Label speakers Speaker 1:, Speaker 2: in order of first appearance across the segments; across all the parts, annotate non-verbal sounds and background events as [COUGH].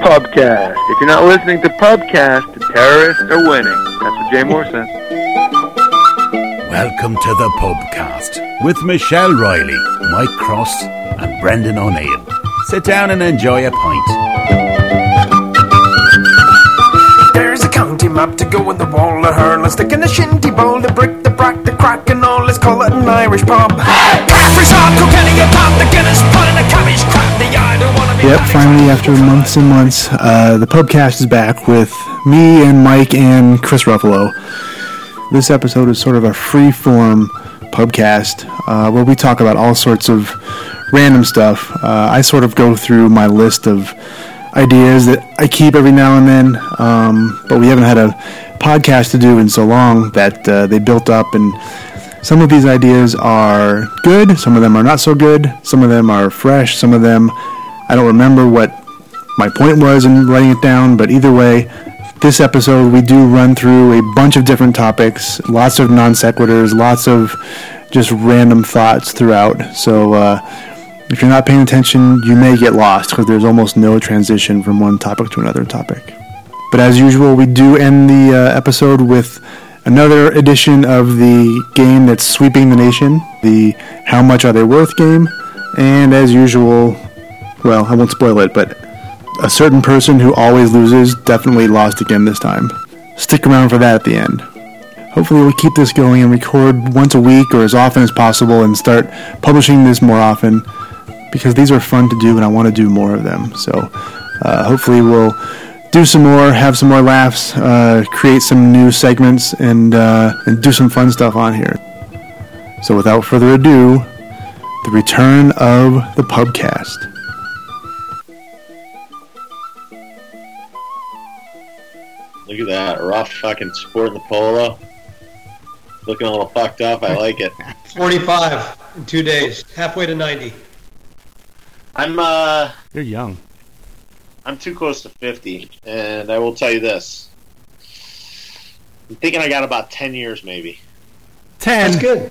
Speaker 1: Pubcast. If you're not listening to Pubcast, the terrorists are winning. That's what Jay Moore says.
Speaker 2: Welcome to the Pubcast with Michelle Riley, Mike Cross, and Brendan O'Neill. Sit down and enjoy a pint.
Speaker 3: There's a county map to go on the wall, a hurl, a stick and a shinty bowl, the brick, the brack, the crack, and all. Let's call it an Irish pub. Caffrey's hop, Kilkenny, a pub, the Guinness pot, and a cabbage crap. The I don't wanna be.
Speaker 4: Yep, finally, after months and months, uh, the Pubcast is back with me and Mike and Chris Ruffalo. This episode is sort of a free form Pubcast uh, where we talk about all sorts of random stuff. Uh, I sort of go through my list of ideas that I keep every now and then, um, but we haven't had a podcast to do in so long that uh, they built up and some of these ideas are good, some of them are not so good, some of them are fresh, some of them I don't remember what my point was in writing it down, but either way, this episode we do run through a bunch of different topics, lots of non sequiturs, lots of just random thoughts throughout. So uh, if you're not paying attention, you may get lost because there's almost no transition from one topic to another topic. But as usual, we do end the uh, episode with another edition of the game that's sweeping the nation, the How Much Are They Worth game. And as usual, well, I won't spoil it, but a certain person who always loses definitely lost again this time. Stick around for that at the end. Hopefully, we'll keep this going and record once a week or as often as possible and start publishing this more often because these are fun to do and I want to do more of them. So uh, hopefully we'll do some more, have some more laughs, uh, create some new segments, and uh, and do some fun stuff on here. So without further ado, the return of the Pubcast.
Speaker 5: Look at that rough fucking sport in the polo. Looking a little fucked up. I like it.
Speaker 6: 45 in two days, halfway to 90.
Speaker 5: [LAUGHS] I'm uh
Speaker 7: You're young.
Speaker 5: I'm too close to 50, and I will tell you this. I'm thinking I got about 10 years, maybe,
Speaker 7: Ten.
Speaker 6: That's good.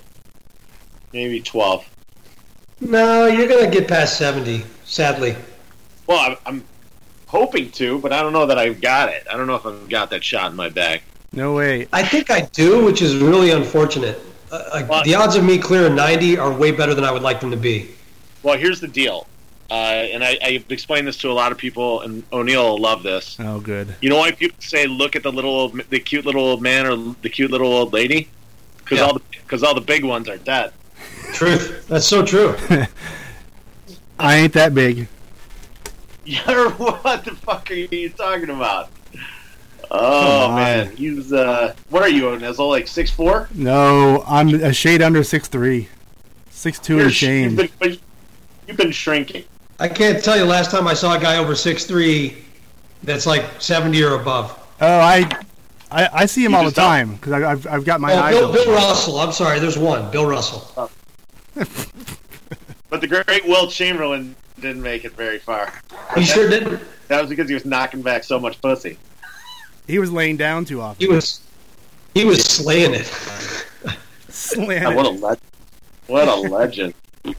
Speaker 5: maybe 12.
Speaker 6: No, you're going to get past 70, sadly.
Speaker 5: Well, I'm, I'm hoping to, but I don't know that I've got it. I don't know if I've got that shot in my bag.
Speaker 7: No way.
Speaker 6: I think I do, which is really unfortunate. Uh, Uh, the odds of me clearing 90 are way better than I would like them to be.
Speaker 5: Well, here's the deal, uh, and I, I've explained this to a lot of people, and O'Neill will love this.
Speaker 7: Oh, good.
Speaker 5: You know why people say, "Look at the little, old, the cute little old man or the cute little old lady," because all the because all the big ones are dead. [LAUGHS]
Speaker 6: Truth. That's so true.
Speaker 7: I ain't that big.
Speaker 5: Yeah, what the fuck are you talking about? Oh
Speaker 7: Come on.
Speaker 5: man, he's uh, what are you, Onizel? Like six four?
Speaker 7: No, I'm a shade under six three. Six two and
Speaker 5: you've,
Speaker 7: change.
Speaker 5: been, but you've been shrinking.
Speaker 6: I can't tell you last time I saw a guy over 6'3 that's like 70 or above.
Speaker 7: Oh, I, I, I see him
Speaker 5: You
Speaker 7: all the
Speaker 5: just don't.
Speaker 7: time because I've, I've got my
Speaker 6: Oh,
Speaker 7: eyes.
Speaker 6: Bill,
Speaker 7: open.
Speaker 6: Bill Russell. I'm sorry, there's one. Bill Russell.
Speaker 5: But the great Will Chamberlain didn't make it very far.
Speaker 6: He sure didn't.
Speaker 5: That was because he was knocking back so much pussy.
Speaker 7: He was laying down too
Speaker 6: He
Speaker 7: often.
Speaker 6: was he was slaying it. [LAUGHS]
Speaker 5: God, [LAUGHS] what a
Speaker 7: Slanted.
Speaker 5: legend! What a legend!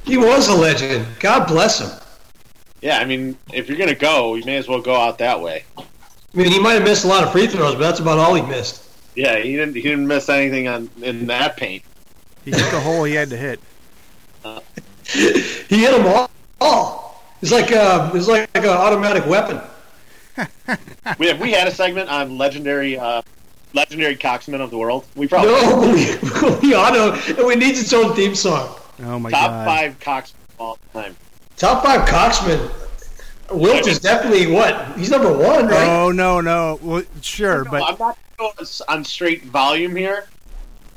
Speaker 6: He was a legend. God bless him.
Speaker 5: Yeah, I mean, if you're gonna go, you may as well go out that way.
Speaker 6: I mean, he might have missed a lot of free throws, but that's about all he missed.
Speaker 5: Yeah, he didn't. He didn't miss anything on in that paint.
Speaker 7: He hit the hole he had to hit.
Speaker 6: He hit them all. all. It's like a, it's like an automatic weapon.
Speaker 5: We have, we had a segment on legendary uh, legendary cocksmen of the world. We
Speaker 6: [LAUGHS]
Speaker 5: probably
Speaker 7: Oh
Speaker 6: No, we ought to, and we need its own theme song.
Speaker 7: Oh my
Speaker 5: top
Speaker 7: god.
Speaker 5: five cocksmen of all time.
Speaker 6: Top five coxman. Wilt is definitely what? He's number one, right?
Speaker 7: Oh no no. Well, sure,
Speaker 5: But
Speaker 7: but
Speaker 5: I'm not going on straight volume here.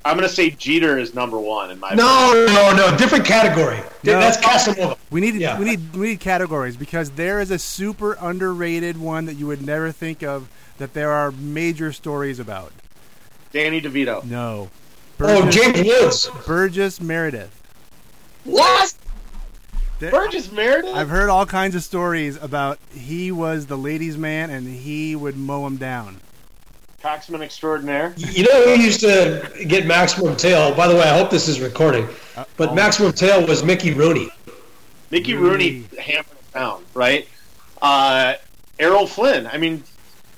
Speaker 5: I'm going to say Jeter is number one in my
Speaker 6: no, no, no. Different category. Th-
Speaker 7: No.
Speaker 6: That's Casanova.
Speaker 7: we need
Speaker 6: Yeah.
Speaker 7: we need we need categories because there is a super underrated one that you would never think of that there are major stories about.
Speaker 5: Danny DeVito.
Speaker 7: No.
Speaker 6: Oh, James Woods.
Speaker 7: Burgess Meredith.
Speaker 5: What?
Speaker 7: There-
Speaker 5: Burgess Meredith?
Speaker 7: I've heard all kinds of stories about he was the ladies' man and he would mow him down.
Speaker 5: Coxman extraordinaire.
Speaker 6: You know who used to get maximum tail? By the way, I hope this is recording.
Speaker 7: Uh, oh.
Speaker 6: But maximum tail was Mickey Rooney.
Speaker 5: Mickey Rooney hammered him down, right? Uh, Errol Flynn. I mean,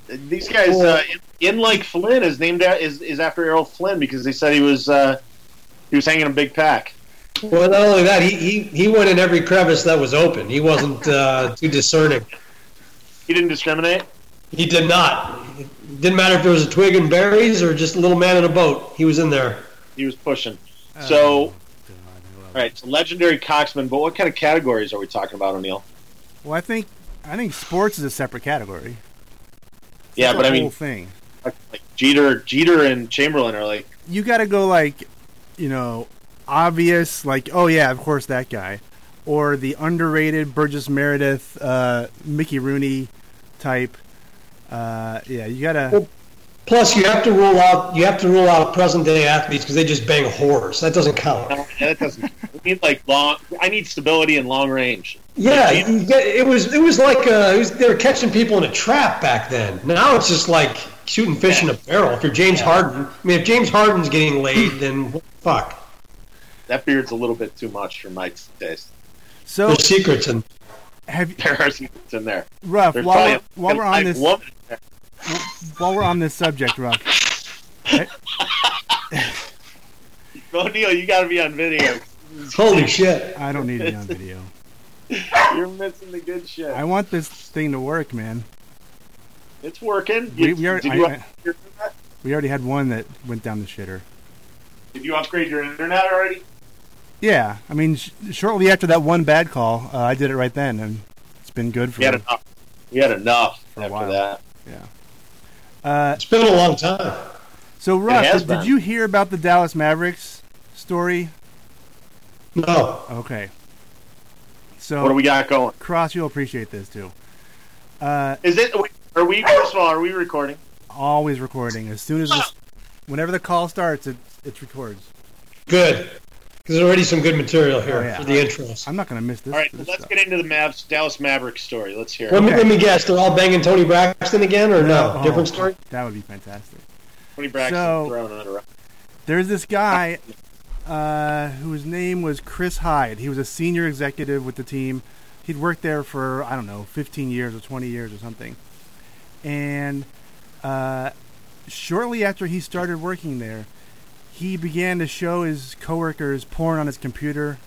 Speaker 5: these guys uh, in like Flynn is named a- is is after Errol Flynn because they said he was uh, he was hanging a big pack.
Speaker 6: Well, not only that, he, he, he went in every crevice that was open. He wasn't uh, too discerning.
Speaker 5: He didn't discriminate.
Speaker 6: He did not. It didn't matter if there was a twig and berries or just a little man in a boat. He was in there.
Speaker 5: He was pushing.
Speaker 7: Oh,
Speaker 5: So-
Speaker 7: God, I love
Speaker 5: All right, so legendary coxman. But what kind of categories are we talking about, O'Neill?
Speaker 7: it. Well, I think I think sports is a separate category. It's
Speaker 5: Yeah,
Speaker 7: like
Speaker 5: but
Speaker 7: a
Speaker 5: I mean-
Speaker 7: whole thing.
Speaker 5: Like Jeter, Jeter, and Chamberlain are like
Speaker 7: you got to go like, you know, obvious, like, oh yeah, of course that guy, or the underrated Burgess Meredith, uh, Mickey Rooney type. Uh, yeah, you gotta.
Speaker 6: Plus, you have to rule out you have to rule out present day athletes because they just bang whores. That doesn't count.
Speaker 5: no, uh, that doesn't. [LAUGHS] we need like long. I need stability and long range.
Speaker 6: Yeah, you get- it was it was like uh, it was, they were catching people in a trap back then. Now it's just like shooting fish in a barrel. If you're James Harden, I mean, if James Harden's getting laid, then what the fuck?
Speaker 5: That beard's a little bit too much for my taste.
Speaker 7: So
Speaker 6: There's secrets and
Speaker 7: have you,
Speaker 5: There are secrets in there.
Speaker 7: Ruff,
Speaker 5: There's
Speaker 7: while
Speaker 5: probably
Speaker 7: we're,
Speaker 5: a-
Speaker 7: while we're on
Speaker 5: like,
Speaker 7: this
Speaker 5: woman [LAUGHS] in there.
Speaker 7: while we're on this subject, Ruff. ha-
Speaker 5: O'Neill, you got to be on video.
Speaker 6: holy shit.
Speaker 7: I don't need to be on video.
Speaker 5: You're missing the good shit.
Speaker 7: I want this thing to work, man.
Speaker 5: It's working.
Speaker 7: We-
Speaker 5: You-
Speaker 7: we are-
Speaker 5: did, you
Speaker 7: I-
Speaker 5: upgrade your internet?
Speaker 7: We already had one that went down the shitter.
Speaker 5: did you upgrade your internet already?
Speaker 7: Mm. Yeah, I mean, sh- shortly after that one bad call, uh, I did it right then, and it's been good for
Speaker 5: We had enough. We had enough
Speaker 7: a
Speaker 5: after
Speaker 7: while.
Speaker 5: that.
Speaker 7: Uh,
Speaker 6: It's been a long time.
Speaker 7: so,
Speaker 5: has
Speaker 7: Ruff, did, did
Speaker 5: been.
Speaker 7: you hear about the Dallas Mavericks story?
Speaker 6: No,
Speaker 7: Okay. So Oh.
Speaker 5: What do we got going?
Speaker 7: Cross, you'll appreciate this too. Uh,
Speaker 5: Is it? wait, Are we? First of all, are we recording?
Speaker 7: always recording. As soon as, this, whenever the call starts, it it records.
Speaker 6: good. 'Cause there's already some good material here
Speaker 7: Oh, yeah.
Speaker 6: for the intros.
Speaker 7: I'm not gonna miss this.
Speaker 5: All right,
Speaker 7: this
Speaker 5: let's
Speaker 7: stuff.
Speaker 5: get into the Mavs Dallas Mavericks story. Let's hear
Speaker 6: Let
Speaker 5: it.
Speaker 6: me, let me guess, they're all banging Tony Braxton again, or no?
Speaker 7: Oh,
Speaker 6: Different story?
Speaker 7: That would be fantastic.
Speaker 5: Tony Braxton
Speaker 7: So-
Speaker 5: thrown under.
Speaker 7: There's this guy uh, whose name was Chris Hyde. He was a senior executive with the team. He'd worked there for, I don't know, 15 years or 20 years or something. And uh, shortly after he started working there, he began to show his coworkers porn on his computer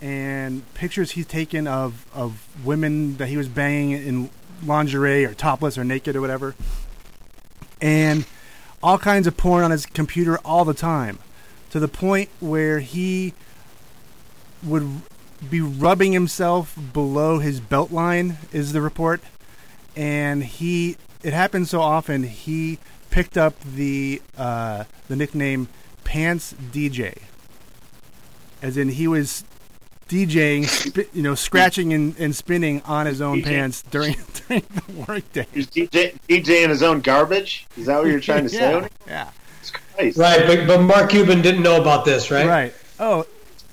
Speaker 7: and pictures he's taken of, of women that he was banging in lingerie or topless or naked or whatever. And all kinds of porn on his computer all the time to the point where he would be rubbing himself below his belt line is the report and he it happened so often he picked up the uh, the nickname pants dj as in he was DJing, spi- you know, scratching and, and spinning on his own
Speaker 5: DJ.
Speaker 7: pants during [LAUGHS] during the workday.
Speaker 5: He's DJ, DJing his own garbage. Is that what you're
Speaker 7: [LAUGHS]
Speaker 5: trying to say?
Speaker 7: yeah,
Speaker 5: Tony?
Speaker 7: yeah,
Speaker 5: Jesus Christ.
Speaker 6: Right, but, but Mark Cuban didn't know about this, right?
Speaker 7: right. Oh,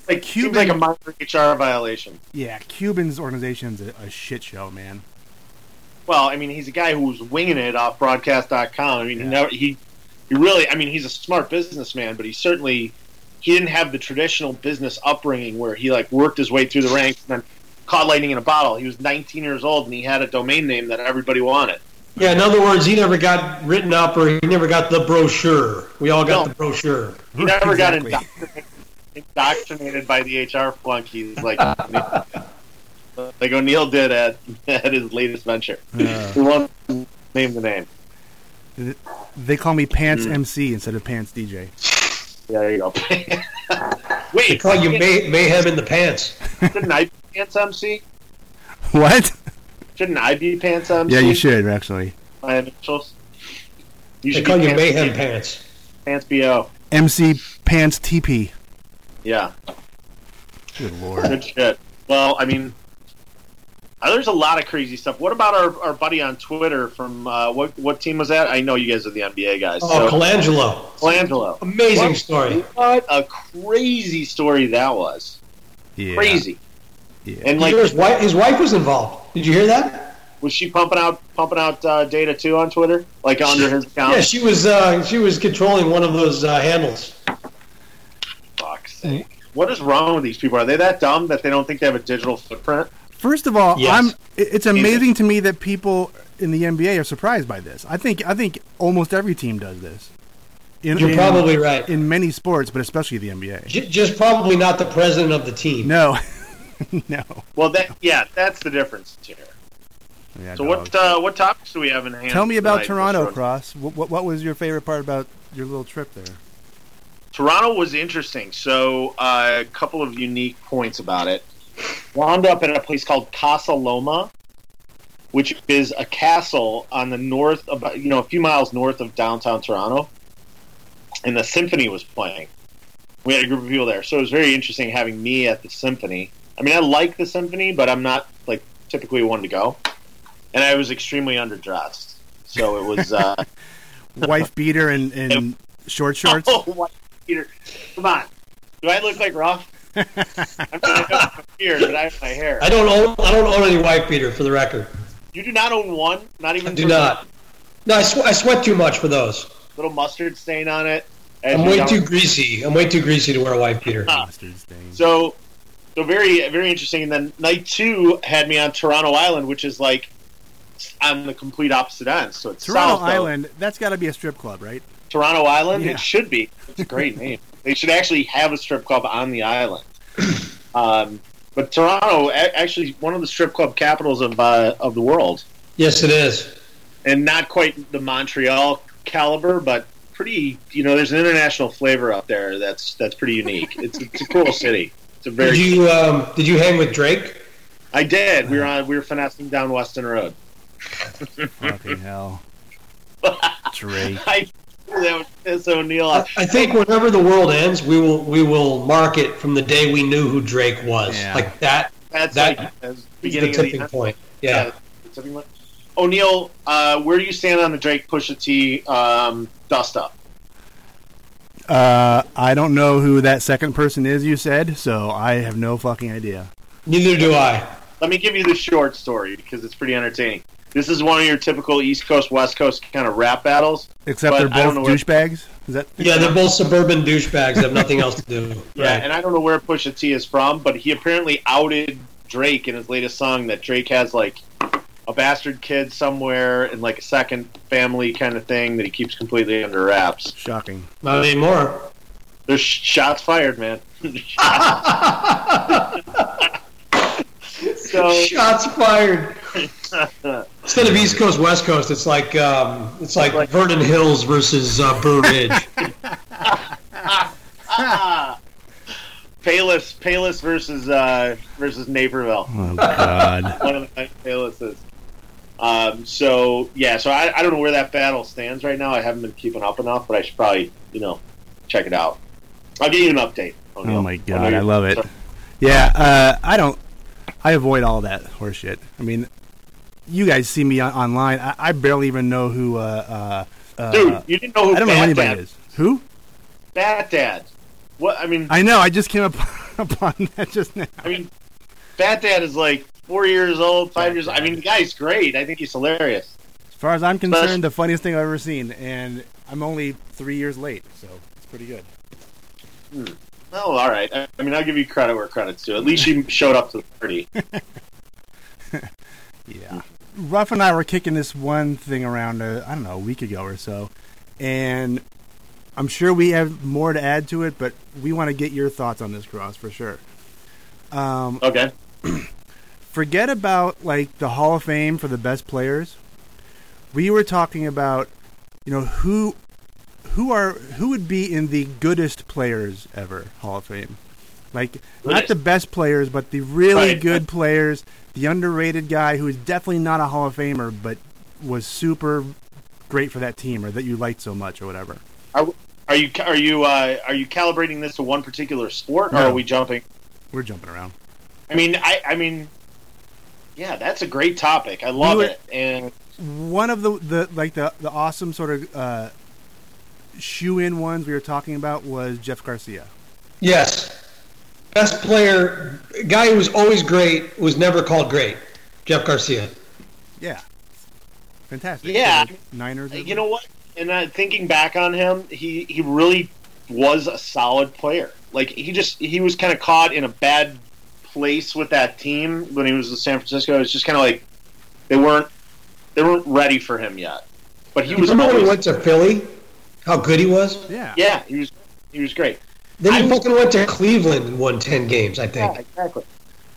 Speaker 5: Like,
Speaker 7: Cuban-
Speaker 5: seems like a minor HR violation.
Speaker 7: Yeah, Cuban's organization's a, a shit show, man.
Speaker 5: Well, I mean, he's a guy who was winging it off broadcast.com. I mean, he, never, he he really, I mean, he's a smart businessman, but he certainly he didn't have the traditional business upbringing where he like worked his way through the ranks and then caught lightning in a bottle. He was 19 years old and he had a domain name that everybody wanted.
Speaker 6: Yeah, in other words, he never got written up or he never got the brochure. We all
Speaker 5: No.
Speaker 6: got the brochure.
Speaker 7: [LAUGHS]
Speaker 5: He never
Speaker 7: Exactly.
Speaker 5: got indoctrinated, indoctrinated by the HR flunkies like like O'Neill did at, at his latest venture. Who won't name the name.
Speaker 7: They call me Pants MC instead of Pants DJ.
Speaker 5: Yeah, there you go. [LAUGHS] Wait,
Speaker 6: They call you may, mayhem in the pants.
Speaker 5: shouldn't I be pants MC?
Speaker 7: What?
Speaker 5: Shouldn't I be pants MC?
Speaker 7: [LAUGHS] Yeah, you should actually.
Speaker 5: My initials. You
Speaker 6: They
Speaker 5: should
Speaker 6: call
Speaker 5: be
Speaker 6: you
Speaker 5: pants,
Speaker 6: mayhem pants.
Speaker 5: pants BO.
Speaker 7: MC Pants TP.
Speaker 5: Yeah,
Speaker 7: Good lord.
Speaker 5: good shit. Well, I mean, uh, there's a lot of crazy stuff. What about our, our buddy on Twitter from uh, what what team was that? I know you guys are the NBA guys.
Speaker 6: Oh,
Speaker 5: so,
Speaker 6: Colangelo.
Speaker 5: Colangelo.
Speaker 6: Amazing
Speaker 5: What-
Speaker 6: story.
Speaker 5: What a crazy story that was.
Speaker 7: Yeah.
Speaker 5: Crazy.
Speaker 7: Yeah.
Speaker 5: And
Speaker 6: Like,
Speaker 5: like,
Speaker 6: his, wife, his wife was involved. Did you hear that?
Speaker 5: was she pumping out pumping out uh, data too on Twitter? Like under his account?
Speaker 6: Yeah, she was uh, she was controlling one of those uh, handles.
Speaker 5: fuck's sake. What is wrong with these people? Are they that dumb that they don't think they have a digital footprint?
Speaker 7: First of all,
Speaker 6: Yes.
Speaker 7: I'm. it- It's amazing to me that people in the NBA are surprised by this. I think I think almost every team does this. In,
Speaker 6: You're
Speaker 7: in-
Speaker 6: probably right.
Speaker 7: in many sports, but especially the NBA.
Speaker 6: J- just probably not the president of the team.
Speaker 7: No, [LAUGHS] no.
Speaker 5: Well, that yeah, that's the difference here.
Speaker 7: Yeah,
Speaker 5: So
Speaker 7: dog.
Speaker 5: what uh, what topics do we have in hand?
Speaker 7: Tell me about
Speaker 5: tonight,
Speaker 7: Toronto,
Speaker 5: Mr.
Speaker 7: Cross. What, what, what was your favorite part about your little trip there?
Speaker 5: Toronto was interesting. So uh, a couple of unique points about it. Wound up at a place called Casa Loma, which is a castle on the north, about you know, a few miles north of downtown Toronto, and the symphony was playing. We had a group of people there, so it was very interesting having me at the symphony. I mean, I like the symphony, but I'm not like typically one to go, and I was extremely underdressed, so it was. Uh,
Speaker 7: Wife beater and, and short shorts.
Speaker 5: [LAUGHS] Oh, what, Peter? Come on. Do I look like
Speaker 7: [LAUGHS]
Speaker 5: Ruff? I'm not my beard, but I have my hair.
Speaker 6: I don't own. I don't own any white beater for the record.
Speaker 5: You do not own one, not
Speaker 6: I
Speaker 5: even
Speaker 6: do
Speaker 5: for
Speaker 6: not. No, I, sw- I sweat too much for those.
Speaker 5: a little mustard stain on it. And
Speaker 6: I'm
Speaker 5: you
Speaker 6: way
Speaker 5: don't- Ah.
Speaker 6: too greasy. I'm way too greasy to wear a white beater.
Speaker 7: Bastards thing.
Speaker 5: So, so very, very interesting. And then night two had me on Toronto Island, which is like on the complete opposite end. So it's
Speaker 7: Toronto
Speaker 5: south of
Speaker 7: Island. That's got to be a strip club, right?
Speaker 5: Toronto Island.
Speaker 7: Yeah.
Speaker 5: It should be. It's a
Speaker 6: [LAUGHS]
Speaker 5: great name. They should actually have a strip club on the island. Um, but Toronto, a- actually, one of the strip club capitals of uh, of the world.
Speaker 6: Yes, it is.
Speaker 5: and not quite the Montreal caliber, but pretty. You know, there's an international flavor out there that's that's pretty unique. It's, it's a cool city. It's a very.
Speaker 6: Did you um, did you hang with Drake?
Speaker 5: I did. We were on. We were finessing down Weston Road.
Speaker 7: Fucking
Speaker 5: [LAUGHS]
Speaker 7: hell. Drake.
Speaker 5: I that was Miss O'Neill.
Speaker 6: I I think whenever the world ends, we will we will mark it from the day we knew who Drake was.
Speaker 7: Yeah.
Speaker 6: Like that
Speaker 5: That's
Speaker 6: that-
Speaker 5: like that's the
Speaker 6: is
Speaker 5: beginning
Speaker 6: the
Speaker 5: of the
Speaker 6: tipping
Speaker 5: end.
Speaker 6: point. Yeah.
Speaker 5: the tipping point. O'Neill, uh, where do you stand on the Drake Pusha T um, dust up?
Speaker 7: Uh, I don't know who that second person is you said, so I have no fucking idea.
Speaker 6: Neither do I.
Speaker 5: Let me give you the short story because it's pretty entertaining. This is one of your typical East Coast West Coast kind of rap battles.
Speaker 7: Except
Speaker 5: But
Speaker 7: they're
Speaker 5: I don't
Speaker 7: both
Speaker 5: know where-
Speaker 7: douchebags. Is that
Speaker 6: Yeah, they're both suburban douchebags. They have nothing else to do.
Speaker 5: [LAUGHS] Yeah,
Speaker 6: Right.
Speaker 5: and I don't know where Pusha T is from, but he apparently outed Drake in his latest song that Drake has like a bastard kid somewhere and like a second family kind of thing that he keeps completely under wraps.
Speaker 7: shocking?
Speaker 6: Not anymore.
Speaker 5: There's sh- shots fired, man. [LAUGHS] so
Speaker 6: Shots fired. Instead of East Coast West Coast, it's like um, it's like Vernon Hills versus uh,
Speaker 5: [LAUGHS]
Speaker 6: Burr Ridge.
Speaker 5: Payless, Payless versus uh, versus Naperville.
Speaker 7: Oh god.
Speaker 5: one of the playlists. Um, so yeah, so I, I don't know where that battle stands right now. I haven't been keeping up enough, but I should probably you know check it out. I'll give you an update.
Speaker 7: Oh my god, I love it. Yeah, uh, I don't. I avoid all that horseshit. I mean, you guys see me on- online. I, I barely even know who. Uh, uh, uh,
Speaker 5: Dude, you didn't know who
Speaker 7: I don't know
Speaker 5: Bat
Speaker 7: who anybody
Speaker 5: Dad,
Speaker 7: is. Who?
Speaker 5: Bat Dad. What I mean, I,
Speaker 7: I know. I just came up [LAUGHS] upon that just now.
Speaker 5: mean, Bat Dad is like four years old, five years. I mean, the guy's great. I think he's hilarious.
Speaker 7: As far as I'm
Speaker 5: Especially-
Speaker 7: concerned, the funniest thing I've ever seen, and I'm only three years late, so it's pretty good.
Speaker 5: Oh, all right. I, I mean, I'll give you credit where credit's due. At least you showed up to the party.
Speaker 7: [LAUGHS] Yeah. Ruff and I were kicking this one thing around, uh, I don't know, a week ago or so. And I'm sure we have more to add to it, but we want to get your thoughts on this, Cross, for sure.
Speaker 5: Okay.
Speaker 7: Forget about, like, the Hall of Fame for the best players. We were talking about, you know, who. Who are who would be in the goodest players ever Hall of Fame? Like not
Speaker 5: Goodest.
Speaker 7: the best players, but the really
Speaker 5: Right.
Speaker 7: good players, the underrated guy who is definitely not a Hall of Famer, but was super great for that team or that you liked so much or whatever.
Speaker 5: Are, are you are you uh, are you calibrating this to one particular sport, or
Speaker 7: No.
Speaker 5: are we jumping?
Speaker 7: We're jumping around.
Speaker 5: I mean, I, I mean, yeah, that's a great topic. I love
Speaker 7: You were-
Speaker 5: it. And
Speaker 7: One of the, the like the, the awesome sort of uh, shoe in ones we were talking about was Jeff Garcia.
Speaker 6: Yes. Best player, guy who was always great, was never called great. Jeff Garcia.
Speaker 7: Yeah. Fantastic.
Speaker 5: Yeah.
Speaker 7: Niners.
Speaker 5: you know what? And uh, thinking back on him, he he really was a solid player. Like he just he was kind of caught in a bad place with that team when he was with San Francisco. It's just kind of like they weren't. they- They weren't ready for him yet, but he was.
Speaker 6: Remember when he
Speaker 5: always-
Speaker 6: went to Philly? How good he was?
Speaker 7: Yeah.
Speaker 5: yeah, he was. He was great.
Speaker 6: Then he
Speaker 5: I-
Speaker 6: fucking went to Cleveland and won 10 games, I think.
Speaker 5: Yeah, exactly.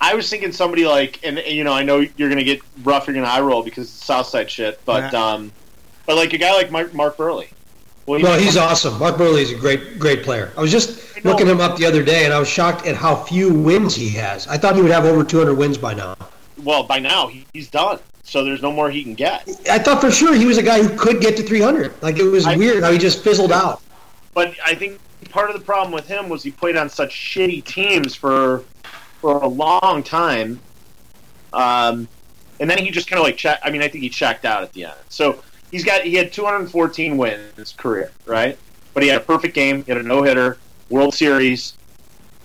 Speaker 5: I was thinking somebody like, and, and, you know, I know you're going to get rough, you're going to eye roll because it's Southside shit, but
Speaker 7: Yeah.
Speaker 5: um, but like a guy like Mark, Mark Burley. Well,
Speaker 6: No, he's awesome. Mark Burley is a great, great player. I was just
Speaker 5: know.
Speaker 6: looking him up the other day, and I was shocked at how few wins he has. I thought he would have over 200 wins by now.
Speaker 5: well by now he, he's done, so there's no more he can get.
Speaker 6: I thought for sure he was a guy who could get to 300. Like it was
Speaker 5: I-
Speaker 6: weird how he just fizzled out.
Speaker 5: But I think part of the problem with him was he played on such shitty teams for for a long time, um, and then he just kind of like check. I mean, I think he checked out at the end. So he's got he had 214 wins in his career, right? But he had a perfect game, he had a no hitter, World Series.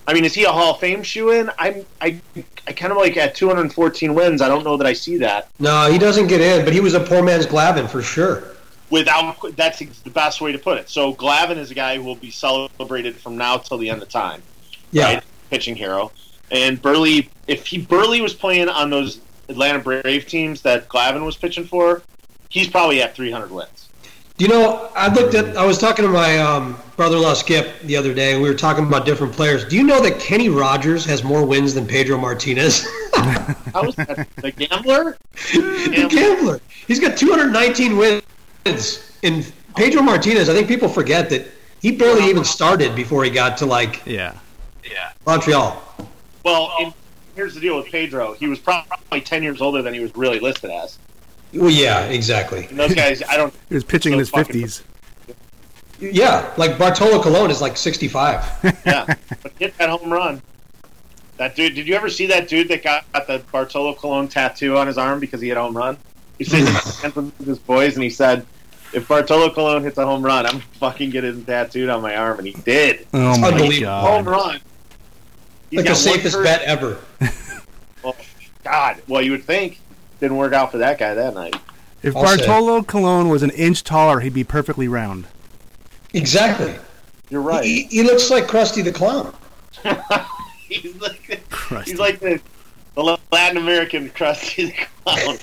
Speaker 5: I mean, is he a Hall of Fame shoe in? I'm I I kind of like at 214 wins. I don't know that I see that
Speaker 6: No, he doesn't get in, but he was a poor man's Glavin for sure.
Speaker 5: without. That's the best way to put it. So Glavin is a guy who will be celebrated from now till the end of time.
Speaker 6: Yeah,
Speaker 5: right? Pitching hero. And Burley, if he Burley was playing on those Atlanta Brave teams that Glavin was pitching for, he's probably at 300 wins.
Speaker 6: You know, I looked at. I was talking to my um, brother-in-law Skip the other day. and We were talking about different players. Do you know that Kenny Rogers has more wins than Pedro Martinez, [LAUGHS]
Speaker 5: How is that? [LAUGHS] the gambler?
Speaker 6: the gambler? He's got 219 wins, and Pedro Martinez. I think people forget that he barely even started before he got to like
Speaker 7: Yeah.
Speaker 6: Montreal.
Speaker 5: Well, and here's the deal with Pedro. He was probably 10 years older than he was really listed as.
Speaker 6: Well, yeah, exactly.
Speaker 5: And those guys, I don't.
Speaker 7: He was pitching in
Speaker 5: So
Speaker 7: his
Speaker 5: fucking-
Speaker 7: 50s.
Speaker 6: Yeah, like Bartolo Colon is like 65.
Speaker 5: Yeah, but hit that home run. That dude. Did you ever see that dude that got the Bartolo Colon tattoo on his arm because he hit a home run? He said
Speaker 6: [LAUGHS]
Speaker 5: he went with his boys and he said, "If Bartolo Colon hits a home run, I'm gonna fucking get his tattooed on my arm," and he did.
Speaker 7: Oh, [LAUGHS] my
Speaker 6: unbelievable.
Speaker 5: Home
Speaker 7: God.
Speaker 5: run. He's
Speaker 6: like
Speaker 5: got
Speaker 6: the
Speaker 5: one
Speaker 6: safest
Speaker 5: first-
Speaker 6: bet ever.
Speaker 5: Well, God. Well, you would think didn't work out for that guy that night.
Speaker 7: If
Speaker 6: I'll say.
Speaker 7: Bartolo Colon was an inch taller, he'd be perfectly round.
Speaker 6: Exactly.
Speaker 5: You're right.
Speaker 6: He, he looks like Krusty the Clown.
Speaker 5: [LAUGHS] he's like
Speaker 7: Crusty.
Speaker 5: he's like the, the Latin American crusty [LAUGHS] clown.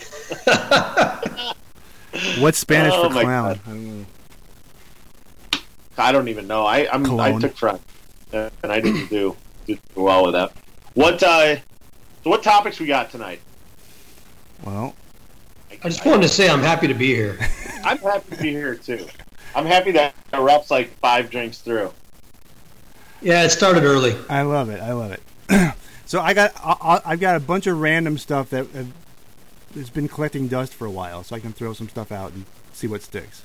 Speaker 7: What's Spanish
Speaker 5: Oh,
Speaker 7: for
Speaker 5: my
Speaker 7: clown?
Speaker 5: God.
Speaker 7: I don't know.
Speaker 5: I don't even know. I I'm, I
Speaker 7: Cologne.
Speaker 5: took French, and I didn't do, do well with that. What uh, so what topics we got tonight?
Speaker 7: Well,
Speaker 6: I just wanted to say I'm happy to be here.
Speaker 5: I'm happy to be here too. I'm happy that our reps like five drinks through.
Speaker 6: Yeah, it started early.
Speaker 7: I love it. I love it. [CLEARS THROAT] so I got I, I- I've got a bunch of random stuff that have, has been collecting dust for a while, so I can throw some stuff out and see what sticks.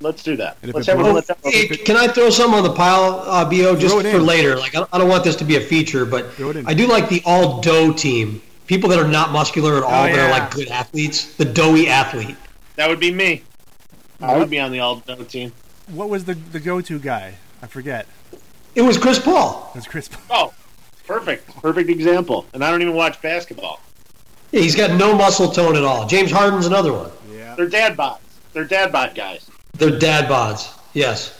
Speaker 5: Let's do that.
Speaker 7: And if
Speaker 5: Let's
Speaker 7: it
Speaker 5: have a
Speaker 7: blew-
Speaker 5: let's have
Speaker 6: Hey,
Speaker 5: a-
Speaker 6: can I throw some on the pile, uh, Bo, just
Speaker 7: Throw it
Speaker 6: for
Speaker 7: in.
Speaker 6: later? Like, I don't- I don't want this to be a feature, but
Speaker 7: Throw it in.
Speaker 6: I do like the all dough team. People that are not muscular at all,
Speaker 7: Oh,
Speaker 6: but are
Speaker 7: yeah.
Speaker 6: like good athletes. The doughy athlete.
Speaker 5: That would be me. I would be on the all done team.
Speaker 7: What was the the go to guy? I forget.
Speaker 6: It was Chris Paul.
Speaker 7: It was Chris.
Speaker 5: Oh, perfect, perfect example. And I don't even watch basketball.
Speaker 6: Yeah, he's got no muscle tone at all. James Harden's another one.
Speaker 7: Yeah.
Speaker 5: They're dad bods. They're dad bod guys.
Speaker 6: They're dad bods. Yes.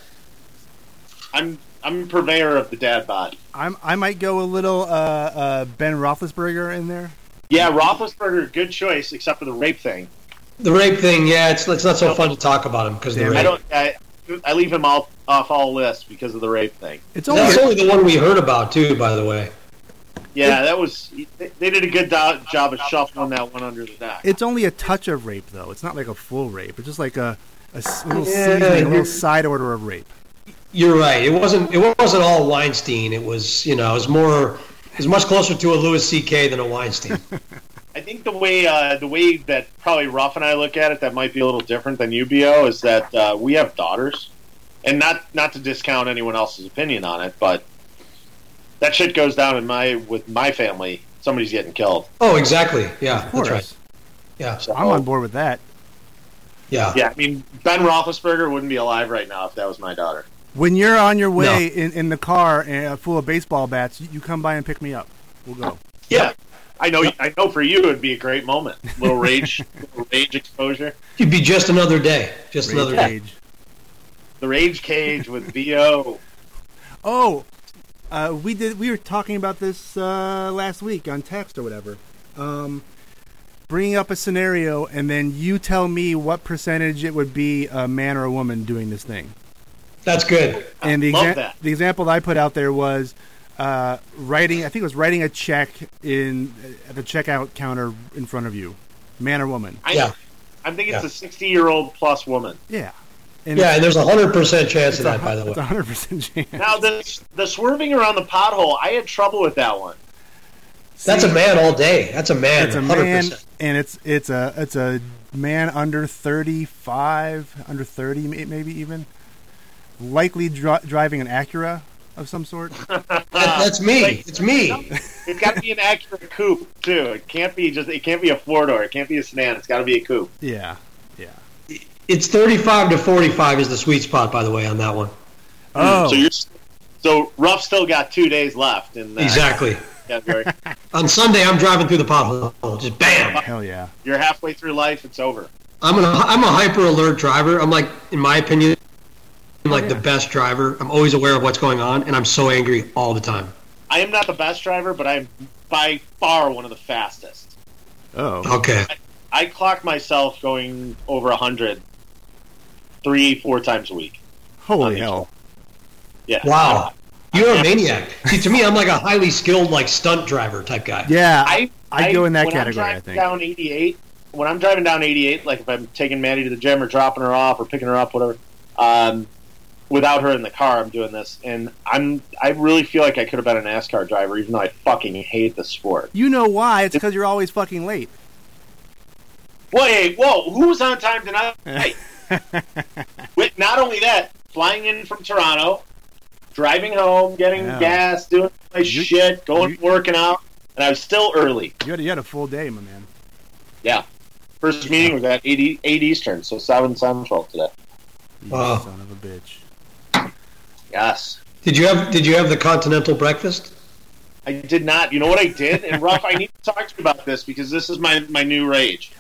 Speaker 5: I'm I'm a purveyor of the dad bod.
Speaker 7: I'm I might go a little uh, uh, Ben Roethlisberger in there.
Speaker 5: Yeah, Roethlisberger, good choice, except for the rape thing.
Speaker 6: The rape thing, yeah, it's, it's not so fun to talk about him because the
Speaker 7: Damn it.
Speaker 6: rape.
Speaker 5: I don't. I, I leave him all, off all lists because of the rape thing.
Speaker 7: It's only
Speaker 6: That's only the one we heard about, too, by the way.
Speaker 5: Yeah, that was. They they did a good do- job of shuffling that one under the deck.
Speaker 7: it's only a touch of rape though. It's not like a full rape. It's just like a, a s- little
Speaker 6: Yeah,
Speaker 7: seasoning, a little
Speaker 6: you're-
Speaker 7: side order of rape.
Speaker 6: You're right. It wasn't. It wasn't all Weinstein. It was. You know. It was more. It was much closer to a Louis C.K. than a
Speaker 7: [LAUGHS]
Speaker 6: Weinstein.
Speaker 5: I think the way uh, the way that probably Ruff and I look at it that might be a little different than UBO is that uh, we have daughters, and not not to discount anyone else's opinion on it, but that shit goes down in my with my family. Somebody's getting killed.
Speaker 6: oh, exactly. Yeah,
Speaker 7: Of
Speaker 6: that's
Speaker 7: course,
Speaker 6: right. Yeah,
Speaker 5: So,
Speaker 7: I'm on board with that.
Speaker 6: yeah.
Speaker 5: Yeah, I mean Ben Roethlisberger wouldn't be alive right now if that was my daughter.
Speaker 7: When you're on your way in, in the car uh, full of baseball bats, you, you come by and pick me up. We'll go.
Speaker 5: Yeah, I know. I know for you it would be a great moment. Little rage, little rage exposure.
Speaker 6: You'd be just another day. Just
Speaker 7: Rage
Speaker 6: another day.
Speaker 7: cage.
Speaker 5: The rage cage with VO.
Speaker 7: Oh, uh, we did. We were talking about this uh, last week on text or whatever. Um, bringing up a scenario, and then you tell me what percentage it would be a man or a woman doing this thing.
Speaker 6: That's good.
Speaker 7: And the,
Speaker 5: love
Speaker 7: exa-
Speaker 5: that.
Speaker 7: the example that I put out there was uh, writing. I think it was writing a check in at the checkout counter in front of you, man or woman.
Speaker 5: I,
Speaker 6: Yeah.
Speaker 5: I think it's
Speaker 6: Yeah.
Speaker 5: a 60 year old plus woman.
Speaker 7: Yeah. And
Speaker 6: Yeah, and there's a hundred percent chance of
Speaker 7: it's a,
Speaker 6: that. By the
Speaker 7: it's a
Speaker 6: way,
Speaker 7: hundred percent chance.
Speaker 5: Now, the, the swerving around the pothole, I had trouble with that one.
Speaker 6: that's a man all day. That's a man.
Speaker 7: It's a
Speaker 6: 100%.
Speaker 7: man, and it's it's a it's a man under thirty five, under thirty may- maybe even, likely dri- driving an Acura of some sort.
Speaker 6: That- that's me. it's me.
Speaker 5: It's got to be an accurate coupe too. It can't be just. It can't be a four door. It can't be a sedan. It's got to be a coupe.
Speaker 7: [LAUGHS] yeah, yeah.
Speaker 6: It's 35 to 45 is the sweet spot, by the way, on that one.
Speaker 7: Oh,
Speaker 5: So you're. So Ruff still got two days left in uh,
Speaker 6: [LAUGHS]
Speaker 5: that
Speaker 6: Exactly.
Speaker 5: category.
Speaker 6: On Sunday, I'm driving through the pothole. Just bam.
Speaker 7: hell yeah.
Speaker 5: You're halfway through life. It's over.
Speaker 6: I'm an, I'm a hyper alert driver. I'm like, in my opinion, I'm like the best driver. I'm always aware of what's going on, and I'm so angry all the time.
Speaker 5: I am not the best driver, but I'm by far one of the fastest.
Speaker 7: Oh,
Speaker 6: Okay.
Speaker 5: I clock myself going over a hundred three, four times a week.
Speaker 7: holy hell!
Speaker 5: Yeah.
Speaker 6: Wow. You're a maniac. See, to me, I'm like a highly skilled, like stunt driver type guy.
Speaker 7: Yeah,
Speaker 5: I
Speaker 7: I go in that
Speaker 5: when I'm
Speaker 7: category, I
Speaker 5: driving
Speaker 7: think.
Speaker 5: Down 88. When I'm driving down 88, like if I'm taking Maddie to the gym or dropping her off or picking her up, whatever, um, without her in the car, I'm doing this, and I'm I really feel like I could have been a NASCAR driver, even though I fucking hate the sport.
Speaker 7: you know why? It's because you're always fucking late. [LAUGHS]
Speaker 5: Wait, whoa, who was on time tonight?
Speaker 7: [LAUGHS]
Speaker 5: With not only that, flying in from Toronto, driving home, getting
Speaker 7: Yeah.
Speaker 5: gas, doing my
Speaker 7: You-
Speaker 5: shit, going
Speaker 7: you-
Speaker 5: working out, and I was still early.
Speaker 7: You had, you had a full day, my man.
Speaker 5: Yeah. First meeting was at 8, 8 Eastern, so 7 Central today.
Speaker 7: You
Speaker 6: Wow.
Speaker 7: son of a bitch.
Speaker 5: Yes.
Speaker 6: Did you have Did you have the continental breakfast?
Speaker 5: I did not. You know what I did? And Ruff, I need to talk to you about this because this is my, my new rage,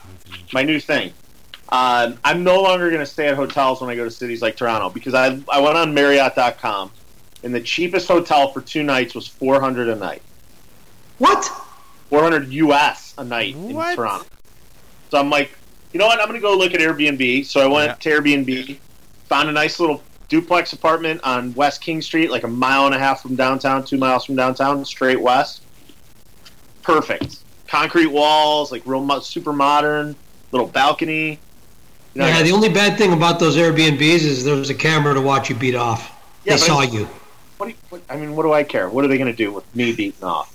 Speaker 5: my new thing. Um, I'm no longer going to stay at hotels when I go to cities like Toronto because I, I went on Marriott.com and the cheapest hotel for two nights was 400 a night,
Speaker 6: What?
Speaker 5: 400 US a night
Speaker 7: What?
Speaker 5: in Toronto. So I'm like, you know what? I'm going to go look at Airbnb. So I went to Airbnb, found a nice little duplex apartment on West King Street, like a mile and a half from downtown, two miles from downtown, straight west. Perfect. Concrete walls, like real mo- super modern, little balcony. You know,
Speaker 6: Yeah. The only bad thing about those Airbnbs is there's a camera to watch you beat off.
Speaker 5: Yeah,
Speaker 6: they
Speaker 5: but
Speaker 6: saw
Speaker 5: it's-
Speaker 6: you.
Speaker 5: what do you- what- I mean, what do I care? What are they going to do with me beating
Speaker 7: [LAUGHS]
Speaker 5: off?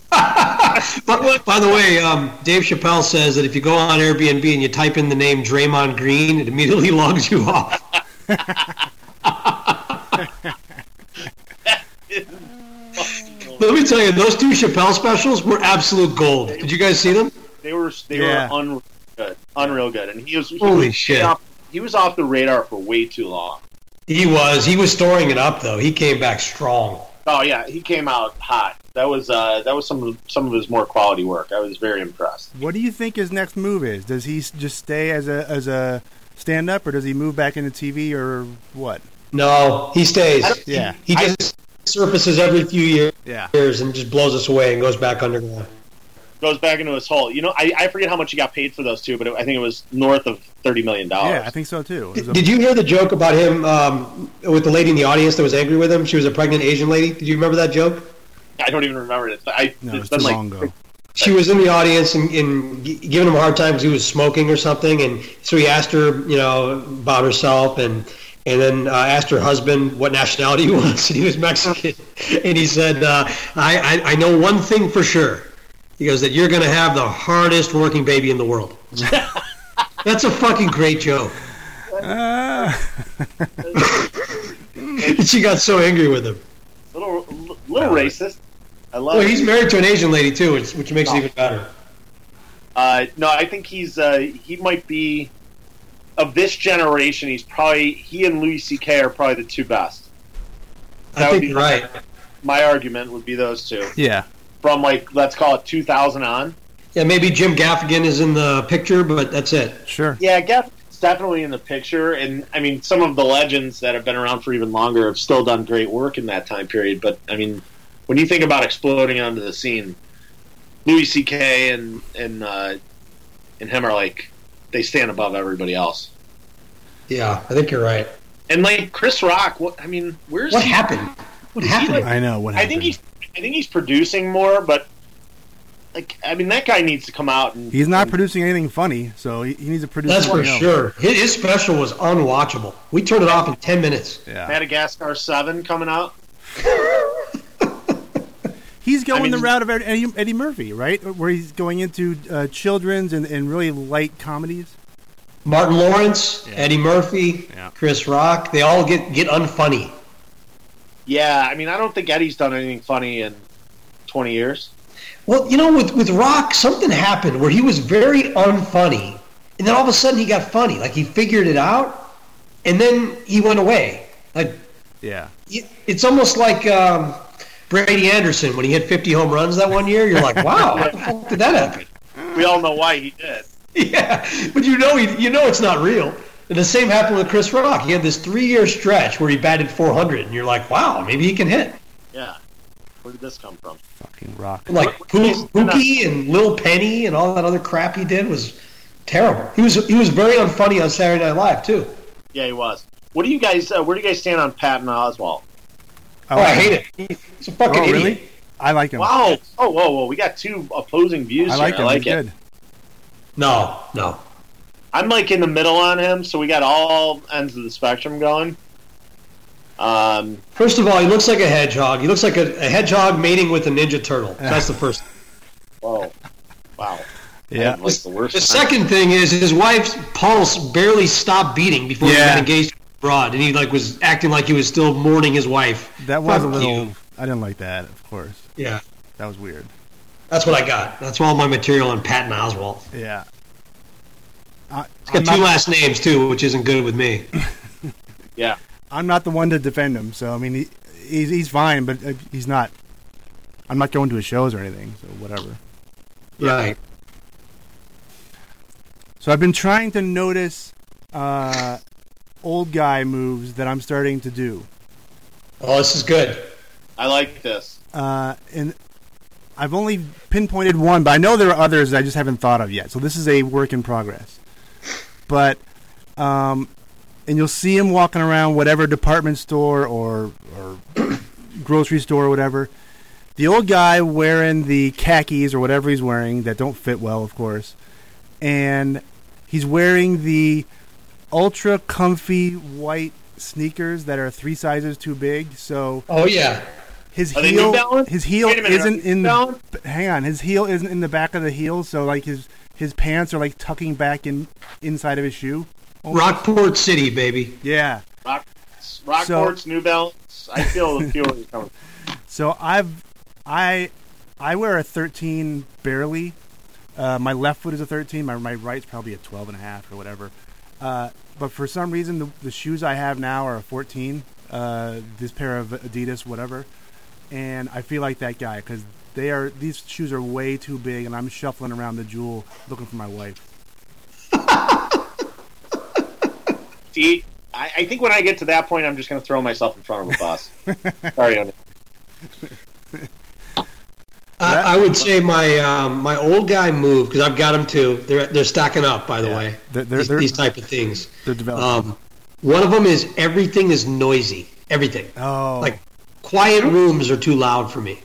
Speaker 6: But by the way, um, Dave Chappelle says that if you go on Airbnb and you type in the name Draymond Green, it immediately [LAUGHS] logs you off. Let me tell you, those two Chappelle specials were absolute gold. Did you guys see them?
Speaker 5: They were they
Speaker 7: Yeah.
Speaker 5: were unreal good, unreal good, and he was he
Speaker 6: Holy
Speaker 5: was
Speaker 6: shit.
Speaker 5: off- he was off the radar for way too long.
Speaker 6: He was. He was storing it up though. He came back strong.
Speaker 5: Oh yeah, he came out hot. That was uh, that was some of, some of his more quality work. I was very impressed.
Speaker 7: What do you think his next move is? Does he s- just stay as a as a stand up, or does he move back into TV, or what?
Speaker 6: No, he stays.
Speaker 7: Yeah.
Speaker 6: He just surfaces every few
Speaker 7: Yeah.
Speaker 6: years and just blows us away and goes back underground.
Speaker 5: Goes back into his hole. You know, I, I forget how much he got paid for those two, but it, I think it was north of thirty million
Speaker 7: Yeah,
Speaker 5: dollars.
Speaker 7: I think so too. It was a-
Speaker 6: Oh. Did you hear the joke about him um, with the lady in the audience that was angry with him? She was a pregnant Asian lady. Did you remember that joke?
Speaker 5: I don't even remember it. I,
Speaker 7: no,
Speaker 5: it's
Speaker 7: it's
Speaker 5: been
Speaker 7: too
Speaker 5: like
Speaker 7: long ago.
Speaker 6: She was in the audience and, and gi- giving him a hard time because he was smoking or something, and so he asked her, you know, about herself, and and then uh, asked her husband what nationality he [LAUGHS] was, and he was Mexican, [LAUGHS] and he said, uh, I, "I I know one thing for sure," he goes, "that you're going to have the hardest working baby in the world."
Speaker 5: [LAUGHS]
Speaker 6: That's a fucking great joke.
Speaker 5: Ah.
Speaker 6: [LAUGHS] she got so angry with him.
Speaker 5: little little racist. I love.
Speaker 6: Well,
Speaker 5: it.
Speaker 6: he's married to an Asian lady too, which, which makes it even better.
Speaker 5: Uh, no, I think he's uh, he might be of this generation. He's probably he and Louis C.K. are probably the two best.
Speaker 6: I
Speaker 5: would
Speaker 6: think
Speaker 5: be-
Speaker 6: you're right.
Speaker 5: My argument would be those two
Speaker 7: Yeah.
Speaker 5: from like let's call it 2000 on.
Speaker 6: Yeah, maybe Jim Gaffigan is in the picture, but that's it.
Speaker 7: Sure.
Speaker 5: Yeah, Gaffigan's definitely in the picture, and I mean some of the legends that have been around for even longer have still done great work in that time period. But I mean, when you think about exploding onto the scene, Louis C.K. and and uh, and him are like they stand above everybody else.
Speaker 6: Yeah, I think you're right.
Speaker 5: And like Chris Rock, what I mean, where's
Speaker 6: What
Speaker 5: he-
Speaker 6: happened? What
Speaker 5: is he
Speaker 6: happened?
Speaker 5: like?
Speaker 7: I know what
Speaker 5: I
Speaker 7: happened.
Speaker 5: think he's I think he's producing more, but like I mean, that guy needs to come out and
Speaker 7: He's not
Speaker 5: and,
Speaker 7: producing anything funny, so he, he needs to produce.
Speaker 6: That's for
Speaker 7: something else.
Speaker 6: sure. His, his special was unwatchable. We turned it off in ten minutes.
Speaker 7: Yeah,
Speaker 5: Madagascar Seven coming out.
Speaker 7: he's going
Speaker 5: mean,
Speaker 7: the
Speaker 5: he's-
Speaker 7: route of Eddie, Eddie Murphy, right? Where he's going into uh, children's and, and really light comedies.
Speaker 6: Martin Lawrence,
Speaker 7: Yeah.
Speaker 6: Eddie Murphy,
Speaker 7: Yeah.
Speaker 6: Chris Rock, they all get get unfunny.
Speaker 5: Yeah, I mean, I don't think Eddie's done anything funny in twenty years.
Speaker 6: Well, you know, with with Rock, something happened where he was very unfunny, and then all of a sudden he got funny. Like he figured it out, and then he went away. Like
Speaker 7: Yeah,
Speaker 6: it's almost like um, Brady Anderson when he hit 50 home runs that one year. [LAUGHS] You're like, wow, how the fuck did that happen? [LAUGHS]
Speaker 5: We all know why he did.
Speaker 6: Yeah, but you know, he, you know it's not real. And the same happened with Chris Rock. He had this three-year stretch where he batted 400, and you're like, wow, maybe he can hit.
Speaker 5: Yeah, where did this come from?
Speaker 7: fucking rock.
Speaker 6: Like Poo- Pookie and Lil Penny and all that other crap he did was terrible. He was he was very unfunny on Saturday Night Live too.
Speaker 5: Yeah, he was. What do you guys? Uh, where do you guys stand on Patton Oswalt?
Speaker 6: Oh, I hate it. He's a fucking
Speaker 7: Oh,
Speaker 6: idiot.
Speaker 7: really? I like him.
Speaker 5: Wow! Oh, whoa, whoa! We got two opposing views.
Speaker 7: I like
Speaker 5: here.
Speaker 7: him.
Speaker 5: I like
Speaker 7: he's
Speaker 5: it.
Speaker 7: good.
Speaker 6: No, no.
Speaker 5: I'm like in the middle on him, so we got all ends of the spectrum going. Um,
Speaker 6: First of all, he looks like a hedgehog. He looks like a, a hedgehog mating with a ninja turtle.
Speaker 7: Ah.
Speaker 6: That's the first.
Speaker 5: whoa, wow.
Speaker 7: Yeah.
Speaker 5: That was the worst.
Speaker 6: The second thing is his wife's pulse barely stopped beating before he
Speaker 7: Yeah.
Speaker 6: got engaged abroad, and he like was acting like he was still mourning his wife.
Speaker 7: That was a
Speaker 6: Fuck
Speaker 7: little.
Speaker 6: you.
Speaker 7: I didn't like that. Of course,
Speaker 6: Yeah,
Speaker 7: that was weird.
Speaker 6: that's what I got. That's all my material on Patton Oswalt.
Speaker 7: Yeah. I,
Speaker 6: He's
Speaker 7: I'm,
Speaker 6: got two
Speaker 7: not,
Speaker 6: last names too, which isn't good with me.
Speaker 5: yeah,
Speaker 7: I'm not the one to defend him, so I mean, he, he's he's fine, but uh, he's not. I'm not going to his shows or anything, so whatever.
Speaker 6: Right.
Speaker 7: So I've been trying to notice uh, old guy moves that I'm starting to do,
Speaker 6: Oh, this is good.
Speaker 5: I like this.
Speaker 7: uh, and I've only pinpointed one, but I know there are others that I just haven't thought of yet. So this is a work in progress. But, um, and you'll see him walking around whatever department store or or [COUGHS] grocery store or whatever. The old guy wearing the khakis or whatever he's wearing that don't fit well, of course, and he's wearing the ultra comfy white sneakers that are three sizes too big. So
Speaker 6: Oh yeah.
Speaker 7: his
Speaker 5: Are they New
Speaker 7: heel,
Speaker 5: Balance?
Speaker 7: his heel
Speaker 5: Wait a minute, are
Speaker 7: isn't
Speaker 5: they
Speaker 7: in
Speaker 5: New
Speaker 7: the.
Speaker 5: Balance?
Speaker 7: b- Hang on, his heel isn't in the back of the heel, so like his his pants are like tucking back in inside of his shoe.
Speaker 6: Rockport City, baby.
Speaker 7: Yeah.
Speaker 5: Rock, Rockport's
Speaker 7: So-
Speaker 5: New Balance. I feel
Speaker 7: [LAUGHS]
Speaker 5: the fury coming.
Speaker 7: So I've I I wear a 13 barely. Uh, my left foot is a 13. My my right's probably a 12 and a half or whatever. Uh, but for some reason, the, the shoes I have now are a 14. Uh, this pair of Adidas, whatever, and I feel like that guy because they are these shoes are way too big, and I'm shuffling around the jewel looking for my wife.
Speaker 5: See, I, I think when I get to that point, I'm just going to throw myself in front of a
Speaker 7: [LAUGHS]
Speaker 5: bus. Sorry, Oni.
Speaker 6: I, I would say my um, my old guy move because I've got them too. They're they're stocking up, by the way.
Speaker 7: They're- they're-
Speaker 6: these,
Speaker 7: they're- Oh.
Speaker 6: these type of things.
Speaker 7: They're developing.
Speaker 6: Um, one of them is everything is noisy. Everything.
Speaker 7: oh,
Speaker 6: Like quiet rooms are too loud for me.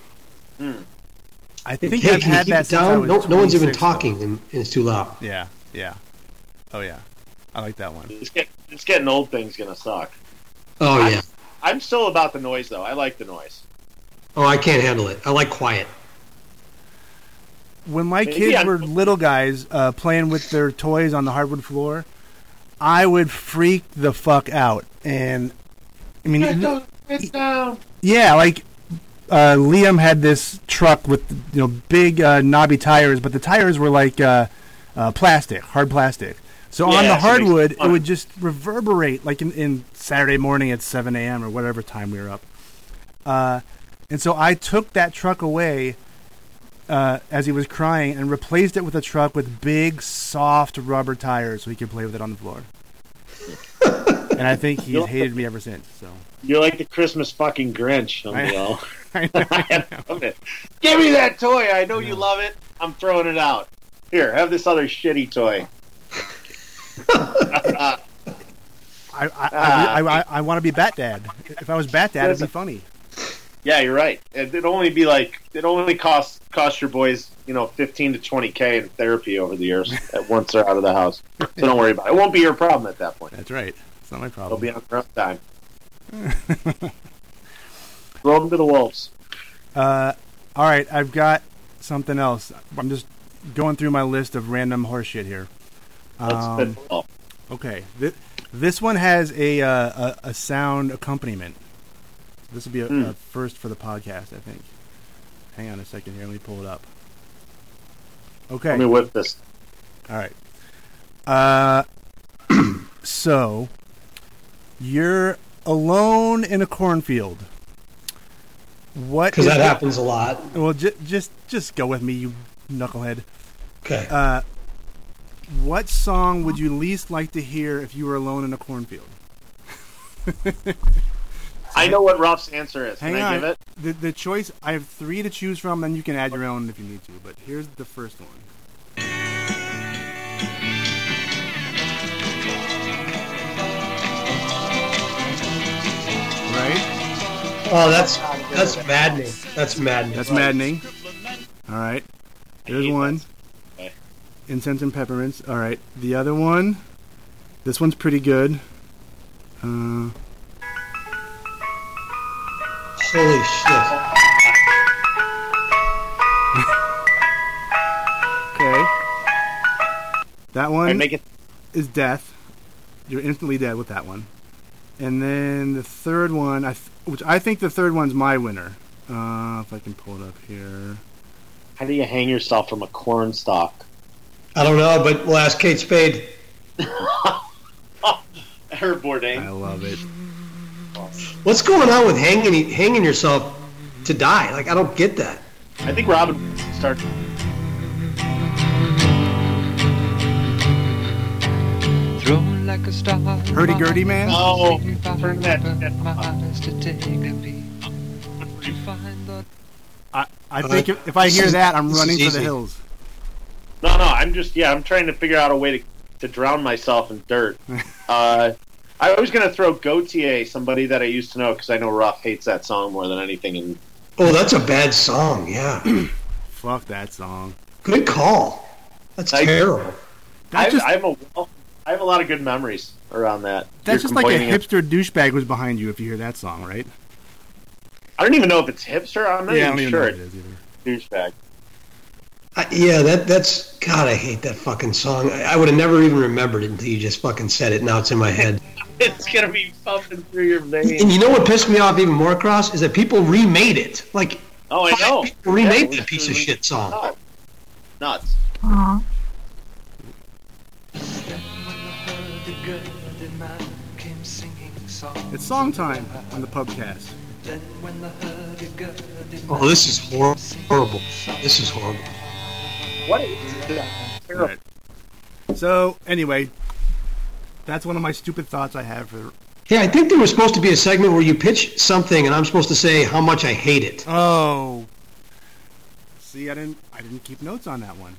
Speaker 7: I
Speaker 6: If
Speaker 7: think
Speaker 6: hey,
Speaker 7: I've
Speaker 6: can you
Speaker 7: had
Speaker 6: keep
Speaker 7: that
Speaker 6: it
Speaker 7: since I
Speaker 6: down.
Speaker 7: was
Speaker 6: No, no one's even
Speaker 7: 26, though.
Speaker 6: talking, and, and it's too loud.
Speaker 7: Yeah, yeah. Oh yeah, I like that one.
Speaker 5: It's, get, it's getting old. Things going to suck.
Speaker 6: Oh yeah.
Speaker 5: I'm still about the noise though. I like the noise.
Speaker 6: Oh, I can't handle it. I like quiet.
Speaker 7: when my
Speaker 5: Maybe
Speaker 7: kids
Speaker 5: I'm-
Speaker 7: were little guys uh, playing with their toys on the hardwood floor, I would freak the fuck out. And I mean, yeah, like uh, Liam had this truck with you know big uh, knobby tires, but the tires were like uh, uh, plastic, hard plastic. So
Speaker 5: Yeah,
Speaker 7: on the
Speaker 5: so it makes
Speaker 7: hardwood,
Speaker 5: it
Speaker 7: it would just reverberate, like in, in Saturday morning at 7 a.m. or whatever time we were up. Uh, and so I took that truck away uh, as he was crying and replaced it with a truck with big, soft rubber tires so he could play with it on the floor. and I think he's hated me ever since. So
Speaker 5: You're like the Christmas fucking Grinch,
Speaker 7: I-
Speaker 5: O'Neill.
Speaker 7: [LAUGHS] I know.
Speaker 5: [LAUGHS] I love it. Give me that toy. I know, you love it. I'm throwing it out. Here, have this other shitty toy.
Speaker 7: I I, I, I, I, want to be Bat Dad. If I was Bat Dad, it'd be funny.
Speaker 5: Yeah, you're right. It- It'd only be like it only costs cost your boys, you know, fifteen to twenty k in therapy over the
Speaker 7: [LAUGHS]
Speaker 5: years at once they're out of the house. So don't worry about it. It won't be your problem at that point.
Speaker 7: That's right. It's not my
Speaker 5: They'll
Speaker 7: problem.
Speaker 5: be on their own
Speaker 7: [LAUGHS]
Speaker 5: time. Throw them to the wolves.
Speaker 7: Uh, all right, I've got something else. I'm just going through my list of random horseshit here.
Speaker 5: That's
Speaker 7: Um,
Speaker 5: pitfall.
Speaker 7: Okay, Th- this one has a uh, a, a sound accompaniment. This will be a, a first for the podcast, I think. Hang on a second here. Let me pull it up. Okay.
Speaker 5: Let me whip this.
Speaker 7: All right. Uh, [CLEARS THROAT] so you're alone in a cornfield. What?
Speaker 6: because
Speaker 7: is
Speaker 6: that
Speaker 7: your-
Speaker 6: happens a lot.
Speaker 7: Well, j- just just go with me, you knucklehead.
Speaker 6: Okay.
Speaker 7: Uh, what song would you least like to hear if you were alone in a cornfield?
Speaker 5: I know what Ralph's answer is. Can
Speaker 7: Hang
Speaker 5: I
Speaker 7: on.
Speaker 5: give it?
Speaker 7: The, the choice, I have three to choose from, then you can add your own if you need to. But here's the first one. Right?
Speaker 6: Oh, that's that's maddening. That's maddening.
Speaker 7: That's maddening. All right. There's
Speaker 5: hate
Speaker 7: one.
Speaker 5: Okay.
Speaker 7: Incense and peppermints. All right. The other one. This one's pretty good. Uh,
Speaker 6: Holy shit!
Speaker 7: okay. That one.
Speaker 5: I make it
Speaker 7: is death. You're instantly dead with that one. And then the third one, I th- which I think the third one's my winner. Uh, if I can pull it up here.
Speaker 5: how do you hang yourself from a corn stalk?
Speaker 6: I don't know, but we'll ask Kate Spade.
Speaker 5: Herb Bourdain.
Speaker 7: I love it.
Speaker 6: What's going on with hanging hanging yourself to die? Like I don't get that.
Speaker 5: I think Robin started.
Speaker 8: Thrown like a star.
Speaker 7: Hurdy-gurdy man?
Speaker 5: Oh,
Speaker 8: If I
Speaker 5: turn that-
Speaker 8: opened
Speaker 5: that-
Speaker 8: my eyes to take
Speaker 6: [LAUGHS]
Speaker 8: a peek, to find the
Speaker 7: I, I
Speaker 6: Uh,
Speaker 7: think if, if I
Speaker 6: this
Speaker 7: hear
Speaker 6: is-
Speaker 7: that, I'm
Speaker 6: this
Speaker 7: running
Speaker 6: is
Speaker 7: for the
Speaker 6: easy.
Speaker 7: hills.
Speaker 5: No, no. I'm just yeah. I'm trying to figure out a way to to drown myself in
Speaker 7: [LAUGHS]
Speaker 5: dirt. uh, I was gonna throw Gautier, somebody that I used to know, because I know Ruff hates that song more than anything. And
Speaker 6: Oh, that's a bad song. Yeah. [CLEARS THROAT]
Speaker 7: Fuck that song.
Speaker 6: Good call. That's
Speaker 5: I-
Speaker 6: terrible.
Speaker 7: That
Speaker 5: I,
Speaker 7: just-
Speaker 5: I have a well- I have a lot of good memories around that. You're
Speaker 7: That's just like a
Speaker 5: complaining-
Speaker 7: hipster douchebag was behind you if you hear that song, right?
Speaker 5: I don't even know if it's hipster. I'm not even sure.
Speaker 7: what it is either.
Speaker 5: It's douchebag.
Speaker 6: I, yeah, that that's God. I hate that fucking song. I, I would have never even remembered it until you just fucking said it. Now it's in my head.
Speaker 5: It's gonna be pumping through your
Speaker 6: And [LAUGHS]
Speaker 5: veins.
Speaker 6: you know what pissed me off even more, Cross, is that people remade it. Like
Speaker 5: Oh, I know.
Speaker 6: people remade
Speaker 5: Yeah,
Speaker 6: that piece of
Speaker 5: literally.
Speaker 6: shit song.
Speaker 5: Oh, nuts.
Speaker 8: hurdy-gurdy man came singing songs.
Speaker 7: It's song time on the pubcast.
Speaker 8: Then when the hurdy-gurdy
Speaker 6: Oh, this is hor- horrible. This is horrible.
Speaker 5: What is that? Terrible.
Speaker 7: Right. So anyway, that's one of my stupid thoughts I have for.
Speaker 6: Yeah, I think there was supposed to be a segment where you pitch something and I'm supposed to say how much I hate it.
Speaker 7: Oh, see, I didn't, I didn't keep notes on that one.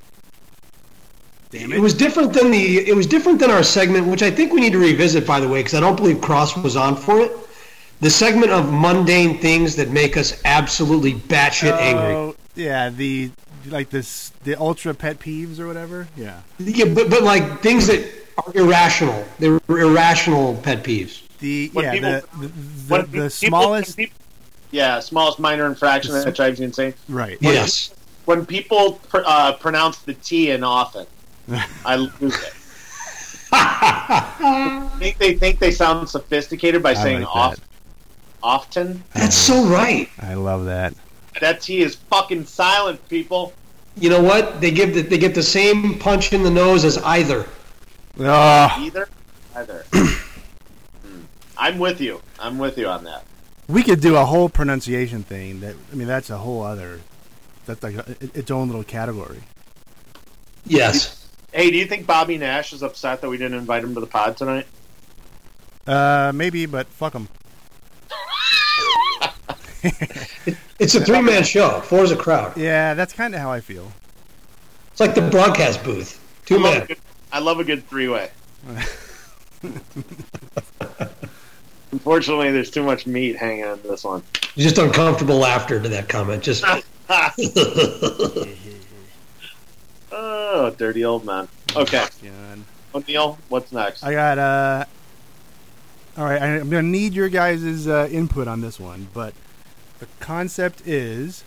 Speaker 7: Damn it!
Speaker 6: It was different than the. It was different than our segment, which I think we need to revisit, by the way, because I don't believe Cross was on for it. The segment of mundane things that make us absolutely batshit angry.
Speaker 7: Oh, yeah, the like this, the ultra pet peeves or whatever. Yeah,
Speaker 6: Yeah, but but like things that are irrational. They were irrational pet peeves.
Speaker 7: the
Speaker 5: When
Speaker 7: yeah
Speaker 5: people-
Speaker 7: the the,
Speaker 5: When
Speaker 7: the,
Speaker 5: pe-
Speaker 7: the
Speaker 5: people-
Speaker 7: smallest
Speaker 5: when peop- yeah, smallest minor infraction that drives you insane.
Speaker 7: right.
Speaker 6: Yes.
Speaker 5: When people pr- uh, pronounce the T in
Speaker 7: [LAUGHS]
Speaker 5: often, I lose it. I think they think they sound sophisticated by saying
Speaker 7: like
Speaker 5: off-
Speaker 7: that.
Speaker 5: often.
Speaker 6: That's so right.
Speaker 7: I love that.
Speaker 5: That T is fucking silent, people.
Speaker 6: You know what? They give the, they get the same punch in the nose as either.
Speaker 7: Ah,
Speaker 5: Either,
Speaker 7: [CLEARS THROAT]
Speaker 5: either. Mm. I'm with you. I'm with you on that.
Speaker 7: we could do a whole pronunciation thing. That I mean, that's a whole other. That's like a, it- its own little category.
Speaker 6: Yes.
Speaker 5: Hey, do you think Bobby Nash is upset that we didn't invite him to the pod tonight?
Speaker 7: Uh, maybe, but fuck them.
Speaker 6: It's a three man show. Four is a crowd.
Speaker 7: Yeah, that's kind of how I feel.
Speaker 6: It's like the broadcast booth. Two
Speaker 5: I love a
Speaker 6: minutes.
Speaker 5: good, I love a good three
Speaker 7: [LAUGHS]
Speaker 5: way. Unfortunately, there's too much meat hanging on this one.
Speaker 6: Just uncomfortable laughter to that comment. Just [LAUGHS]
Speaker 5: oh, dirty old man. Okay,
Speaker 7: Done.
Speaker 5: O'Neill, what's next?
Speaker 7: I got uh All right, I- I'm going to need your guys' uh, input on this one, but the concept is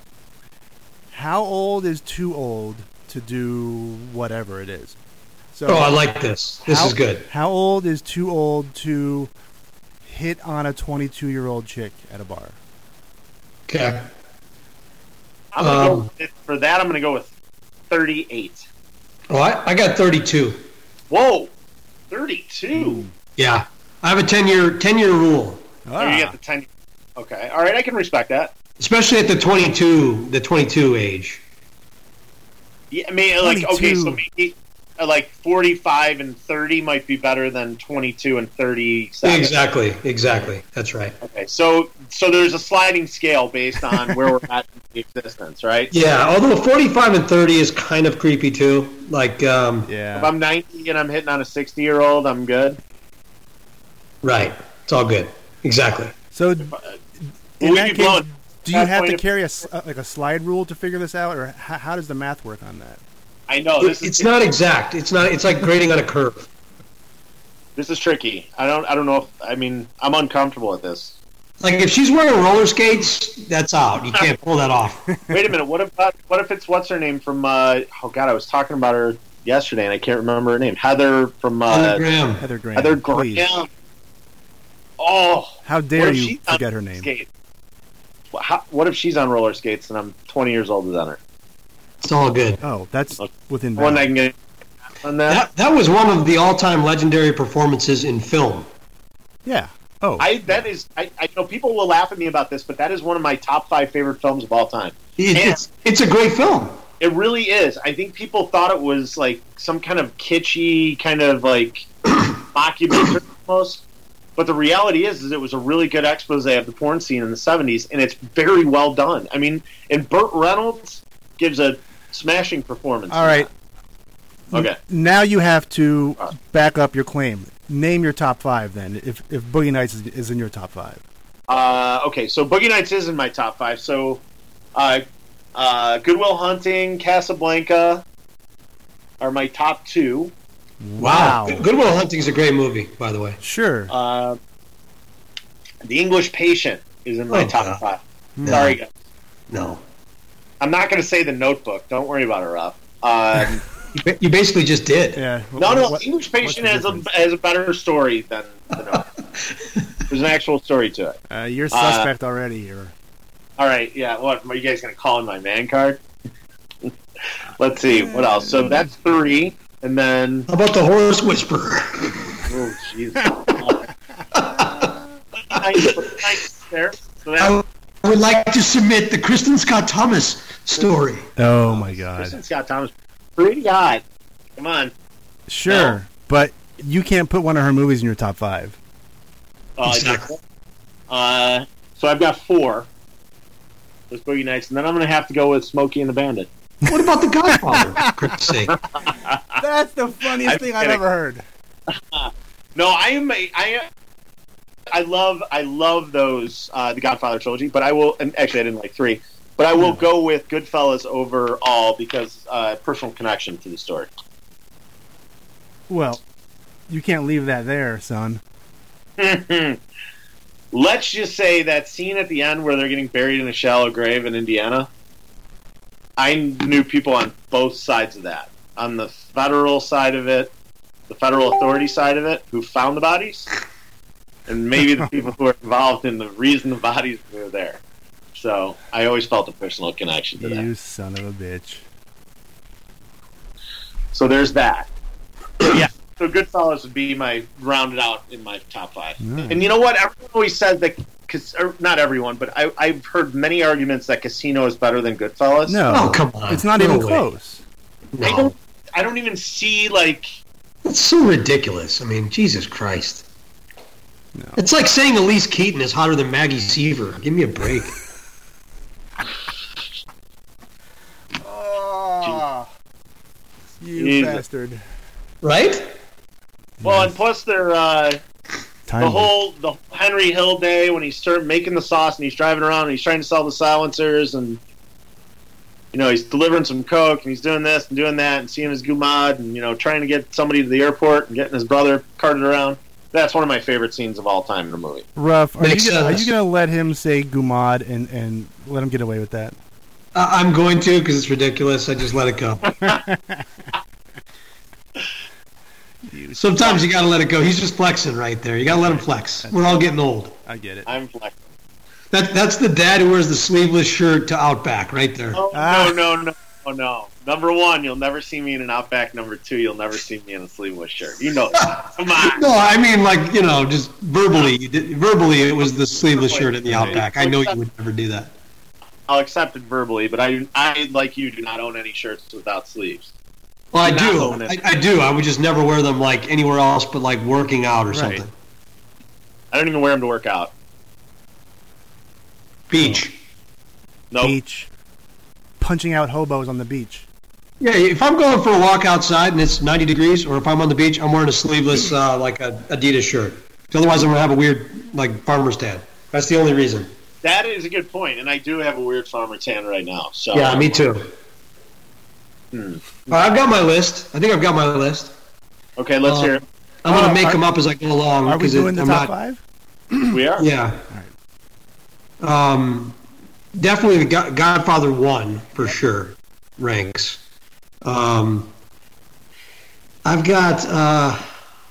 Speaker 7: how old is too old to do whatever it is. So
Speaker 6: oh, I like this. This
Speaker 7: how-
Speaker 6: is good.
Speaker 7: How old is too old to hit on a 22-year-old chick at a bar?
Speaker 6: Okay.
Speaker 5: I'm gonna
Speaker 6: um,
Speaker 5: go with, for that. I'm gonna go with 38.
Speaker 6: Oh, I, I got 32.
Speaker 5: Whoa, 32.
Speaker 7: Mm,
Speaker 6: Yeah, I have a 10 year 10 year rule,
Speaker 5: Oh, you get
Speaker 7: ah.
Speaker 5: the 10. Okay, all right, I can respect that.
Speaker 6: especially at the 22 the 22 age.
Speaker 5: Yeah, I mean, like okay, so
Speaker 7: 22.
Speaker 5: maybe uh, like 45 and 30 might be better than 22 and 37.
Speaker 6: Exactly, exactly. That's right.
Speaker 5: Okay, so so there's a sliding scale based
Speaker 7: [LAUGHS]
Speaker 5: on where we're at in the existence, right?
Speaker 6: Yeah, although 45 and 30 is kind of creepy too. Like, um,
Speaker 7: yeah.
Speaker 5: If I'm 90 and I'm hitting on a 60 year old, I'm good.
Speaker 6: right, it's all good. Exactly.
Speaker 7: So
Speaker 5: Will
Speaker 7: in
Speaker 5: we
Speaker 7: that
Speaker 5: be
Speaker 7: case,
Speaker 5: blowing?
Speaker 7: do you have
Speaker 5: halfway
Speaker 7: to
Speaker 5: to-
Speaker 7: carry a s- uh, like a slide rule to figure this out, or how, how does the math work on that?
Speaker 5: I know Oh, this is
Speaker 6: it's not exact. It's not. It's like grading on a curve.
Speaker 5: this is tricky. I don't I don't know. if I mean, I'm uncomfortable at this.
Speaker 6: Like if she's wearing roller skates, that's out. You can't pull that off.
Speaker 5: Wait a minute. What about what if it's what's her name from? Uh, oh God, I was talking about her yesterday and I can't remember her name. Heather from
Speaker 6: Other
Speaker 5: uh,
Speaker 6: Graham.
Speaker 7: Heather Graham.
Speaker 5: Heather
Speaker 7: please.
Speaker 5: Graham. Oh,
Speaker 7: How dare
Speaker 5: What if
Speaker 7: you
Speaker 5: she's on
Speaker 7: forget her name?
Speaker 5: skate? Wha- how- What if she's on roller skates and I'm 20 years older than her?
Speaker 6: It's all good.
Speaker 7: Oh, that's
Speaker 5: Okay.
Speaker 7: within
Speaker 5: One that
Speaker 7: bounds.
Speaker 5: can get on that.
Speaker 6: That that was one of the all time legendary performances in film.
Speaker 7: Yeah. Oh,
Speaker 5: I that is I, I know people will laugh at me about this, but that is one of my top five favorite films of all time.
Speaker 6: It- It's it's a great film.
Speaker 5: It really is. I think people thought it was like some kind of kitschy kind of like mockumentary almost. But the reality is, is it was a really good expose of the porn scene in the '70s, and it's very well done. I mean, and Burt Reynolds gives a smashing performance.
Speaker 7: all right.
Speaker 5: Okay.
Speaker 7: Now you have to back up your claim. Name your top five then, if if Boogie Nights is, is in your top five.
Speaker 5: Uh, okay, so Boogie Nights is in my top five. So, uh, uh, Goodwill Hunting, Casablanca are my top two.
Speaker 7: Wow.
Speaker 6: Goodwill Hunting is a great movie, by the way.
Speaker 7: Sure.
Speaker 5: Uh, the English Patient is in my
Speaker 6: Oh,
Speaker 5: top
Speaker 6: God.
Speaker 5: five.
Speaker 7: Hmm.
Speaker 5: Sorry, guys.
Speaker 6: No,
Speaker 5: I'm not going to say The Notebook. Don't worry about it, Rob.
Speaker 7: [LAUGHS]
Speaker 5: Um,
Speaker 6: you, ba- you basically just did.
Speaker 7: yeah.
Speaker 5: no, no,
Speaker 7: What-
Speaker 5: English Patient
Speaker 7: the
Speaker 5: has a,
Speaker 7: difference?
Speaker 5: has a better story than The
Speaker 7: [LAUGHS]
Speaker 5: Notebook. There's an actual story to it.
Speaker 7: Uh, you're
Speaker 5: Uh,
Speaker 7: suspect already here.
Speaker 5: All right, yeah. What are you guys going to call in my man card? [LAUGHS] Let's see what else. So that's three, and then
Speaker 6: How about the Horse Whisperer? [LAUGHS]
Speaker 5: oh
Speaker 7: [LAUGHS]
Speaker 5: jeez. Nice- nice there. So
Speaker 6: I
Speaker 5: that
Speaker 6: would- I would like to submit the Kristen Scott Thomas story.
Speaker 7: Oh my God.
Speaker 5: Kristen Scott Thomas, pretty hot. Come on.
Speaker 7: Sure,
Speaker 5: No.
Speaker 7: but you can't put one of her movies in your top five.
Speaker 5: Uh,
Speaker 6: Exactly.
Speaker 5: uh, so I've got four. Those Boogie Nights, and then I'm going to have to go with Smokey and the Bandit.
Speaker 6: What about the Godfather? For Christ's sake.
Speaker 7: That's the funniest
Speaker 5: I'm
Speaker 7: thing
Speaker 5: thing
Speaker 7: I've
Speaker 5: I've kidding.
Speaker 7: ever
Speaker 5: ever
Speaker 7: heard.
Speaker 5: No, I am. A, I am. I love. I love those. Uh, the Godfather trilogy, but I will. And actually, I didn't like three, but I will go with Goodfellas over all because uh, personal connection to the story.
Speaker 7: Well, you can't leave that there, son.
Speaker 5: [LAUGHS] Let's just say that scene at the end where they're getting buried in a shallow grave in Indiana. I knew people on both sides of that. On the federal side of it, the federal authority side of it, who found the bodies, and maybe the people who were involved in the reason the bodies were there. So I always felt a personal connection to that.
Speaker 7: You son of a bitch.
Speaker 5: So there's that. yeah. So Goodfellas would be my rounded out in my top five.
Speaker 7: Nice.
Speaker 5: And you know what? Everyone always says that because not everyone, but I, I've heard many arguments that Casino is better than Goodfellas.
Speaker 7: No,
Speaker 6: Oh, come on.
Speaker 7: it's not
Speaker 6: No
Speaker 7: even
Speaker 6: way.
Speaker 7: close.
Speaker 5: I
Speaker 6: No.
Speaker 5: don't. I don't even see like.
Speaker 6: It's so ridiculous. I mean, Jesus Christ. It's like saying Elise Keaton is hotter than Maggie Seaver. Give me a
Speaker 7: [LAUGHS]
Speaker 6: break.
Speaker 7: You
Speaker 5: Oh. Jesus.
Speaker 7: bastard.
Speaker 6: right?
Speaker 5: Well, and plus they're uh, the
Speaker 4: Timely.
Speaker 5: whole the Henry Hill day when he's start making the sauce and he's driving around and he's trying to sell the silencers and you know he's delivering some coke and he's doing this and doing that and seeing his gumad and you know trying to get somebody to the airport and getting his brother carted around. That's one of my favorite scenes of all time in a movie.
Speaker 7: Ruff, are you,
Speaker 6: Makes
Speaker 7: gonna- are
Speaker 6: sense.
Speaker 7: you going to let him say Gumad and, and let him get away with that?
Speaker 6: I- I'm going to because it's ridiculous. I just let
Speaker 5: [LAUGHS]
Speaker 6: it go. Sometimes you got to let it go. He's just flexing right there. You got to let him flex. We're all getting old.
Speaker 7: I get it.
Speaker 5: I'm flexing.
Speaker 6: That that's the dad who wears the sleeveless shirt to Outback right there.
Speaker 5: Oh,
Speaker 7: Ah.
Speaker 5: No, no, no, oh, no. Number one, you'll never see me in an Outback. Number two, you'll never see me in a sleeveless shirt. You know, that. come on.
Speaker 6: No, I mean like you know, just verbally. you did- Verbally, it was the sleeveless shirt at the Outback. I know you would never do that.
Speaker 5: I'll accept it verbally, but I, I like you, do not own any shirts without sleeves.
Speaker 6: Well, I
Speaker 5: Not
Speaker 6: do.
Speaker 5: doing it.
Speaker 6: I, I do. I would just never wear them like anywhere else, but like working out or
Speaker 7: Right.
Speaker 6: something.
Speaker 5: I don't even wear them to work out.
Speaker 6: Beach.
Speaker 5: No, nope.
Speaker 7: Beach. Punching out hobos on the beach.
Speaker 6: Yeah, if I'm going for a walk outside and it's 90 degrees, or if I'm on the beach, I'm wearing a sleeveless uh, like a Adidas shirt. 'Cause Otherwise, I'm gonna have a weird like farmer's tan. That's the only reason.
Speaker 5: that is a good point, and I do have a weird farmer tan right now. So
Speaker 6: Yeah, me too.
Speaker 5: Hmm.
Speaker 6: All right, I've got my list. I think I've got my list.
Speaker 5: Okay, let's
Speaker 6: Uh,
Speaker 5: hear it.
Speaker 6: I'm gonna
Speaker 7: Uh,
Speaker 6: make
Speaker 7: are-
Speaker 6: them up as I go along.
Speaker 7: Are we
Speaker 6: 'cause it-
Speaker 7: doing the
Speaker 6: I'm not-
Speaker 7: top five?
Speaker 5: We
Speaker 6: [CLEARS THROAT]
Speaker 5: are.
Speaker 6: Yeah. Um, definitely the Go- Godfather one for sure ranks. Um, I've got uh,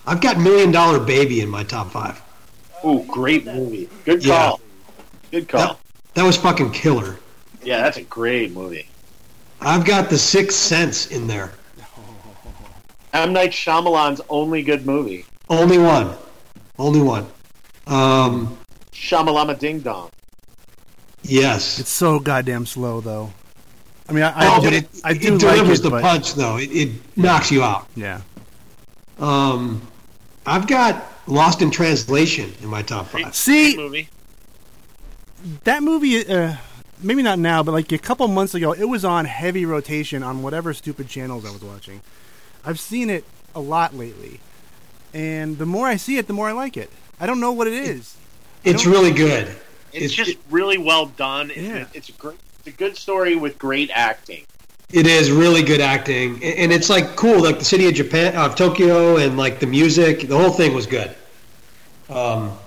Speaker 6: I've got Million Dollar Baby in my top five.
Speaker 5: Ooh, great movie. Good
Speaker 6: Yeah.
Speaker 5: call. Good call.
Speaker 6: That was fucking killer.
Speaker 5: Yeah, that's a great movie.
Speaker 6: I've got The Sixth Sense in there.
Speaker 5: M Night Shyamalan's only good movie.
Speaker 6: Only one. Only one. Um,
Speaker 5: Shyamalama Ding Dong.
Speaker 6: yes.
Speaker 7: It's so goddamn slow, though. I mean, I, I
Speaker 6: oh,
Speaker 7: do,
Speaker 6: but it,
Speaker 7: I
Speaker 6: it
Speaker 7: do like
Speaker 6: delivers
Speaker 7: it,
Speaker 6: the
Speaker 7: but
Speaker 6: punch, though. It, it knocks you out.
Speaker 7: yeah.
Speaker 6: Um, I've got Lost in Translation in my top five.
Speaker 5: Good
Speaker 7: See,
Speaker 5: movie.
Speaker 7: that movie uh, maybe not now but like a couple months ago it was on heavy rotation on whatever stupid channels i was watching i've seen it a lot lately and the more i see it the more i like it i don't know what it is
Speaker 6: It's really good.
Speaker 5: It's just really well done. It's,
Speaker 7: Yeah.
Speaker 5: it's a great. It's a good story with great acting.
Speaker 6: It is really good acting, A- and it's like cool, like the city of Japan, of Tokyo, and like the music. The whole thing was good. Um,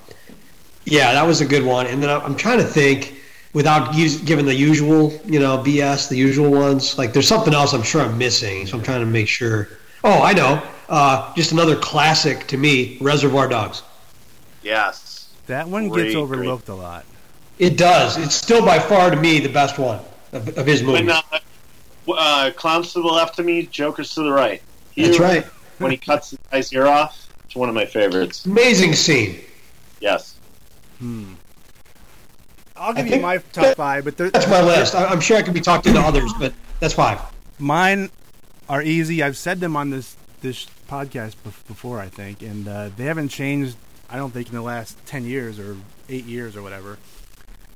Speaker 6: yeah, that was a good one. And then I- I'm trying to think, without us- giving the usual, you know, BS, the usual ones. Like there's something else I'm sure I'm missing, so I'm trying to make sure. Oh, I know. Uh, just another classic to me, Reservoir Dogs.
Speaker 5: Yes.
Speaker 7: that one
Speaker 5: Great,
Speaker 7: gets
Speaker 5: great.
Speaker 7: overlooked a lot
Speaker 6: It does. It's still by far to me the best one of, of his movies.
Speaker 5: When uh, uh, clowns to the left to me, jokers to the right.
Speaker 6: That's
Speaker 5: You-
Speaker 6: right.
Speaker 5: When he cuts the guy's ear off, it's one of my favorites.
Speaker 6: Amazing scene.
Speaker 5: Yes.
Speaker 7: i'll
Speaker 6: I
Speaker 7: give you
Speaker 6: think-
Speaker 7: my top five but there,
Speaker 6: That's my list. I, I'm sure I could be talking to others, but that's five.
Speaker 7: mine are easy i've said them on this this podcast bef- before i think and uh, they haven't changed i don't think in the last 10 years or 8 years or whatever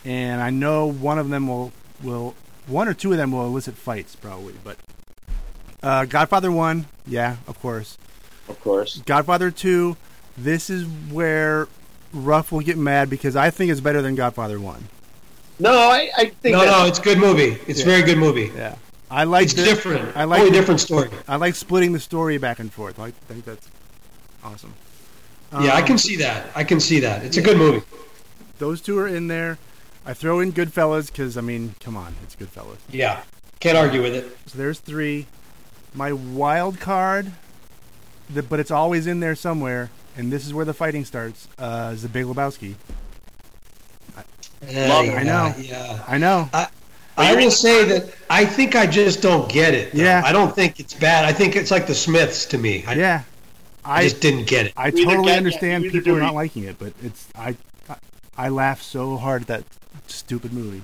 Speaker 7: and i know one of them will will one or two of them will elicit fights probably but uh, godfather 1 yeah of course
Speaker 5: Of course.
Speaker 7: godfather 2 this is where ruff will get mad because i think it's better than godfather 1
Speaker 5: No, I, I think
Speaker 6: No,
Speaker 5: that's,
Speaker 6: no, it's a good movie. It's a very good movie.
Speaker 7: yeah i like
Speaker 6: It's
Speaker 7: the-
Speaker 6: different.
Speaker 7: I like
Speaker 6: Totally
Speaker 7: the-
Speaker 6: different story.
Speaker 7: i like splitting the story back and forth i think that's awesome
Speaker 6: yeah, I
Speaker 7: Um,
Speaker 6: can see that. I can see that. It's a good movie.
Speaker 7: those two are in there. I throw in Goodfellas because I mean, come on, it's Goodfellas.
Speaker 6: Yeah, can't argue with it.
Speaker 7: So there's three. My wild card, the, but it's always in there somewhere, and this is where the fighting starts. Uh, is the Big Lebowski?
Speaker 6: Yeah,
Speaker 5: Love it.
Speaker 6: yeah,
Speaker 7: I know.
Speaker 6: Yeah.
Speaker 7: I know.
Speaker 6: I will say that I think I just don't get it. though.
Speaker 7: Yeah.
Speaker 6: I don't think it's bad. I think it's like the Smiths to me. I,
Speaker 7: yeah,
Speaker 6: I
Speaker 7: I
Speaker 6: just didn't get it.
Speaker 7: I
Speaker 5: You either
Speaker 7: totally
Speaker 5: get-
Speaker 7: understand
Speaker 5: you either
Speaker 7: people
Speaker 5: do
Speaker 7: not
Speaker 5: it.
Speaker 7: liking it, but it's I, I I laugh so hard at that stupid movie.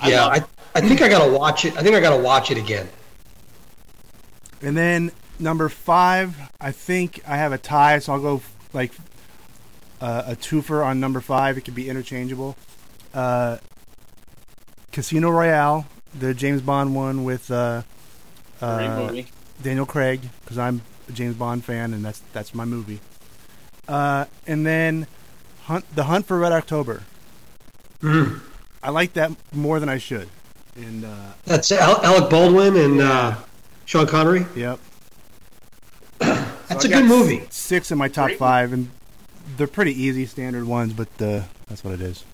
Speaker 5: I
Speaker 6: yeah,
Speaker 5: love
Speaker 6: I, I think I gotta watch it. I think I gotta watch it again.
Speaker 7: And then number five, I think I have a tie, so I'll go like uh, a twofer on number five. It could be interchangeable. Uh, Casino Royale, the James Bond one with uh,
Speaker 5: Great
Speaker 7: uh,
Speaker 5: movie.
Speaker 7: Daniel Craig because I'm a James Bond fan and that's that's my movie. Uh, and then Hunt, the Hunt for Red October. I like that more than I should. And uh,
Speaker 6: That's Al- Alec Baldwin and uh, Sean Connery.
Speaker 7: yep,
Speaker 6: That's
Speaker 5: I
Speaker 6: a good
Speaker 5: got-
Speaker 6: movie.
Speaker 7: six in my top
Speaker 5: Great.
Speaker 7: five, and they're pretty easy standard ones, but uh, that's what it is.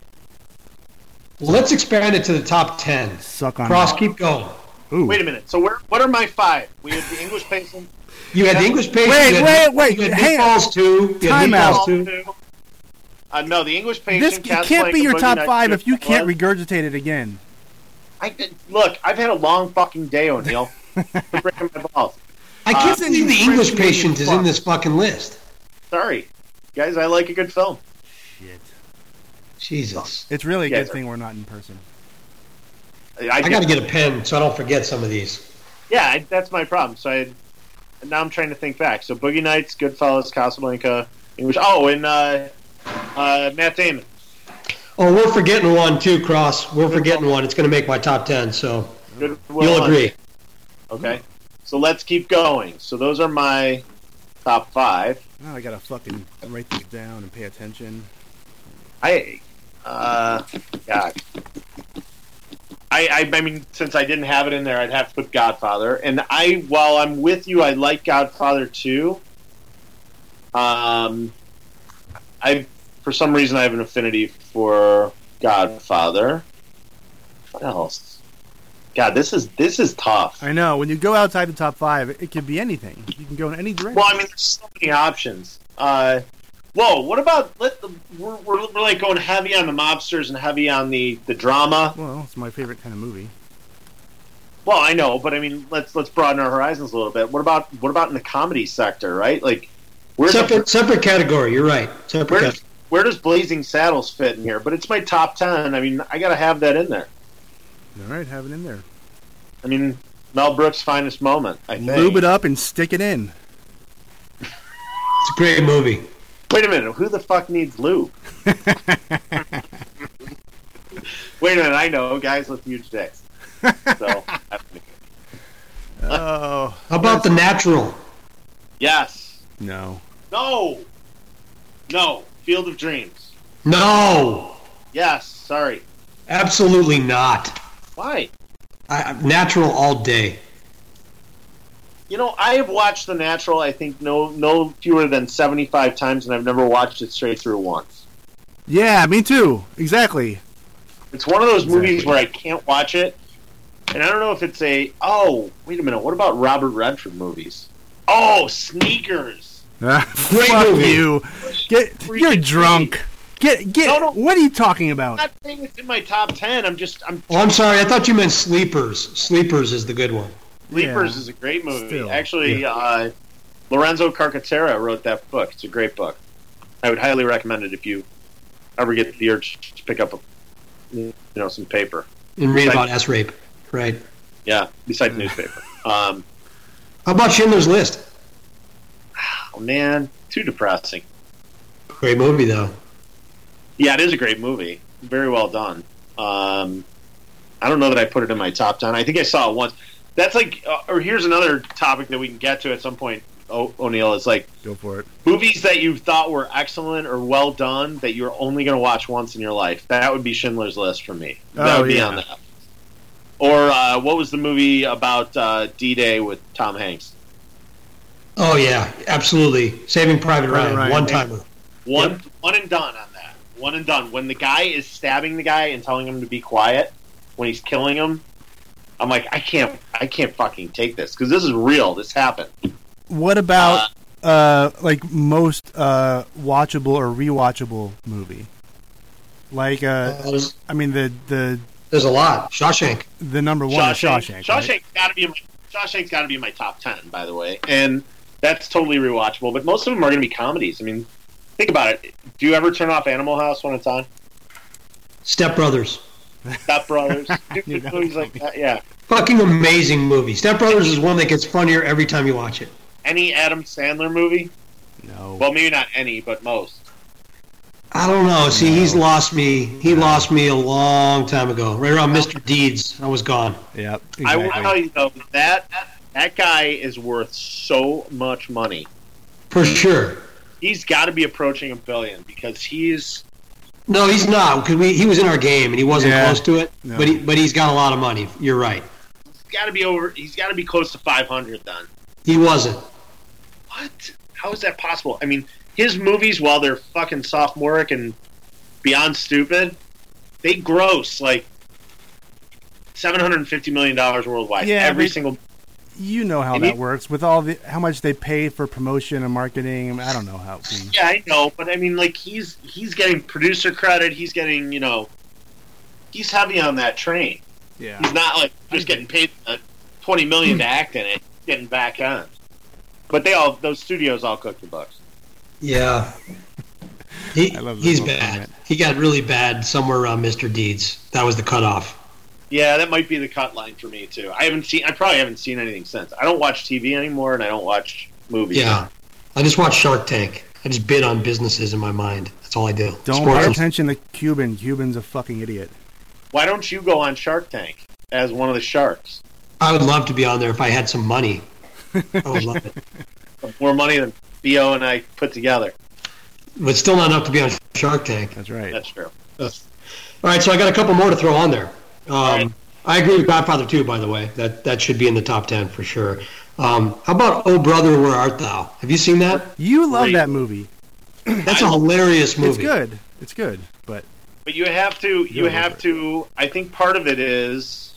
Speaker 6: Well, let's expand it to the top ten.
Speaker 7: Suck on.
Speaker 6: Cross, keep going.
Speaker 7: Ooh.
Speaker 5: Wait a minute. So where, what are my five? We have the English Patient.
Speaker 6: You had the English Patient.
Speaker 7: Wait,
Speaker 6: you had-
Speaker 7: wait, wait,
Speaker 6: You had
Speaker 7: hang
Speaker 6: Meatballs two. You had
Speaker 7: Time
Speaker 6: Meatballs
Speaker 7: out.
Speaker 6: two.
Speaker 5: Uh, no, the English Patient.
Speaker 7: This it can't
Speaker 5: Casablanca,
Speaker 7: be your
Speaker 5: Boogie
Speaker 7: top
Speaker 5: Nights,
Speaker 7: five if you
Speaker 5: Goodfellas.
Speaker 7: can't regurgitate it again.
Speaker 5: I could- look, I've had a long fucking day,
Speaker 7: [LAUGHS]
Speaker 5: O'Neill. You're breaking my balls.
Speaker 6: I can't
Speaker 7: Uh,
Speaker 6: believe the English
Speaker 7: French
Speaker 6: Patient is in
Speaker 7: fuck.
Speaker 6: this fucking list.
Speaker 5: Sorry, guys. I like a good film.
Speaker 6: Jesus,
Speaker 7: It's really a
Speaker 5: Yeah,
Speaker 7: good
Speaker 5: sir.
Speaker 7: thing we're not in person.
Speaker 6: I got to get a pen so I don't forget some of these.
Speaker 5: Yeah, I, that's my problem. So I now I'm trying to think back. So Boogie Nights, Goodfellas, Casablanca, English. Oh, and uh, uh, Matt Damon.
Speaker 6: Oh, we're forgetting one too, Cross. We're forgetting one. It's going to make my top ten, so
Speaker 5: Good Will
Speaker 6: you'll
Speaker 5: Hunting.
Speaker 6: agree.
Speaker 5: Okay. So let's keep going. So those are my top five.
Speaker 7: Now I gotta fucking write this down and pay attention.
Speaker 5: I, uh, God. I, I, I mean, since I didn't have it in there, I'd have to put Godfather. And I, while I'm with you, I like Godfather too. Um, I, for some reason, I have an affinity for Godfather. What else? God, this is this is tough.
Speaker 7: I know when you go outside the top five, it could be anything. You can go in any direction.
Speaker 5: Well, I mean, there's so many options. Uh, whoa, what about let the, we're, we're we're like going heavy on the mobsters and heavy on the the drama.
Speaker 7: Well, it's my favorite kind of movie.
Speaker 5: Well, I know, but I mean, let's let's broaden our horizons a little bit. What about what about in the comedy sector, right? Like, where's
Speaker 6: Separate, separate category. You're right. Separate.
Speaker 5: where,
Speaker 6: Category.
Speaker 5: where does Blazing Saddles fit in here? But it's my top ten. I mean, I got to have that in there.
Speaker 7: All right, have it in there.
Speaker 5: I mean, Mel Brooks' finest moment. I think.
Speaker 7: Lube it up and stick it [LAUGHS] in.
Speaker 6: It's a great movie.
Speaker 5: Wait a minute, who the fuck needs
Speaker 7: [LAUGHS]
Speaker 5: lube? Wait a minute, I know guys with huge dicks.
Speaker 7: [LAUGHS]
Speaker 5: So,
Speaker 7: Oh
Speaker 6: How about The Natural?
Speaker 5: yes,
Speaker 7: no!
Speaker 5: no, no, Field of Dreams.
Speaker 6: No,
Speaker 5: Yes, sorry.
Speaker 6: absolutely not.
Speaker 5: Why?
Speaker 6: I, I- natural all day.
Speaker 5: You know, I have watched The Natural. I think no, no fewer than seventy-five times, and I've never watched it straight through once.
Speaker 7: Yeah, me too. Exactly.
Speaker 5: It's one of those movies where I can't watch it, and I don't know if it's a. Oh, wait a minute. What about Robert Redford movies? Oh, Sneakers.
Speaker 7: [LAUGHS] Ah, Fuck
Speaker 6: movie.
Speaker 7: you. Get you're drunk. Get get.
Speaker 5: No, no.
Speaker 7: What are you talking about?
Speaker 5: I'm not saying it's in my top ten. I'm just I'm
Speaker 6: Oh, I'm sorry. I thought you meant Sleepers. Sleepers is the good one.
Speaker 5: Leapers
Speaker 7: Yeah.
Speaker 5: is a great movie.
Speaker 7: Still.
Speaker 5: Actually, uh, Lorenzo Carcaterra wrote that book. It's a great book. I would highly recommend it if you ever get the urge to pick up, a, you know, some paper.
Speaker 6: And read
Speaker 5: Right.
Speaker 6: about S rape. Right.
Speaker 5: Yeah, besides
Speaker 7: [LAUGHS]
Speaker 5: newspaper. Um,
Speaker 6: How about Schindler's List?
Speaker 5: oh man, too depressing.
Speaker 6: Great movie though.
Speaker 5: Yeah, it is a great movie. Very well done. Um, I don't know that I put it in my top ten. I think I saw it once. That's like, uh, or here's another topic that we can get to at some point. O- O'Neill is like.
Speaker 7: Go for it.
Speaker 5: movies that you thought were excellent or well done that you're only going to watch once in your life. That would be Schindler's List for me. That
Speaker 7: Oh,
Speaker 5: would be
Speaker 7: yeah.
Speaker 5: on that. Or uh, what was the movie about uh, D Day with Tom Hanks?
Speaker 6: Oh yeah, absolutely. Saving Private Ryan,
Speaker 7: Ryan.
Speaker 6: one timer.
Speaker 5: One, one and done on that. One and done. When the guy is stabbing the guy and telling him to be quiet when he's killing him, I'm like, I can't, I can't fucking take this because this is real. This happened.
Speaker 7: What about uh like most uh watchable or rewatchable movie? Like uh,
Speaker 6: There's,
Speaker 7: I mean the the
Speaker 6: there's a lot. Shawshank.
Speaker 7: the number one is Shawshank. right?
Speaker 5: Shawshank's got to be in my, Shawshank's got to be in my top ten, by the way, and that's totally rewatchable. But most of them are going to be comedies. I mean, think about it. Do you ever turn off Animal House when it's on?
Speaker 6: Step Brothers.
Speaker 5: Step
Speaker 7: [LAUGHS]
Speaker 5: Brothers, Stupid
Speaker 7: You know.
Speaker 5: movies like that. Yeah,
Speaker 6: Fucking amazing movie. Step Brothers is one that gets funnier every time you watch it.
Speaker 5: any Adam Sandler movie?
Speaker 7: No.
Speaker 5: Well, maybe not any, but most.
Speaker 6: I don't know. See, he's lost me. He lost me a long time ago. Right around Mr. Deeds, I was gone.
Speaker 7: yeah.
Speaker 5: I will tell you though that That guy is worth so much money.
Speaker 6: for sure.
Speaker 5: He's got to be approaching a billion because he's
Speaker 6: No, he's not because we he was in our game and he wasn't
Speaker 4: Yeah.
Speaker 6: close to it.
Speaker 4: No.
Speaker 6: But he, but he's got a lot of money. You're right.
Speaker 5: got to be over. He's got to be close to five hundred then.
Speaker 6: He wasn't.
Speaker 5: What? How is that possible? I mean, his movies, while they're fucking sophomoric and beyond stupid, they gross like seven hundred and fifty million dollars worldwide.
Speaker 7: Yeah,
Speaker 5: every
Speaker 7: but-
Speaker 5: single.
Speaker 7: You know how
Speaker 5: And
Speaker 7: that
Speaker 5: he-
Speaker 7: works with all the how much they pay for promotion and marketing. I don't know how. It be.
Speaker 5: Yeah, I know, but I mean, like he's he's getting producer credit. He's getting you know, he's heavy on that train.
Speaker 7: Yeah,
Speaker 5: He's not like just getting paid uh, twenty million to act in it, getting back on. But they all those studios all cook the books.
Speaker 6: Yeah. He,
Speaker 7: I love this
Speaker 6: he's
Speaker 7: little
Speaker 6: bad.
Speaker 7: comment.
Speaker 6: He got really bad somewhere around Mr. Deeds. That was the cutoff.
Speaker 5: Yeah, that might be the cut line for me too. I haven't seen. I probably haven't seen anything since. I don't watch TV anymore, and I don't watch movies.
Speaker 6: Yeah. I just watched Shark Tank. I just bid on businesses in my mind. That's all I do.
Speaker 7: don't
Speaker 6: Sports
Speaker 7: pay
Speaker 6: and-
Speaker 7: attention to Cuban. Cuban's a fucking idiot.
Speaker 5: Why don't you go on Shark Tank as one of the sharks?
Speaker 6: I would love to be on there if I had some money. I would love
Speaker 7: [LAUGHS]
Speaker 6: it.
Speaker 5: More money than Bo and I put together.
Speaker 6: But still not enough to be on Shark Tank.
Speaker 7: That's right.
Speaker 5: That's true.
Speaker 6: All right, so I got a couple more to throw on there. Um,
Speaker 5: right.
Speaker 6: I agree with Godfather 2, by the way. That that should be in the top 10 for sure. Um, how about Oh Brother, Where Art Thou? Have you seen that?
Speaker 7: You love
Speaker 5: Great.
Speaker 7: that movie.
Speaker 6: That's a hilarious movie.
Speaker 7: It's good. It's good. But
Speaker 5: But you have to. You
Speaker 7: You're
Speaker 5: have
Speaker 7: over it.
Speaker 5: to. I think part of it is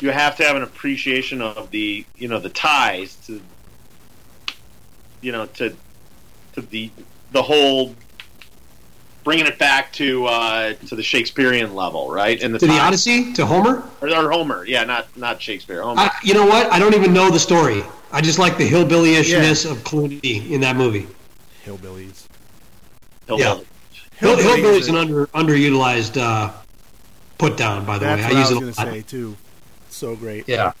Speaker 5: you have to have an appreciation of the you know the ties to you know to to the the whole bringing it back to uh, to the Shakespearean level, right? And the
Speaker 6: To the
Speaker 5: ties-
Speaker 6: Odyssey? To Homer?
Speaker 5: or, or Homer, yeah, not not Shakespeare, Homer.
Speaker 6: I, you know what? I don't even know the story. I just like the hillbilly-ishness of Clooney in that movie.
Speaker 7: hillbillies.
Speaker 5: He'll-
Speaker 6: yeah. Hill, hillbilly is an under, underutilized uh, put down, by the
Speaker 7: That's
Speaker 6: way.
Speaker 7: what I,
Speaker 6: use
Speaker 7: was
Speaker 6: it a
Speaker 7: gonna
Speaker 6: lot.
Speaker 7: say too. So great.
Speaker 6: Yeah.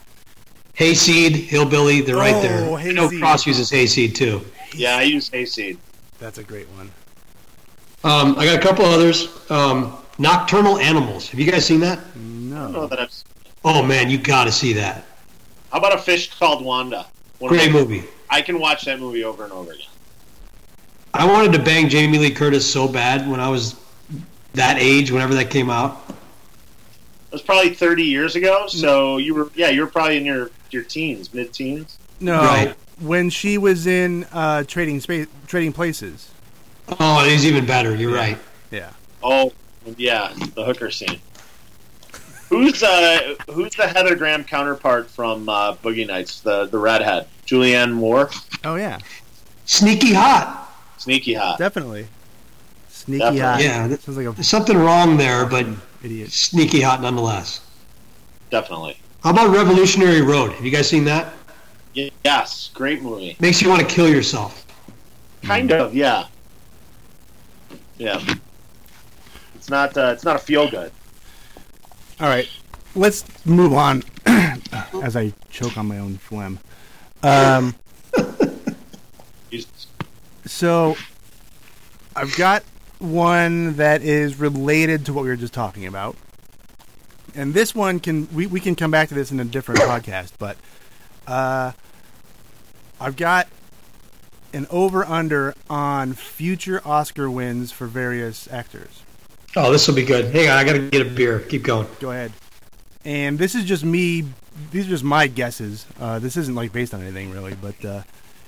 Speaker 6: Hayseed, hillbilly, they're right
Speaker 7: Oh,
Speaker 6: there. You know,
Speaker 7: hayseed.
Speaker 6: Cross uses hayseed too.
Speaker 5: yeah, I use hayseed.
Speaker 7: That's a great one.
Speaker 6: Um, I got a couple others. Um, Nocturnal Animals. Have you guys seen that?
Speaker 5: I don't know that I've.
Speaker 6: Oh man, you got to see that.
Speaker 5: How about a fish called Wanda? One of
Speaker 6: Great
Speaker 5: my-
Speaker 6: movie.
Speaker 5: I can watch that movie over and over again.
Speaker 6: I wanted to bang Jamie Lee Curtis so bad when I was that age. Whenever that came out,
Speaker 5: It was probably 30 years ago.
Speaker 7: Mm-hmm.
Speaker 5: So you were, yeah, you were probably in your your teens, mid teens.
Speaker 7: No,
Speaker 6: Right.
Speaker 7: when she was in uh, trading space, trading places.
Speaker 6: oh, it is even better. You're right.
Speaker 7: Yeah,
Speaker 5: Oh, yeah, the hooker scene. Who's uh who's the Heather Graham counterpart from uh, Boogie Nights? The the redhead, Julianne Moore,
Speaker 7: Oh yeah,
Speaker 6: Sneaky hot.
Speaker 5: sneaky hot.
Speaker 7: definitely. Sneaky
Speaker 5: Definitely.
Speaker 7: eye.
Speaker 6: Yeah, that-
Speaker 7: sounds like a
Speaker 6: There's something wrong there, but
Speaker 7: idiot.
Speaker 6: sneaky hot nonetheless.
Speaker 5: Definitely.
Speaker 6: How about Revolutionary Road? Have you guys seen that?
Speaker 5: Y- Yes, great movie.
Speaker 6: Makes you want to kill yourself.
Speaker 5: Kind of, yeah, yeah. It's not uh, it's not a feel good.
Speaker 7: All right, let's move on. [CLEARS THROAT] As I choke on my own phlegm. Um, so I've got one that is related to what we were just talking about. And this one can we, we can come back to this in a different [COUGHS] podcast, but uh, I've got an over under on future Oscar wins for various actors.
Speaker 6: Oh, this will be good. Hang on, I gotta get a beer. Keep going.
Speaker 7: Go ahead. And this is just me. These are just my guesses. Uh, this isn't like based on anything really, but uh,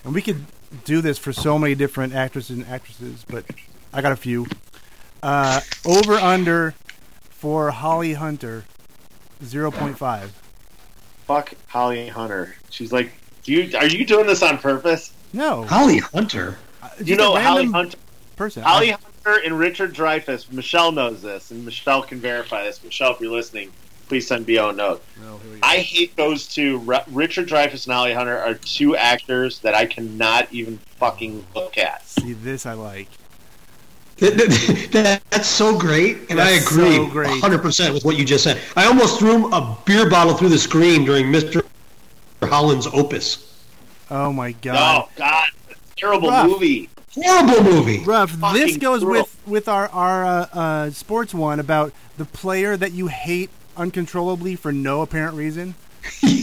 Speaker 7: and we could do this for so many different actresses and actresses. But I got a few. Uh, over under for Holly Hunter, zero point five.
Speaker 5: Fuck Holly Hunter. She's like, do you are you doing this on purpose?
Speaker 7: No,
Speaker 6: Holly Hunter.
Speaker 7: uh, just
Speaker 5: You know
Speaker 7: a
Speaker 5: Holly
Speaker 7: random
Speaker 5: Hunter.
Speaker 7: person.
Speaker 5: Ali Hunter and Richard Dreyfuss. Michelle knows this, and Michelle can verify this. Michelle, if you're listening, please send BO a note.
Speaker 7: I, no, here we go.
Speaker 5: I hate those two. R- Richard Dreyfuss and Ali Hunter are two actors that I cannot even fucking look at.
Speaker 7: see this. I like.
Speaker 6: [LAUGHS] That's so great, and I
Speaker 7: That's
Speaker 6: agree
Speaker 7: so great.
Speaker 6: 100% with what you just said. I almost threw a beer bottle through the screen during Mr. Holland's Opus.
Speaker 7: Oh my god.
Speaker 5: Oh God, terrible
Speaker 7: Rough.
Speaker 5: movie.
Speaker 6: Horrible movie.
Speaker 7: Rough. This
Speaker 5: Fucking
Speaker 7: goes
Speaker 5: brutal.
Speaker 7: with with our our uh, uh, sports one about the player that you hate uncontrollably for no apparent reason.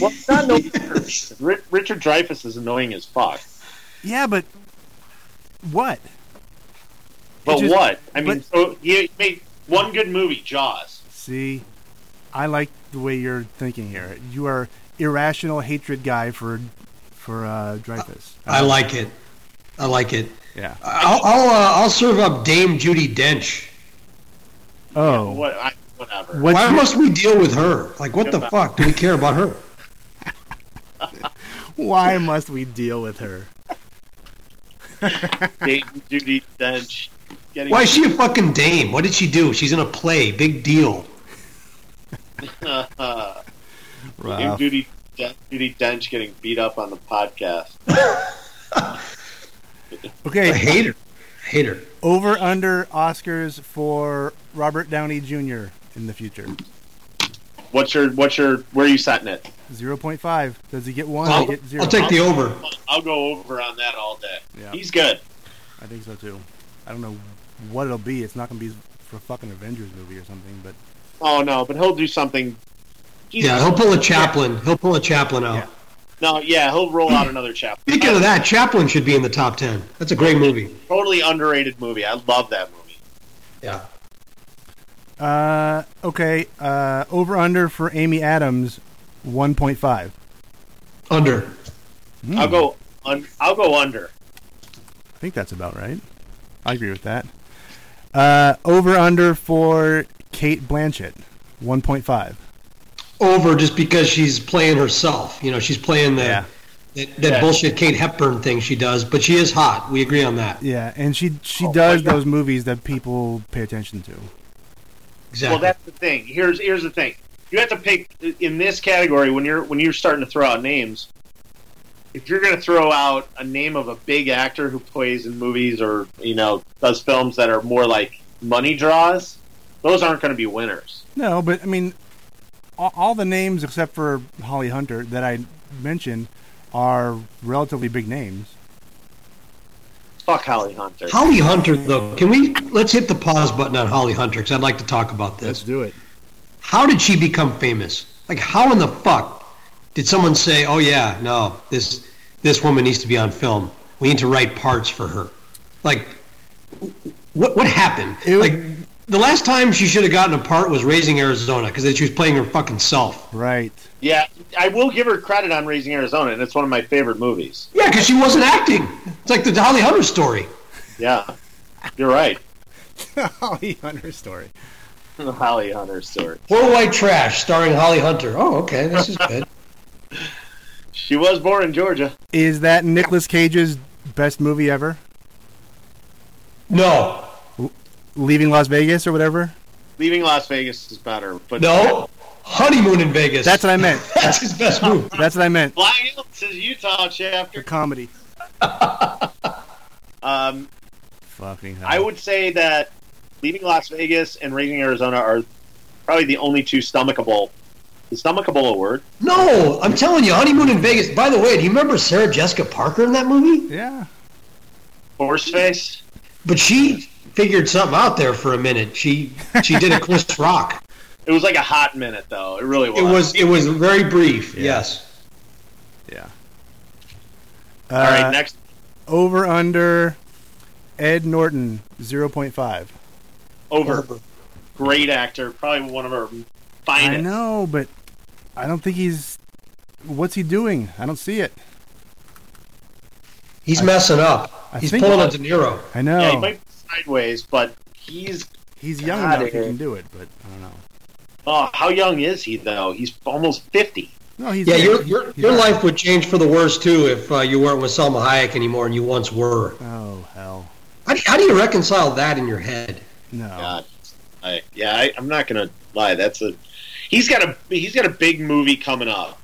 Speaker 5: Well, it's not no Ri- Richard Dreyfuss is annoying as fuck.
Speaker 7: Yeah, but what?
Speaker 5: But
Speaker 7: It just-
Speaker 5: what? I mean,
Speaker 7: but-
Speaker 5: so he made one good movie, Jaws.
Speaker 7: See, I like the way you're thinking here. You are irrational hatred guy for for uh, Dreyfus.
Speaker 6: I like it. I like it.
Speaker 7: Yeah.
Speaker 6: I'll I'll, uh, I'll serve up Dame Judy Dench.
Speaker 7: Oh,
Speaker 5: What? I, whatever.
Speaker 7: what's
Speaker 6: Why
Speaker 7: your-
Speaker 6: must we deal with her? Like, what the fuck do we care about her?
Speaker 7: why must we deal with her?
Speaker 5: Dayton, Judy Dench. Getting
Speaker 6: Why is she a fucking dame? What did she do? She's in a play. Big deal.
Speaker 5: uh, Dame Judy, Den- Judy Dench getting beat up on the podcast.
Speaker 6: I
Speaker 7: Okay,
Speaker 6: hate her. I hate her.
Speaker 7: over under Oscars for Robert Downey Jr. in the future.
Speaker 5: What's your? What's your? Where are you setting it?
Speaker 7: Zero point five. Does he get one?
Speaker 6: I'll,
Speaker 7: or get zero.
Speaker 6: I'll take the over.
Speaker 5: I'll go over on that all day.
Speaker 7: Yeah.
Speaker 5: He's good.
Speaker 7: I think so too. I don't know what it'll be. It's not going to be for a fucking Avengers movie or something. But
Speaker 5: Oh no, but he'll do something. He's,
Speaker 6: Yeah, he'll pull a Chaplin. He'll pull a Chaplin out.
Speaker 7: Yeah.
Speaker 5: No, yeah, he'll roll out another chapter.
Speaker 6: Speaking of that, Chaplin should be in the top ten. That's a great movie.
Speaker 5: Totally underrated movie. I love that movie.
Speaker 6: Yeah.
Speaker 7: uh, okay, uh, over under for Amy Adams, one point five.
Speaker 6: Under.
Speaker 5: I'll go. Un- I'll go under.
Speaker 7: I think that's about right. I agree with that. Uh, over under for Kate Blanchett, one point five.
Speaker 6: Over just because she's playing herself. You know, she's playing the
Speaker 7: Yeah.
Speaker 6: that, that
Speaker 5: Yeah.
Speaker 6: bullshit Kate Hepburn thing she does, but she is hot. We agree on that.
Speaker 7: Yeah, and she she does those movies that people pay attention to.
Speaker 6: Exactly.
Speaker 5: Well, that's the thing. Here's here's the thing. You have to pick in this category when you're when you're starting to throw out names. If you're going to throw out a name of a big actor who plays in movies or you know does films that are more like money draws, those aren't going to be winners.
Speaker 7: No, but I mean, all, all the names except for Holly Hunter that I mentioned are relatively big names.
Speaker 5: Fuck Holly Hunter.
Speaker 6: Holly Hunter, though, can we let's hit the pause button on Holly Hunter because I'd like to talk about this.
Speaker 7: do it.
Speaker 6: How did she become famous? Like, how in the fuck did someone say, "Oh yeah, no, this this woman needs to be on film. We need to write parts for her"? Like, what what happened?
Speaker 7: It was-
Speaker 6: like, the last time she should have gotten a part was Raising Arizona because then she was playing her fucking self.
Speaker 7: [LAUGHS] Right.
Speaker 5: Yeah, I will give her credit on Raising Arizona, and it's one of my favorite movies.
Speaker 6: Yeah, because she wasn't acting. It's like the Holly Hunter story.
Speaker 5: Yeah, you're right. [LAUGHS]
Speaker 7: Holly Hunter story.
Speaker 5: The Holly Hunter story.
Speaker 6: Poor White Trash, starring Holly Hunter. Oh, okay, this is good.
Speaker 5: She was born in Georgia.
Speaker 7: Is that Nicolas Cage's best movie ever?
Speaker 6: No,
Speaker 7: Leaving Las Vegas or whatever?
Speaker 5: Leaving Las Vegas is better, but
Speaker 6: No, honeymoon in Vegas.
Speaker 7: That's what I meant.
Speaker 6: That's his best move.
Speaker 7: That's what
Speaker 5: [LAUGHS]
Speaker 7: I meant.
Speaker 5: Flying Elvis is Utah chapter.
Speaker 7: For comedy.
Speaker 5: Um,
Speaker 7: Fucking hell.
Speaker 5: I would say that leaving Las Vegas and raising Arizona are probably the only two stomachable. Is stomachable a word?
Speaker 6: No, I'm telling you, honeymoon in Vegas. By the way, do you remember Sarah Jessica Parker in that movie?
Speaker 7: Yeah.
Speaker 5: Horse face?
Speaker 6: But she figured something out there for a minute. She she did a Chris Rock.
Speaker 5: It was like a hot minute, though. It really was.
Speaker 6: [LAUGHS] It was it was very brief. Yes.
Speaker 7: Yeah. Uh,
Speaker 5: All right, next.
Speaker 7: Over under Ed Norton, 0.5.
Speaker 5: Over. Great actor. Probably one of our finest.
Speaker 7: I know, but I don't think he's. What's he doing? I don't see it.
Speaker 6: He's messing up.
Speaker 7: I
Speaker 6: He's
Speaker 7: think-
Speaker 6: pulling a De Niro.
Speaker 7: I know.
Speaker 5: Yeah, he might be sideways, but he's.
Speaker 7: He's young
Speaker 5: God,
Speaker 7: enough he
Speaker 5: Eric.
Speaker 7: can do it, but I don't know.
Speaker 5: Oh, how young is he, though? He's almost 50.
Speaker 7: No, he's
Speaker 6: Yeah,
Speaker 7: he's-
Speaker 6: your your,
Speaker 7: he's
Speaker 6: your
Speaker 7: not-
Speaker 6: life would change for the worse too if uh, you weren't with Selma Hayek anymore and you once were.
Speaker 7: Oh hell,
Speaker 6: How do, how do you reconcile that in your head?
Speaker 7: no.
Speaker 5: God. Oh. I, yeah, I, I'm not gonna lie. That's a he's got a he's got a big movie coming up.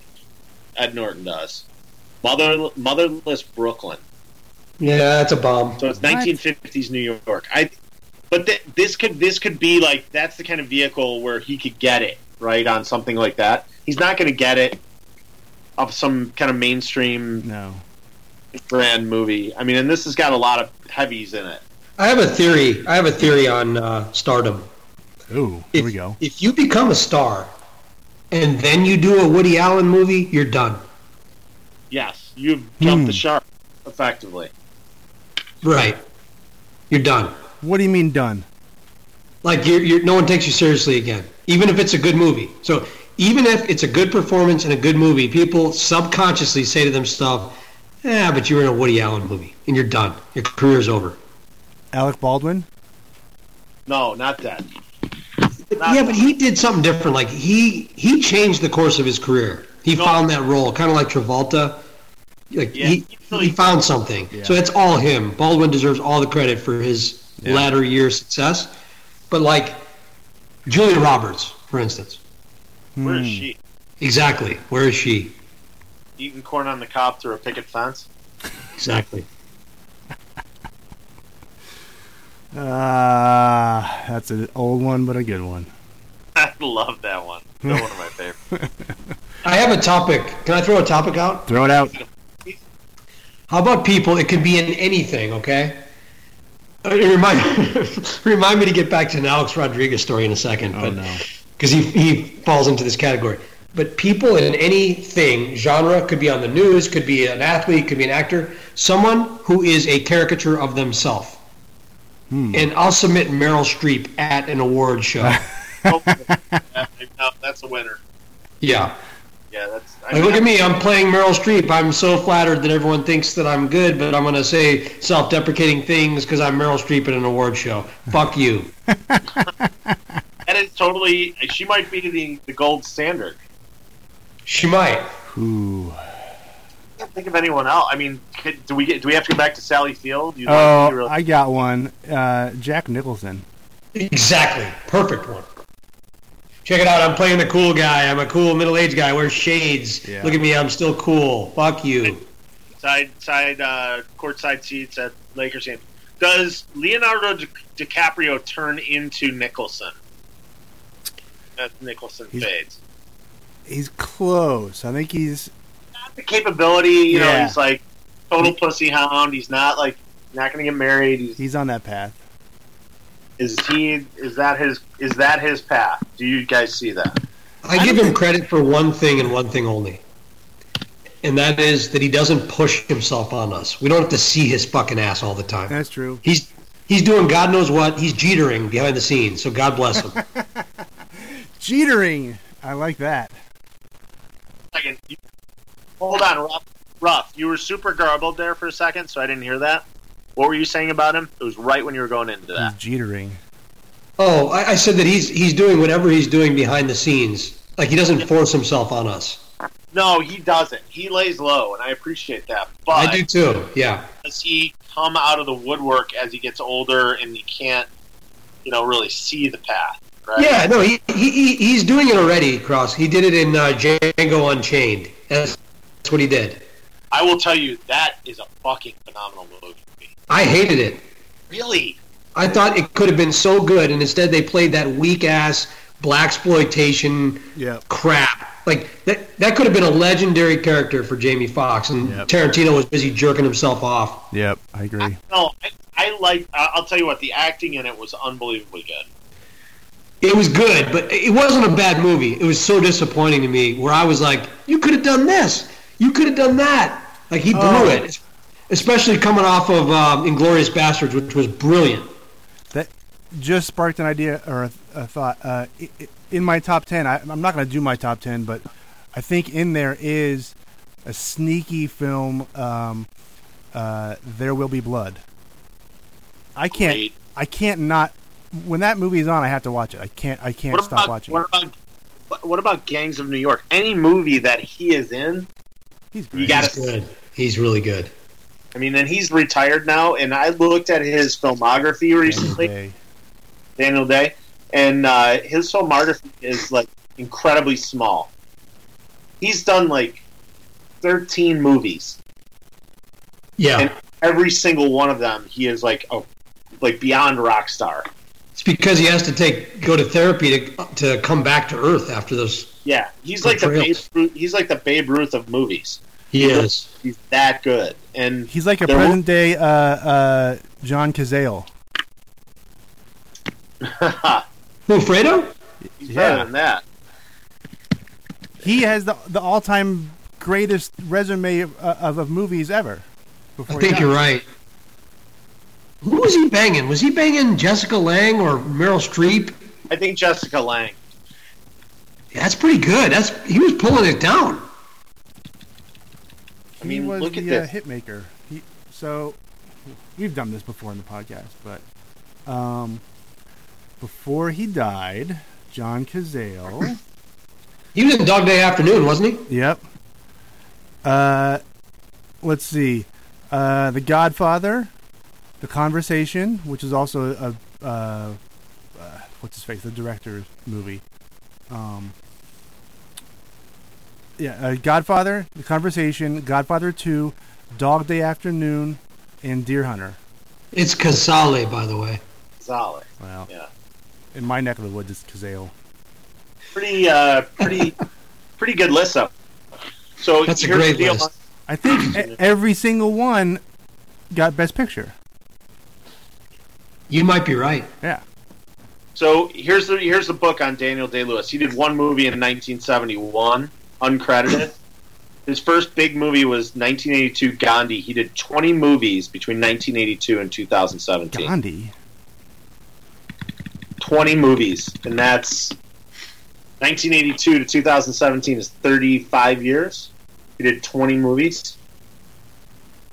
Speaker 5: Ed Norton does. Mother Motherless Brooklyn.
Speaker 6: Yeah, that's a bomb.
Speaker 5: So it's
Speaker 7: What?
Speaker 5: 1950s New York. I but th- this could this could be like that's the kind of vehicle where he could get it right on something like that. He's not going to get it of some kind of mainstream
Speaker 7: No.
Speaker 5: brand movie. I mean, and this has got a lot of heavies in it.
Speaker 6: I have a theory. I have a theory on uh, stardom. [LAUGHS]
Speaker 7: Ooh, here we go.
Speaker 6: If you become a star, and then you do a Woody Allen movie, you're done.
Speaker 5: Yes, you've jumped the
Speaker 4: Hmm.
Speaker 5: shark effectively.
Speaker 6: Right. You're done.
Speaker 7: What do you mean done?
Speaker 6: Like you're, you're no one takes you seriously again, even if it's a good movie. So even if it's a good performance and a good movie, people subconsciously say to themselves, "Yeah, but you were in a Woody Allen movie, and you're done. Your career's over."
Speaker 7: Alec Baldwin?
Speaker 5: No, not that. Not-
Speaker 6: Yeah, but he did something different. Like he he changed the course of his career. He
Speaker 5: No.
Speaker 6: found that role, kind of like Travolta. Like
Speaker 5: Yeah,
Speaker 6: he,
Speaker 5: he really-
Speaker 6: he found something. So that's all him. Baldwin deserves all the credit for his latter year success. But like Julia Roberts, for instance,
Speaker 5: Where is she?
Speaker 6: exactly. Where is she?
Speaker 5: Eating corn on the cob through a picket fence?
Speaker 6: Exactly.
Speaker 7: Ah, that's an old one, but a good one.
Speaker 5: [LAUGHS] I love that one. That's one of my favorites.
Speaker 6: I have a topic. Can I throw a topic out?
Speaker 7: Throw it out.
Speaker 6: How about people? It could be in anything, okay? Uh, it Remind, [LAUGHS] remind me to get back to an Alex Rodriguez story in a second,
Speaker 7: Oh,
Speaker 6: but
Speaker 7: no.
Speaker 6: because he, he falls into this category. But people in anything genre could be on the news, could be an athlete, could be an actor, someone who is a caricature of themselves.
Speaker 7: Hmm.
Speaker 6: And I'll submit Meryl Streep at an award
Speaker 7: [LAUGHS]
Speaker 6: show.
Speaker 5: Oh, yeah, no, that's a winner.
Speaker 6: yeah.
Speaker 5: Yeah, that's. I
Speaker 6: Like,
Speaker 5: mean,
Speaker 6: look at me, I'm playing Meryl Streep. I'm so flattered that everyone thinks that I'm good, but I'm going to say self deprecating things because I'm Meryl Streep at an award show. Fuck you.
Speaker 5: That is totally. She might be the, the gold standard.
Speaker 6: She might.
Speaker 7: Ooh.
Speaker 5: I can't think of anyone else. I mean, could, do we get? Do we have to go back to Sally Field? You like- you
Speaker 7: Oh,
Speaker 5: really-
Speaker 7: I got one. Uh, Jack Nicholson.
Speaker 6: Exactly. Perfect one. Check it out. I'm playing the cool guy. I'm a cool middle aged guy. Wears shades.
Speaker 7: Yeah.
Speaker 6: Look at me. I'm still cool. Fuck you.
Speaker 5: side side uh, court side seats at Lakers game. Does Leonardo Di- DiCaprio turn into Nicholson? As Nicholson
Speaker 7: He's-
Speaker 5: fades,
Speaker 7: He's close. I think he's
Speaker 5: not the capability. You know,
Speaker 7: Yeah.
Speaker 5: he's like total pussy hound. He's not like not going to get married. He's,
Speaker 7: he's on that path.
Speaker 5: is he? Is that his? Is that his path? Do you guys see that?
Speaker 6: I give him credit for one thing and one thing only. And that is that he doesn't push himself on us. We don't have to see his fucking ass all the time.
Speaker 7: That's true.
Speaker 6: He's he's doing God knows what. He's jeetering behind the scenes. So God bless him.
Speaker 7: Jeetering. I like that.
Speaker 5: Second, you- hold on, Ruff. Ruff, you were super garbled there for a second, so I didn't hear that. What were you saying about him? It was right when you were going into
Speaker 7: He's
Speaker 5: that.
Speaker 7: jeetering.
Speaker 6: oh, I, I said that he's he's doing whatever he's doing behind the scenes. Like he doesn't force himself on us.
Speaker 5: No, he doesn't. He lays low, and I appreciate that. But
Speaker 6: Mm. I do too. Yeah.
Speaker 5: does he come out of the woodwork as he gets older and he can't, you know, really see the path? Right?
Speaker 6: Yeah. No, he, he he- he's doing it already. Cross. He did it in uh, Django Unchained. That's, that's what he did.
Speaker 5: I will tell you that is a fucking phenomenal movie.
Speaker 6: I hated it.
Speaker 5: Really?
Speaker 6: I thought it could have been so good, and instead they played that weak ass black exploitation
Speaker 7: Yep.
Speaker 6: crap. Like that, that could have been a legendary character for Jamie Foxx, and
Speaker 7: Yep.
Speaker 6: Tarantino was busy jerking himself off.
Speaker 7: Yep, I agree.
Speaker 5: No, I, I like. I- I'll tell you what. The acting in it was unbelievably good.
Speaker 6: It was good, but it wasn't a bad movie. It was so disappointing to me, where I was like, "You could have done this. You could have done that." Like he blew
Speaker 7: Oh.
Speaker 6: it, especially coming off of um, *Inglorious Bastards*, which was brilliant.
Speaker 7: Just sparked an idea or a, a thought. Uh, i- i- in my top ten, I, I'm not going to do my top ten, but I think in there is a sneaky film. Um, uh, there will be blood. I can't.
Speaker 5: Great.
Speaker 7: I can't not. When that movie is on, I have to watch it. I can't. I can't
Speaker 5: What
Speaker 7: stop
Speaker 5: about,
Speaker 7: watching.
Speaker 5: what about what- what about Gangs of New York? Any movie that he is in,
Speaker 7: He's great.
Speaker 5: you got
Speaker 6: He's
Speaker 5: to
Speaker 6: good. He's really good.
Speaker 5: I mean, and he's retired now. And I looked at his filmography recently,
Speaker 7: Okay.
Speaker 5: Daniel Day, and uh, his filmography is like incredibly small. He's done like thirteen movies.
Speaker 6: Yeah.
Speaker 5: And- Every single one of them, he is like a like beyond rock star.
Speaker 6: It's because he has to take go to therapy to to come back to earth after those.
Speaker 5: Yeah, he's like the
Speaker 6: Good for
Speaker 5: Babe
Speaker 6: him.
Speaker 5: Ruth, he's like the Babe Ruth of movies.
Speaker 6: He is.
Speaker 5: He's that good, and [LAUGHS]
Speaker 7: He's like a
Speaker 5: There will-
Speaker 7: present day uh, uh, John Cazale.
Speaker 5: he's
Speaker 6: Who, Fredo?
Speaker 5: better than that.
Speaker 7: He has the the all time greatest resume of, of, of movies ever.
Speaker 6: I
Speaker 7: Before he
Speaker 6: think
Speaker 7: died.
Speaker 6: you're right. Who was he banging? Was he banging Jessica Lang or Meryl Streep?
Speaker 5: I think Jessica Lang.
Speaker 6: Yeah, that's pretty good. That's he was pulling it down.
Speaker 5: I mean,
Speaker 7: he was
Speaker 5: look at
Speaker 7: the uh,
Speaker 5: this.
Speaker 7: hit maker. He, so we've done this before in the podcast, but um, before he died, John Cazale.
Speaker 6: He was in Dog Day Afternoon, wasn't he?
Speaker 7: yep. Uh, let's see. Uh, The Godfather, The Conversation, which is also a, a uh, uh, what's his face, the director's movie. Um, yeah, uh, Godfather, The Conversation, Godfather Two, Dog Day Afternoon, and Deer Hunter.
Speaker 6: It's Casale, by the way.
Speaker 5: Solid.
Speaker 7: Wow.
Speaker 5: Yeah.
Speaker 7: In my neck of the woods, it's Kazale.
Speaker 5: Pretty, uh,
Speaker 6: [LAUGHS]
Speaker 5: pretty, pretty good list up. So
Speaker 6: That's a
Speaker 5: here's
Speaker 6: great
Speaker 5: the deal.
Speaker 6: list.
Speaker 7: I think e- every single one got Best Picture.
Speaker 6: You might be right.
Speaker 7: Yeah.
Speaker 5: So here's the here's the book on Daniel Day Lewis. He did one movie in 1971, uncredited. His first big movie was 1982 Gandhi. He did 20 movies between 1982 and 2017.
Speaker 7: Gandhi.
Speaker 5: 20 movies, and that's 1982 to 2017 is 35 years. He did 20 movies.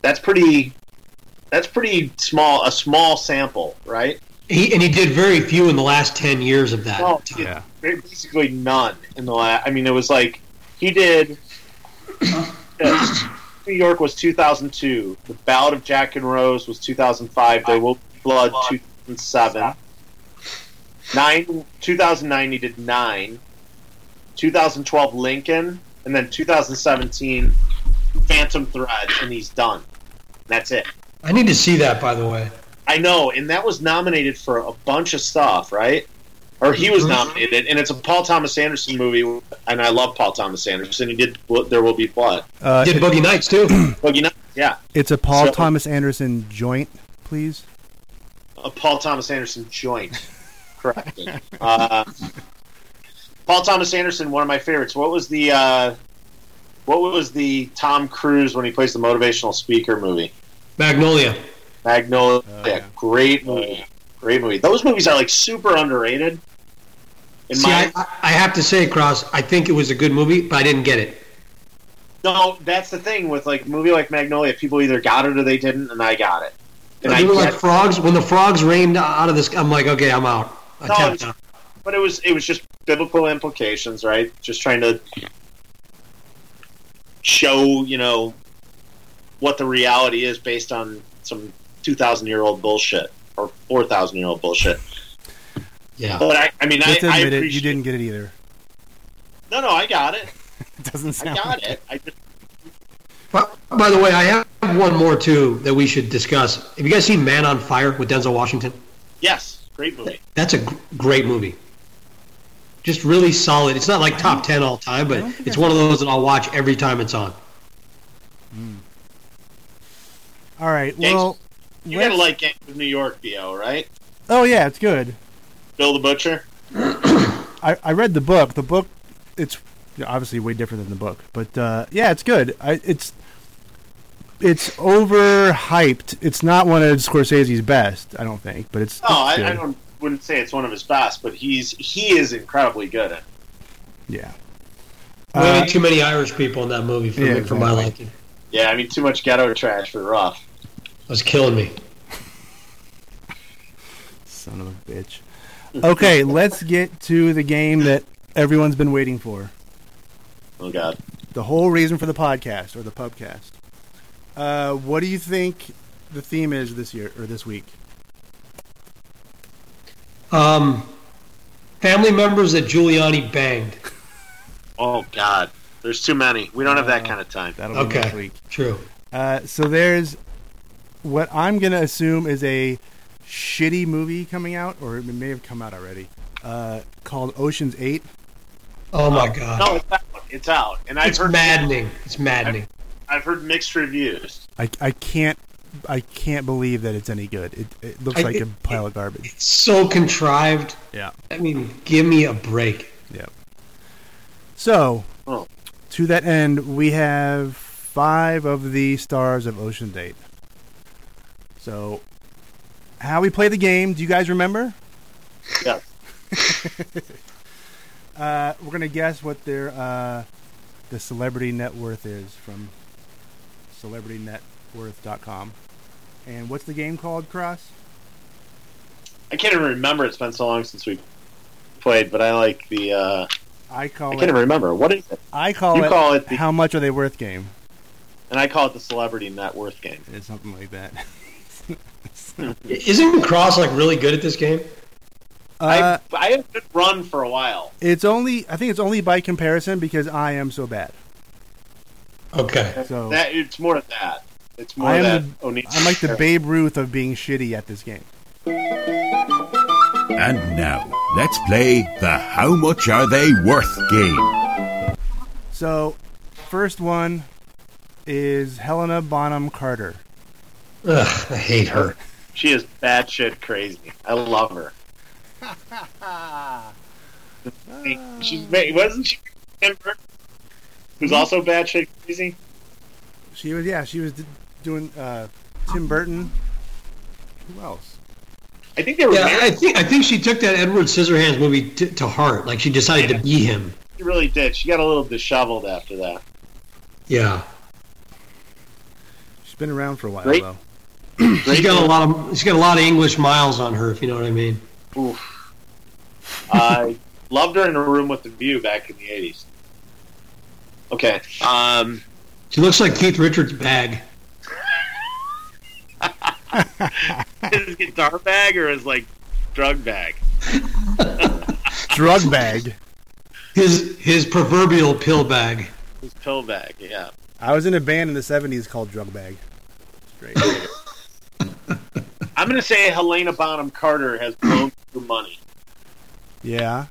Speaker 5: That's pretty. That's pretty small. A small sample, right?
Speaker 6: He, and he did very few in the last ten years of that.
Speaker 5: Well,
Speaker 6: time.
Speaker 5: yeah. Basically none in the last. I mean, it was like he [COUGHS] did. uh, New York was 2002. The Ballad of Jack and Rose was 2005. There Will Be Blood 2007. Nine 2009 he did nine. 2012 Lincoln, and then 2017 Phantom Thread, and he's done. That's it.
Speaker 6: I need to see that, by the way.
Speaker 5: I know, and that was nominated for a bunch of stuff, right? Or he
Speaker 6: Mm-hmm.
Speaker 5: was nominated, and it's a Paul Thomas Anderson movie, and I love Paul Thomas Anderson. He did Well, "There Will Be Blood."
Speaker 7: Uh,
Speaker 6: Did Boogie Nights too?
Speaker 5: Well, you know, yeah,
Speaker 7: it's a Paul
Speaker 5: So-
Speaker 7: Thomas Anderson joint, please.
Speaker 5: a Paul Thomas Anderson
Speaker 6: [LAUGHS]
Speaker 5: joint. Correct. uh, Paul Thomas Anderson, one of my favorites. What was the uh, what was the Tom Cruise when he plays the motivational speaker movie?
Speaker 6: [CLEARS THROAT] Magnolia.
Speaker 5: Magnolia,
Speaker 6: Oh,
Speaker 7: yeah.
Speaker 5: great movie, great movie. Those movies are like super underrated. In
Speaker 6: See, I, I I have to say, Cross, I think it was a good movie, but I didn't get it.
Speaker 5: No, that's the thing with like a movie like Magnolia. People either got it or they didn't, and I got it. And I
Speaker 6: they were like
Speaker 5: get-
Speaker 6: frogs. When the frogs rained out of this, I'm like, okay, I'm out. I
Speaker 5: No,
Speaker 6: tapped
Speaker 5: it's-
Speaker 6: out.
Speaker 5: but it was it was just biblical implications, right? Just trying to show you know what the reality is based on some two thousand year old bullshit or four thousand year old bullshit.
Speaker 6: Yeah.
Speaker 5: But I, I mean, I,
Speaker 7: Let's
Speaker 5: I
Speaker 7: admit it,
Speaker 5: appreciate.
Speaker 7: you didn't get it either. [LAUGHS]
Speaker 5: No, no, I got it.
Speaker 7: It doesn't
Speaker 5: I
Speaker 7: sound.
Speaker 5: got it. I just,
Speaker 6: By, by the way, I have one more too that we should discuss. Have you guys seen Man on Fire with Denzel Washington?
Speaker 5: yes, great movie.
Speaker 6: That's a gr- great movie. Just really solid. It's not like top ten all time, but
Speaker 7: don't think
Speaker 6: it's
Speaker 7: I-
Speaker 6: one of those that I'll watch every time it's on.
Speaker 7: All right. Well,
Speaker 5: You
Speaker 7: let's-
Speaker 5: gotta like Gangs of New York, bo right?
Speaker 7: Oh yeah, it's good.
Speaker 5: Bill the Butcher.
Speaker 7: I, I read the book. The book, it's obviously way different than the book, but uh, yeah, it's good. I, it's it's overhyped. It's not one of Scorsese's best, I don't think, but it's.
Speaker 5: No,
Speaker 7: it's
Speaker 5: I, I
Speaker 7: good.
Speaker 5: don't wouldn't say it's one of his best, but he's he is incredibly good at. It.
Speaker 7: Yeah.
Speaker 6: Way
Speaker 7: Uh,
Speaker 6: too many Irish people in that movie for,
Speaker 7: Yeah,
Speaker 6: me, for my
Speaker 7: exactly.
Speaker 6: liking. It
Speaker 5: Yeah, I mean too much ghetto trash for Ruff.
Speaker 6: was killing me.
Speaker 7: Son of a bitch. Okay, let's get to the game that everyone's been waiting for.
Speaker 5: Oh God,
Speaker 7: the whole reason for the podcast or the pubcast. Uh, what do you think the theme is this year or this week?
Speaker 6: Um, family members that Giuliani banged.
Speaker 5: oh God, there's too many. We don't have
Speaker 7: Uh,
Speaker 5: that kind of time.
Speaker 7: That'll be next
Speaker 6: Okay,
Speaker 7: week.
Speaker 6: true.
Speaker 7: Uh, so there's what I'm gonna assume is a shitty movie coming out, or it may have come out already, uh, called Ocean's Eight.
Speaker 6: Oh my god,
Speaker 5: No, it's out. It's out, and I've
Speaker 6: it's
Speaker 5: heard
Speaker 6: maddening. It's maddening.
Speaker 5: I've heard mixed reviews.
Speaker 7: I, I can't I can't believe that it's any good. It, it looks
Speaker 6: I-
Speaker 7: like a
Speaker 6: it-
Speaker 7: pile of garbage.
Speaker 6: It's so contrived.
Speaker 7: Yeah.
Speaker 6: I mean, give me a break.
Speaker 7: So
Speaker 5: Oh.
Speaker 7: To that end, we have five of the stars of Ocean Date. So, how we play the game? Do you guys remember?
Speaker 5: Yes.
Speaker 7: uh, we're gonna guess what their uh, the celebrity net worth is from celebritynetworth.com. And what's the game called, Cross?
Speaker 5: I can't even remember. It's been so long since we played, but I like the. Uh,
Speaker 7: I
Speaker 5: I
Speaker 7: call
Speaker 5: can't even
Speaker 7: it.
Speaker 5: remember what is it,
Speaker 7: I call
Speaker 5: you
Speaker 7: it.
Speaker 5: call it the-
Speaker 7: how much are they worth? Game.
Speaker 5: and I call it the celebrity net worth game.
Speaker 7: It's something like that.
Speaker 6: Isn't Cross like really good at this game?
Speaker 7: [LAUGHS] Uh,
Speaker 5: I I have been run for a while.
Speaker 7: it's only. I think it's only by comparison because I am so bad.
Speaker 6: Okay.
Speaker 7: So
Speaker 5: That it's more of that. It's more
Speaker 7: oh. I
Speaker 5: of that.
Speaker 7: am
Speaker 5: Oni-
Speaker 7: I'm like the Babe Ruth of being shitty at this game.
Speaker 2: And now, let's play the How Much Are They Worth game.
Speaker 7: So, first one is Helena Bonham Carter.
Speaker 6: Ugh, I hate her.
Speaker 5: She is batshit crazy. I love
Speaker 6: [LAUGHS]
Speaker 5: her. She's ma- wasn't she Denver, who's
Speaker 6: Hmm?
Speaker 5: also batshit crazy?
Speaker 7: She was yeah, she was d- doing uh, Tim Burton. Who else?
Speaker 5: I think they were
Speaker 6: Yeah, I
Speaker 5: married.
Speaker 6: think I think she took that Edward Scissorhands movie t- to heart. Like she decided to be him.
Speaker 5: She really did. She got a little disheveled after that.
Speaker 6: Yeah.
Speaker 7: She's been around for a while
Speaker 5: Great.
Speaker 7: though.
Speaker 6: She's got a lot of she's got a lot of English miles on her, if you know what I mean.
Speaker 5: Oof.
Speaker 6: [LAUGHS]
Speaker 5: I loved her in a room with a view back in the eighties. Okay. Um,
Speaker 6: She looks like Keith Richards' bag.
Speaker 5: [LAUGHS] is it guitar bag or is like drug bag?
Speaker 7: Drug bag.
Speaker 6: His his proverbial pill bag.
Speaker 5: His pill bag. Yeah.
Speaker 7: I was in a band in the '70s called Drug Bag. Straight.
Speaker 5: I'm gonna say Helena Bonham Carter has blown through money.
Speaker 7: yeah.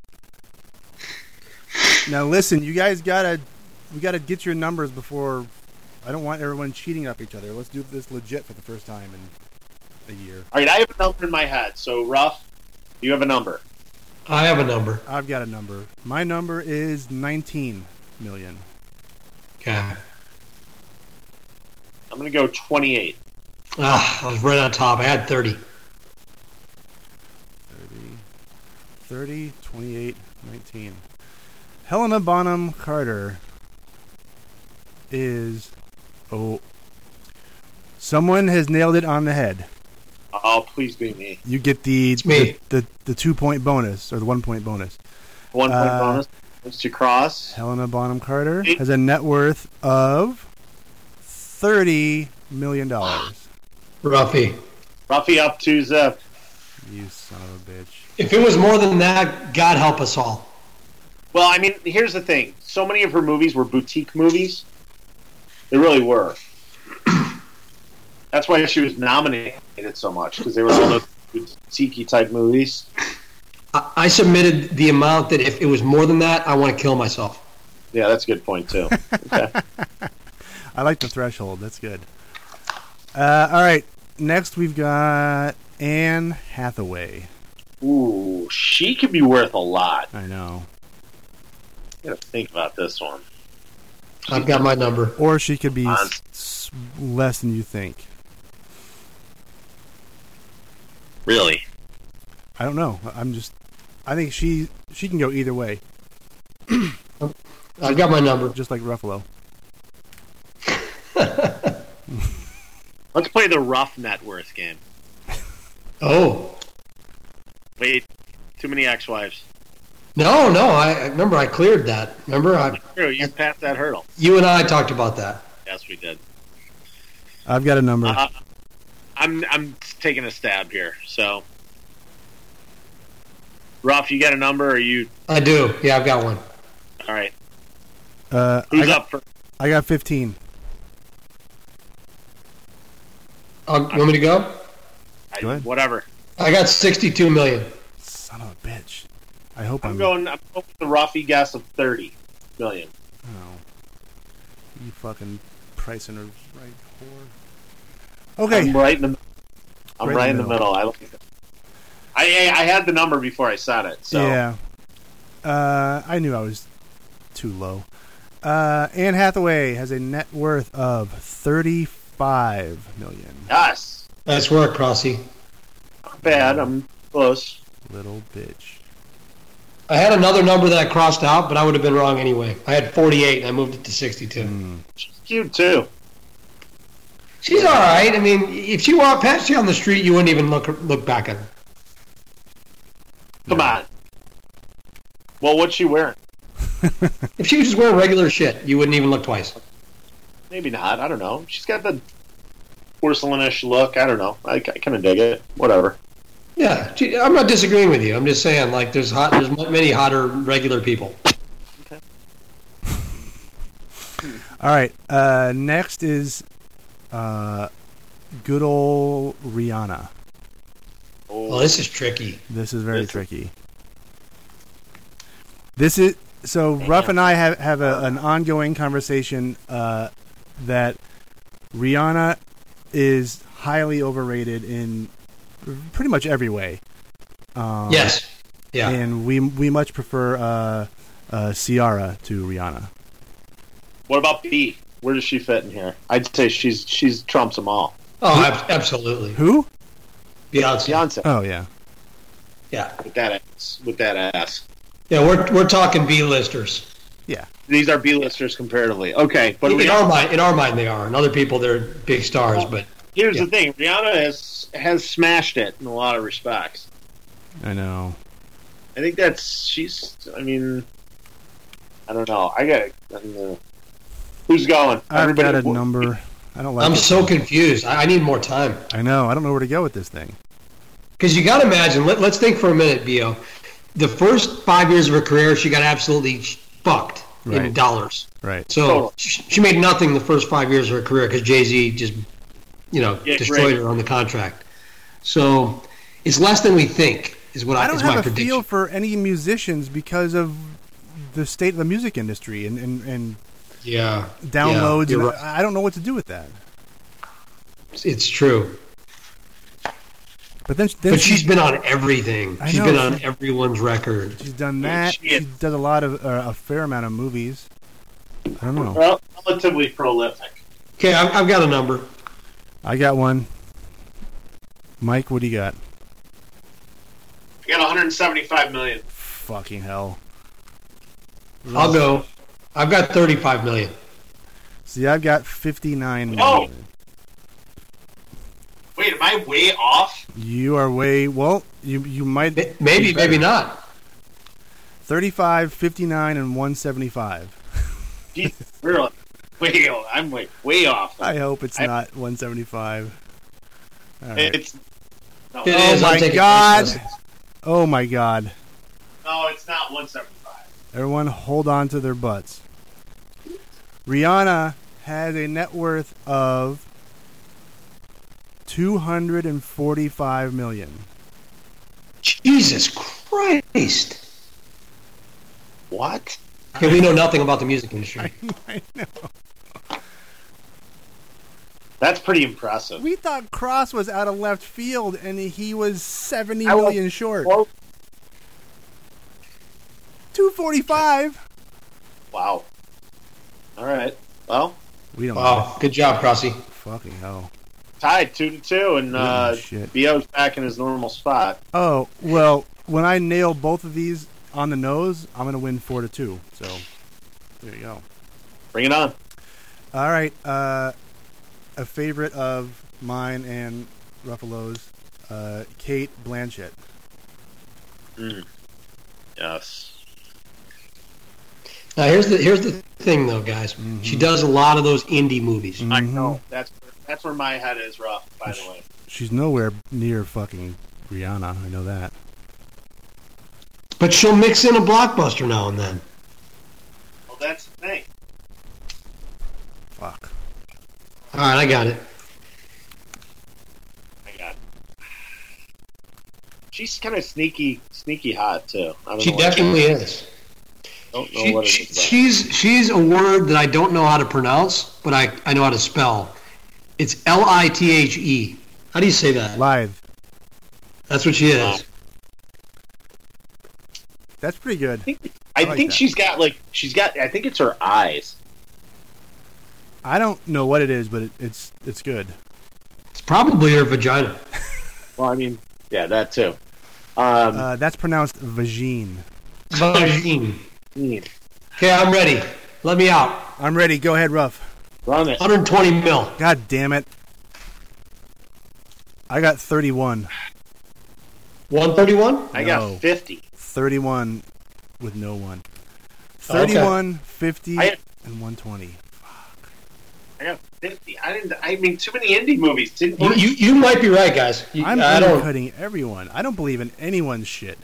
Speaker 7: Now listen, you guys gotta we gotta get your numbers before. I don't want everyone cheating up each other. Let's do this legit for the first time in a year.
Speaker 5: All right, I have a number in my head. So, Ruff, you have a number.
Speaker 6: I have a number.
Speaker 7: I've got a number. My number is 19 million.
Speaker 6: Okay.
Speaker 5: I'm gonna go 28.
Speaker 6: Ah, I was right on top. I had thirty.
Speaker 7: 30, 28, 19. Helena Bonham Carter is. Oh. Someone has nailed it on the head.
Speaker 5: Oh, please be me.
Speaker 7: You get the
Speaker 6: me.
Speaker 7: the, the, the two point bonus or the one point bonus.
Speaker 5: One point
Speaker 7: Uh,
Speaker 5: bonus. Mr. Cross.
Speaker 7: Helena Bonham Carter has a net worth of thirty
Speaker 5: [GASPS]
Speaker 7: million dollars.
Speaker 6: Ruffy.
Speaker 5: Ruffy up two zip.
Speaker 7: You son of a bitch.
Speaker 6: If it was more than that, God help us all.
Speaker 5: Well, I mean, here's the thing. So many of her movies were boutique movies. They really were. That's why she was nominated so much because they were all those boutique type movies.
Speaker 6: I, I submitted the amount that if it was more than that, I want to kill myself.
Speaker 5: Yeah, that's a good point too. Okay.
Speaker 7: I like the threshold. That's good. Uh, all right. Next, we've got Anne Hathaway.
Speaker 5: Ooh, she could be worth a lot.
Speaker 7: I know.
Speaker 5: I gotta think about this one.
Speaker 6: I've got my number.
Speaker 7: Or she could be s- s- less than you think.
Speaker 5: Really?
Speaker 7: I don't know. I'm just. I think she she can go either way,
Speaker 6: I've got my number.
Speaker 7: just like Ruffalo.
Speaker 5: Let's play the rough net worth game.
Speaker 6: Oh
Speaker 5: Wait, too many ex-wives.
Speaker 6: no, no! I I- remember I cleared that. Remember I,
Speaker 5: True, you passed that hurdle.
Speaker 6: you and I talked about that.
Speaker 5: Yes, we did.
Speaker 7: I've got a number.
Speaker 5: Uh, I'm I'm taking a stab here. So, Ruff, you got a number? Or you
Speaker 6: I do. Yeah, I've got one.
Speaker 5: all right?
Speaker 7: Uh, I,
Speaker 5: Who's
Speaker 7: got,
Speaker 5: up for?
Speaker 7: I got 15.
Speaker 6: I'll, Um, you want me to go?
Speaker 5: I-
Speaker 7: Go ahead.
Speaker 5: Whatever.
Speaker 6: I got sixty-two million.
Speaker 7: Son of a bitch. I hope I'm,
Speaker 5: I'm going. I'm going with the Ruffy guess of thirty million.
Speaker 7: Oh. You fucking pricing her right whore. Okay.
Speaker 5: I'm right in the. I'm
Speaker 7: Right
Speaker 5: right, in the middle. I like that. I I I had the number before I said it. So
Speaker 7: Yeah. Uh, I knew I was too low. Uh, Anne Hathaway has a net worth of thirty-five million.
Speaker 5: Yes.
Speaker 6: Nice work, Crossy.
Speaker 5: Not bad. I'm close.
Speaker 7: Little bitch.
Speaker 6: I had another number that I crossed out, but I would have been wrong anyway. I had 48, and I moved it to 62.
Speaker 5: She's cute too.
Speaker 6: She's all right. I mean, if she walked past you on the street, you wouldn't even look look back at her.
Speaker 5: Come on. Well, what's she wearing?
Speaker 6: If she was just wearing regular shit, you wouldn't even look twice.
Speaker 5: Maybe not. I don't know. She's got the porcelainish look. I don't know. I, kind of dig it. Whatever.
Speaker 6: Yeah, she, I'm not disagreeing with you. I'm just saying, like, there's hot, there's not many hotter regular people.
Speaker 7: All right. Uh, next is uh, good old Rihanna.
Speaker 6: Well, Oh, this is tricky.
Speaker 7: This is very
Speaker 5: This-
Speaker 7: tricky. This is so. Ruff and I have have a, an ongoing conversation uh, that Rihanna is highly overrated in pretty much every way. Um,
Speaker 6: yes. Yeah.
Speaker 7: and we we much prefer uh, uh, Ciara to Rihanna.
Speaker 5: What about B? Where does she fit in here? I'd say she's she's trumps them all.
Speaker 6: Oh, ab- absolutely.
Speaker 7: Who?
Speaker 6: Beyonce.
Speaker 5: Beyonce
Speaker 7: Oh yeah.
Speaker 6: Yeah.
Speaker 5: with that ass. With that ass.
Speaker 6: Yeah. We're we're talking B-listers.
Speaker 5: These are B-listers comparatively. Okay, but
Speaker 6: In
Speaker 5: Rihanna-
Speaker 6: our mind, in our mind, they are. In other people, they're big stars. But
Speaker 5: here's
Speaker 6: Yeah.
Speaker 5: the thing: Rihanna has has smashed it in a lot of respects.
Speaker 7: I know.
Speaker 5: I think that's she's. I mean, I don't know. I got. I don't know. Who's going?
Speaker 7: I've got a
Speaker 5: wh-
Speaker 7: number. I don't like.
Speaker 6: I'm
Speaker 7: it.
Speaker 6: so confused. I, I need more time.
Speaker 7: I know. I don't know where to go with this thing.
Speaker 6: Because you got to imagine. Let, let's think for a minute, Bo. The first five years of her career, she got absolutely fucked in
Speaker 7: Right.
Speaker 6: dollars.
Speaker 7: Right.
Speaker 6: So
Speaker 5: Total.
Speaker 6: sh she made nothing the first five years of her career because Jay Z just, you know,
Speaker 5: Yeah,
Speaker 6: destroyed
Speaker 5: great.
Speaker 6: her on the contract. So it's less than we think. Is what I,
Speaker 7: I don't
Speaker 6: is
Speaker 7: have
Speaker 6: my
Speaker 7: a
Speaker 6: prediction.
Speaker 7: feel for any musicians because of the state of the music industry and, and, and
Speaker 6: yeah,
Speaker 7: downloads.
Speaker 6: Yeah,
Speaker 7: and
Speaker 6: you're right.
Speaker 7: I I don't know what to do with that.
Speaker 6: it's true.
Speaker 7: But then, then
Speaker 6: But
Speaker 7: she-
Speaker 6: she's been on everything.
Speaker 7: I
Speaker 6: She's
Speaker 7: know,
Speaker 6: been
Speaker 7: she-
Speaker 6: on everyone's record.
Speaker 7: she's done that.
Speaker 5: She
Speaker 7: She,
Speaker 5: is-
Speaker 7: does a lot of uh, a fair amount of movies. I don't know.
Speaker 5: Well, relatively prolific.
Speaker 6: Okay, I've, I've got a number.
Speaker 7: I got one. Mike, what do you got?
Speaker 5: I got 175 million.
Speaker 7: Fucking hell.
Speaker 6: I'll go. I've got thirty-five million.
Speaker 7: See, I've got fifty nine.
Speaker 5: Oh! Wait, am I way off?
Speaker 7: You are way well. You you might
Speaker 6: May- Maybe, maybe not.
Speaker 7: 35, 59, and one seventy five.
Speaker 5: Jeez, really? Way off. I'm way way off.
Speaker 7: I hope it's
Speaker 5: I-
Speaker 7: not one seventy five.
Speaker 5: It's no,
Speaker 6: It
Speaker 5: no,
Speaker 6: is, I'll
Speaker 7: my
Speaker 6: take it.
Speaker 7: God. Oh my God!
Speaker 5: no, it's not 175.
Speaker 7: Everyone, hold on to their butts. Rihanna has a net worth of two hundred and forty five million.
Speaker 6: Jesus Christ.
Speaker 5: What?
Speaker 6: Okay, we know nothing about the music industry.
Speaker 5: That's pretty impressive.
Speaker 7: We thought Cross was out of left field, and he was seventy
Speaker 5: I was-
Speaker 7: million short.
Speaker 5: Well-
Speaker 7: Two forty five.
Speaker 5: Wow. All right. Well,
Speaker 7: We don't know.
Speaker 6: Wow, good job, Crossy.
Speaker 7: Fucking hell.
Speaker 5: tied two to two, and uh,
Speaker 7: Holy shit.
Speaker 5: Bo's back in his normal spot.
Speaker 7: Oh well, when I nail both of these on the nose, I'm gonna win four to two. So there you go.
Speaker 5: Bring it on.
Speaker 7: All right, uh, a favorite of mine and Ruffalo's, uh, Kate Blanchett.
Speaker 5: Yes.
Speaker 6: Now here's the here's the thing though, guys.
Speaker 5: Mm-hmm.
Speaker 6: She does a lot of those indie movies.
Speaker 5: I know. That's that's where my head is rough, by the way.
Speaker 7: She's nowhere near fucking Rihanna. I know that.
Speaker 6: But she'll mix in a blockbuster now and then.
Speaker 5: Well, that's the thing.
Speaker 7: Fuck.
Speaker 6: All right, I got it.
Speaker 5: I got. She's kind of sneaky, sneaky hot too. I don't
Speaker 6: She
Speaker 5: know
Speaker 6: definitely is.
Speaker 5: What, I don't know
Speaker 6: She,
Speaker 5: what
Speaker 6: she,
Speaker 5: it is
Speaker 6: she's she's a word that I don't know how to pronounce, but I, I know how to spell. It's L I T H E. How do you say that?
Speaker 7: Live.
Speaker 6: That's what she is.
Speaker 7: That's pretty good.
Speaker 5: I
Speaker 7: like
Speaker 5: think
Speaker 7: that.
Speaker 5: she's got like she's got. I think it's her eyes.
Speaker 7: I don't know what it is, but it, it's it's good.
Speaker 6: It's probably her vagina.
Speaker 5: Well, I mean, yeah, that too. Um,
Speaker 7: Uh, that's pronounced vagine.
Speaker 6: Vagine.
Speaker 5: mm,
Speaker 6: Okay, I'm ready. Let me out.
Speaker 7: I'm ready. Go ahead, Ruff.
Speaker 5: run it.
Speaker 6: 120 mil.
Speaker 7: God damn it. I got 31.
Speaker 6: 131?
Speaker 5: I
Speaker 7: No.
Speaker 5: got fifty.
Speaker 7: 31 with no one.
Speaker 6: Okay.
Speaker 7: 31, 50,
Speaker 5: I-
Speaker 7: and 120.
Speaker 5: I got fifty. I didn't. I mean, too many indie movies. Didn't
Speaker 6: You, you, you might be right, guys. You,
Speaker 7: I'm
Speaker 6: I don't.
Speaker 7: undercutting everyone. I don't believe in anyone's shit.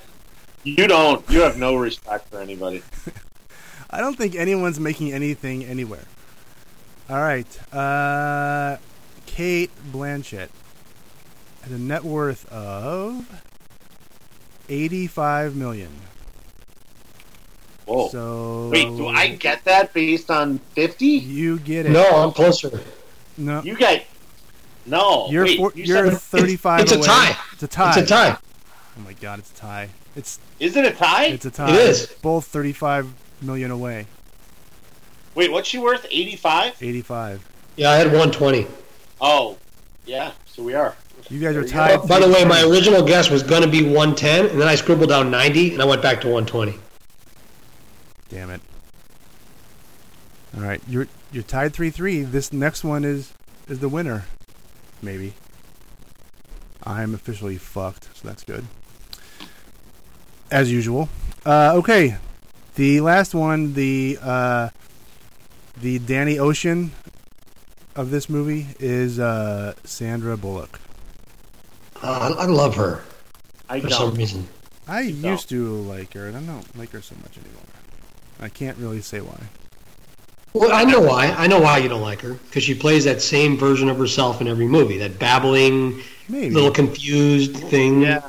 Speaker 5: You don't. You have no respect for anybody.
Speaker 7: I don't think anyone's making anything anywhere. All right. Uh, Kate Blanchett has a net worth of 85 million.
Speaker 5: Whoa.
Speaker 7: So
Speaker 5: Oh. Wait, do I get that based on fifty?
Speaker 7: You get it.
Speaker 6: No, I'm closer.
Speaker 7: No.
Speaker 5: You got no.
Speaker 7: You're
Speaker 5: wait,
Speaker 7: four,
Speaker 5: you
Speaker 7: you are
Speaker 5: said-
Speaker 7: 35
Speaker 6: it's a
Speaker 7: away.
Speaker 6: tie.
Speaker 7: It's a tie.
Speaker 6: It's a tie.
Speaker 7: Oh my god, it's a tie. It's
Speaker 5: is it a tie?
Speaker 7: it's a tie.
Speaker 6: is.
Speaker 7: Both 35 million away.
Speaker 5: Wait, what's she worth? Eighty-five.
Speaker 7: 85.
Speaker 6: Yeah, I had 120.
Speaker 5: Oh, yeah. So we are.
Speaker 7: You guys are
Speaker 5: you
Speaker 7: tied.
Speaker 6: By the way, my original guess was going to be 110, and then I scribbled down 90, and I went back to 120.
Speaker 7: Damn it. All right, you're you're tied three three. This next one is is the winner, maybe. I'm officially fucked, so that's good. As usual. Uh, okay, the last one, the uh, the Danny Ocean of this movie is uh, Sandra Bullock.
Speaker 6: Uh, I I love her
Speaker 5: I
Speaker 6: for
Speaker 5: don't.
Speaker 6: some reason.
Speaker 7: I
Speaker 5: No.
Speaker 7: used to like her, and I don't like her so much anymore. I can't really say why.
Speaker 6: Well, I know why. I know why you don't like her because she plays that same version of herself in every movie. That babbling,
Speaker 7: Maybe
Speaker 6: little confused thing.
Speaker 5: Yeah,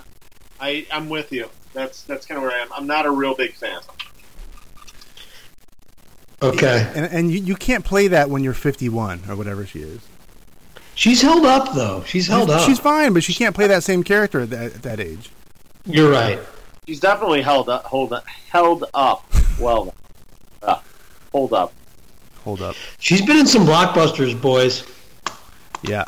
Speaker 5: I I'm with you. That's that's kind of where I am. I'm not a real big fan.
Speaker 6: Okay.
Speaker 7: And, and you, you can't play that when you're 51 or whatever she is.
Speaker 6: She's held up though. She's held
Speaker 7: she's,
Speaker 6: up.
Speaker 7: she's fine, but she can't play that same character at that, at that age.
Speaker 6: You're right.
Speaker 5: He's definitely held up. Hold up. Held up. Well, uh, hold up.
Speaker 7: Hold up.
Speaker 6: She's been in some blockbusters, boys.
Speaker 7: Yeah.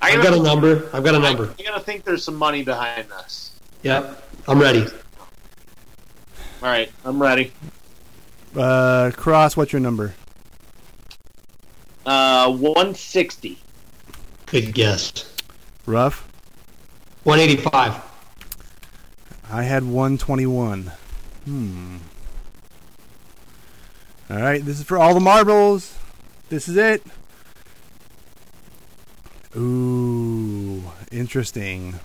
Speaker 5: I
Speaker 6: I've
Speaker 5: gotta,
Speaker 6: got a number. I've got a number.
Speaker 5: I gotta think there's some money behind this.
Speaker 6: Yeah, I'm ready.
Speaker 5: All right, I'm ready.
Speaker 7: Uh, Cross, what's your number?
Speaker 5: Uh, 160.
Speaker 6: Good guess.
Speaker 7: Rough.
Speaker 6: 185.
Speaker 7: I had 121. Hmm. All right, this is for all the marbles. This is it. Ooh, interesting.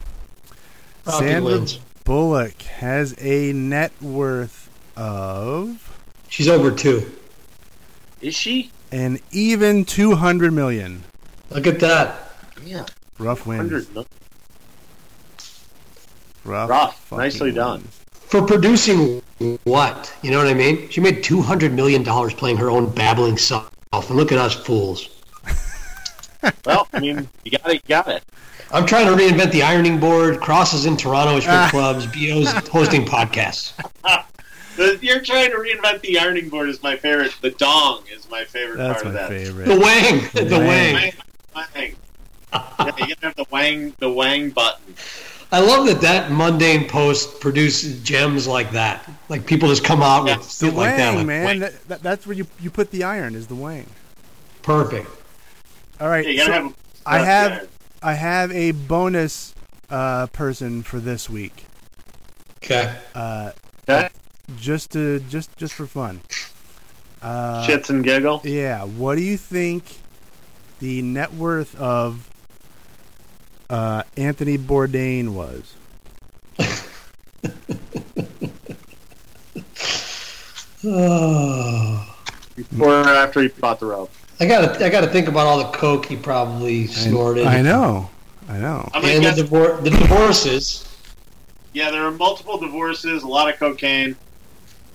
Speaker 6: Probably
Speaker 7: Sandra
Speaker 6: wins.
Speaker 7: Bullock has a net worth of
Speaker 6: She's over two.
Speaker 5: Is she?
Speaker 7: an even 200 million.
Speaker 6: Look at that.
Speaker 5: Yeah.
Speaker 7: Rough wins.
Speaker 5: 100. no-
Speaker 7: Rough.
Speaker 5: Rough.
Speaker 7: fucking
Speaker 5: Nicely done.
Speaker 7: wins.
Speaker 6: For producing what? You know what I mean? She made two hundred million dollars playing her own babbling self, and look at us fools.
Speaker 5: Well, I mean, you got it. You got it.
Speaker 6: I'm trying to reinvent the ironing board. Crosses in Toronto is
Speaker 7: Ah.
Speaker 6: for clubs. Bo's
Speaker 7: [LAUGHS]
Speaker 6: hosting podcasts.
Speaker 5: The, you're trying to reinvent the ironing board is my favorite. The dong is my favorite
Speaker 7: That's
Speaker 5: part
Speaker 7: my
Speaker 5: of that.
Speaker 6: The
Speaker 7: favorite.
Speaker 6: wang, the wang.
Speaker 5: Wang. Wang. yeah, you gotta have the wang, the wang button.
Speaker 6: I love that that mundane post produces gems like that. Like people just come out with
Speaker 5: Yes,
Speaker 7: The
Speaker 6: shit like that.
Speaker 7: wang,
Speaker 6: like,
Speaker 7: man.
Speaker 6: wang.
Speaker 7: That, that, that's where you, you put the iron is the wang.
Speaker 6: Perfect.
Speaker 7: All right.
Speaker 5: Yeah, you gotta
Speaker 7: so
Speaker 5: have. A,
Speaker 7: I
Speaker 5: yeah.
Speaker 7: have I have a bonus uh, person for this week,
Speaker 6: [SIGHS] Okay.
Speaker 7: just to just just for fun. Uh,
Speaker 5: Shits and giggle.
Speaker 7: yeah. What do you think the net worth of uh, Anthony Bourdain was?
Speaker 6: Oh,
Speaker 5: Or after he bought the rope.
Speaker 6: I gotta, I gotta think about all the coke he probably snorted.
Speaker 7: I know. I know.
Speaker 5: I mean,
Speaker 6: And
Speaker 5: yeah,
Speaker 6: the, divor- the divorces.
Speaker 5: yeah, there are multiple divorces, a lot of cocaine.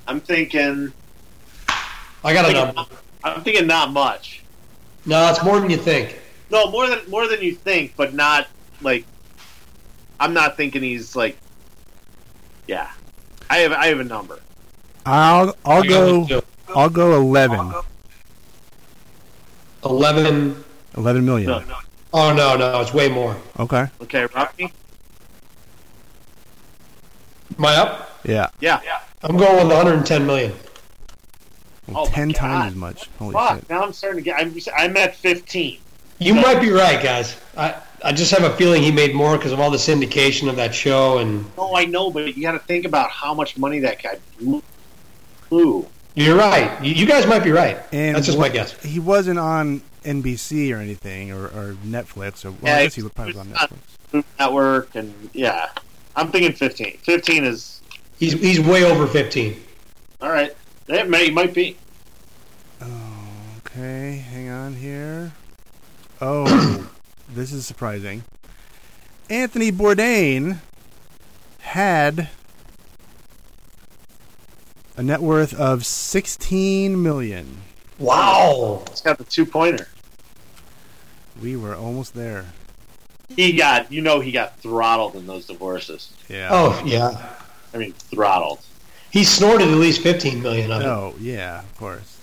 Speaker 5: I'm thinking,
Speaker 6: I got a
Speaker 5: thinking
Speaker 6: number.
Speaker 5: I'm thinking not much.
Speaker 6: No, it's more than you think.
Speaker 5: No, more than more than you think, but not like. I'm not thinking he's like. Yeah, I have I have a number.
Speaker 7: I'll I'll
Speaker 6: I got
Speaker 7: go
Speaker 6: it, too.
Speaker 7: I'll go 11.
Speaker 6: eleven.
Speaker 7: 11 million.
Speaker 6: Oh no, no, it's way more.
Speaker 7: Okay.
Speaker 5: Okay, Rocky.
Speaker 6: Am I up?
Speaker 7: Yeah.
Speaker 5: Yeah.
Speaker 6: I'm going with 110 million.
Speaker 7: Well,
Speaker 5: Oh my
Speaker 7: 10 times
Speaker 5: God.
Speaker 7: as much. Holy
Speaker 5: Fuck.
Speaker 7: shit.
Speaker 5: Now I'm starting to get. I'm, I'm at 15.
Speaker 6: You might be right, guys. I I just have a feeling he made more because of all the syndication of that show, and
Speaker 5: No, I know, but you got to think about how much money that guy blew. blew.
Speaker 6: you're right. You, you guys might be right.
Speaker 7: And
Speaker 6: That's just my
Speaker 7: what-
Speaker 6: guess.
Speaker 7: He wasn't on NBC or anything or, or Netflix or well,
Speaker 5: Yeah,
Speaker 7: I guess he
Speaker 5: he
Speaker 7: probably was on
Speaker 5: was not-
Speaker 7: Netflix.
Speaker 5: Food Network and yeah, I'm thinking 15. 15 is
Speaker 6: He's he's way over 15.
Speaker 5: all right. It may it might be.
Speaker 7: Okay, hang on here. Oh, [COUGHS] this is surprising. Anthony Bourdain had a net worth of 16 million.
Speaker 6: Wow.
Speaker 5: It's got the two pointer.
Speaker 7: We were almost there.
Speaker 5: He got you know he got throttled in those divorces.
Speaker 7: Yeah.
Speaker 6: Oh yeah.
Speaker 5: I mean throttled,
Speaker 6: He snorted at least 15 million of it.
Speaker 7: Oh, yeah, of course.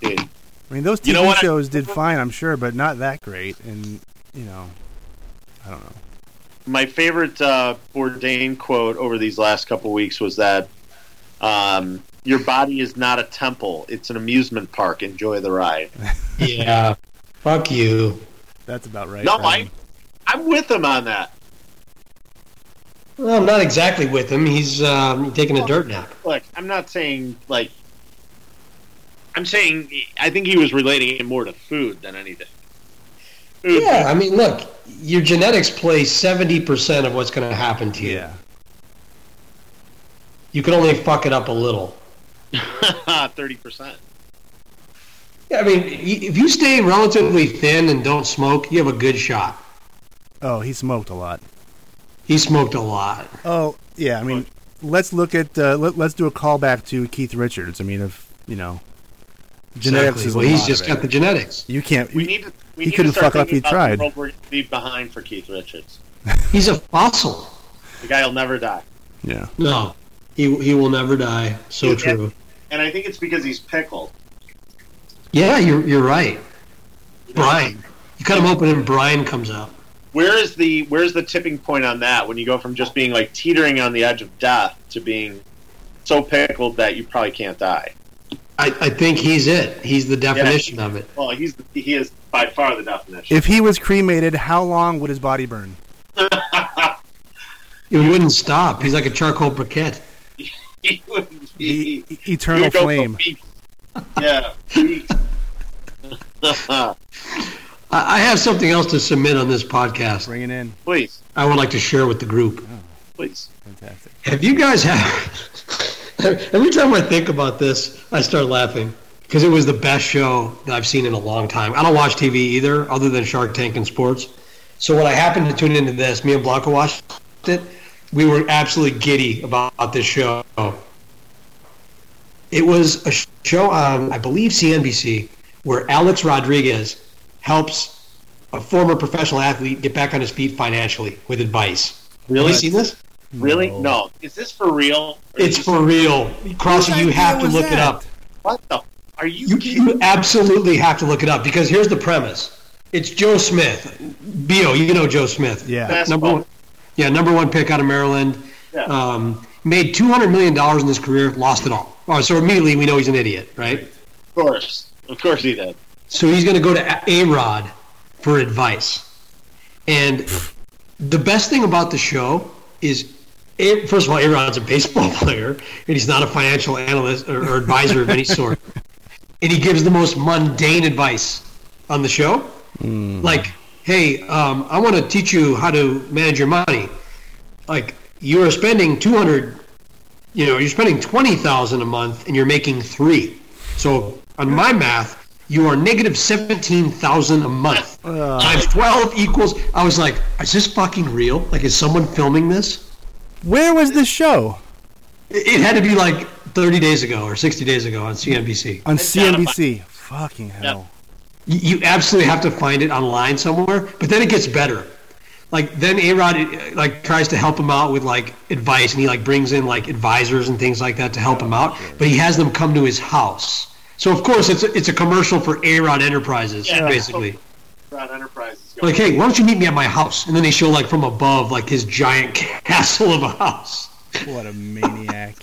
Speaker 5: dude.
Speaker 7: I mean, those TV
Speaker 5: You know what I- [LAUGHS]
Speaker 7: shows did fine, I'm sure, but not that great. And, you know, I don't know.
Speaker 5: my favorite uh, Bourdain quote over these last couple weeks was that um, your body is not a temple; it's an amusement park. Enjoy the ride.
Speaker 6: Yeah. Fuck you.
Speaker 7: That's about right.
Speaker 5: No,
Speaker 7: Um, for
Speaker 5: I,
Speaker 7: him.
Speaker 5: I'm with him on that.
Speaker 6: Well, I'm not exactly with him. He's um, taking a dirt nap.
Speaker 5: Look, I'm not saying like. I'm saying I think he was relating it more to food than anything. [LAUGHS] Food.
Speaker 6: Yeah, I mean, look, your genetics play 70% of what's going to happen to you.
Speaker 7: Yeah.
Speaker 6: You can only fuck it up a little.
Speaker 5: thirty percent.
Speaker 6: Yeah, I mean, y- if you stay relatively thin and don't smoke, you have a good shot.
Speaker 7: Oh, he smoked a lot.
Speaker 6: He smoked a lot.
Speaker 7: Oh yeah, I mean, let's look at uh, let, let's do a callback to Keith Richards. I mean, if you know, genetics
Speaker 6: Exactly.
Speaker 7: is a
Speaker 6: well, he's
Speaker 7: lot
Speaker 6: just
Speaker 7: of
Speaker 6: got
Speaker 7: it.
Speaker 6: the genetics.
Speaker 7: You can't.
Speaker 5: We need to. We
Speaker 7: He
Speaker 5: need
Speaker 7: couldn't
Speaker 5: to start
Speaker 7: fuck up,
Speaker 5: thinking
Speaker 7: he
Speaker 5: about the
Speaker 7: tried.
Speaker 5: world we're gonna leave behind for Keith Richards.
Speaker 6: He's a fossil.
Speaker 5: The guy will never die.
Speaker 7: yeah.
Speaker 6: No, he, he will never die. So
Speaker 5: Yeah.
Speaker 6: true.
Speaker 5: And I think it's because he's pickled.
Speaker 6: Yeah, you're, you're right. Brian. You cut him open and Brian comes out.
Speaker 5: Where is the where's the tipping point on that when you go from just being like teetering on the edge of death to being so pickled that you probably can't die?
Speaker 6: I, I think he's it. He's the definition of it.
Speaker 5: Well, he's he is by far the definition.
Speaker 7: If he was cremated, how long would his body burn?
Speaker 6: He wouldn't stop. He's like a charcoal briquette.
Speaker 5: [LAUGHS] he would
Speaker 7: The
Speaker 5: be
Speaker 7: e-
Speaker 5: he
Speaker 7: eternal
Speaker 5: would go for
Speaker 7: flame.
Speaker 5: weeks. Yeah. weeks.
Speaker 6: I I have something else to submit on this podcast.
Speaker 7: Bring it in.
Speaker 5: please,
Speaker 6: I would like to share with the group.
Speaker 5: please.
Speaker 7: Fantastic.
Speaker 6: Have you guys have? Every time I think about this, I start laughing because it was the best show that I've seen in a long time. I don't watch TV either, other than Shark Tank and sports. So when I happened to tune into this, me and Blanca watched it. We were absolutely giddy about this show. It was a sh- show on, I believe, CNBC, where Alex Rodriguez helps a former professional athlete get back on his feet financially with advice. Really? Have you seen this?
Speaker 5: Really? No. Is this for real? Or is
Speaker 6: It's
Speaker 5: this-
Speaker 6: for real. Crossy, you
Speaker 7: idea
Speaker 6: have to
Speaker 7: was
Speaker 6: look it
Speaker 7: that?
Speaker 6: up.
Speaker 5: what the? Are you,
Speaker 6: You,
Speaker 5: kidding?
Speaker 6: you absolutely have to look it up because here's the premise. It's Joe Smith. Bo, you know Joe Smith.
Speaker 7: Yeah.
Speaker 5: That's-
Speaker 6: Number one, yeah, number one pick out of Maryland.
Speaker 5: Yeah.
Speaker 6: Um, made two hundred million dollars in his career, lost it all. All right, so immediately we know he's an idiot, right?
Speaker 5: Of course, of course he did.
Speaker 6: So he's going to go to A Rod for advice. And the best thing about the show is, A- first of all, A Rod's a baseball [LAUGHS] player, and he's not a financial analyst or, or advisor of any sort. And he gives the most mundane advice on the show. Like, hey, um, I want to teach you how to manage your money. Like, you are spending 200 you know you're spending 20000 a month and you're making three so on my math you are negative 17000 a month times 12 equals i was like is this fucking real like is someone filming this
Speaker 7: Where was this show
Speaker 6: it it had to be like 30 days ago or 60 days ago on cnbc
Speaker 7: on
Speaker 5: gotta find-
Speaker 7: CNBC? Fucking hell.
Speaker 6: you you absolutely have to find it online somewhere but then it gets better like then A Rod like tries to help him out with like advice, and he like brings in like advisors and things like that to help him out. But he has them come to his house. So of course it's a, it's a commercial for A Rod Enterprises,
Speaker 5: Yeah.
Speaker 6: basically.
Speaker 5: Rod Enterprise is going.
Speaker 6: Like, hey, why don't you meet me at my house? And then they show like from above, like his giant [LAUGHS] castle of a house.
Speaker 9: What a maniac.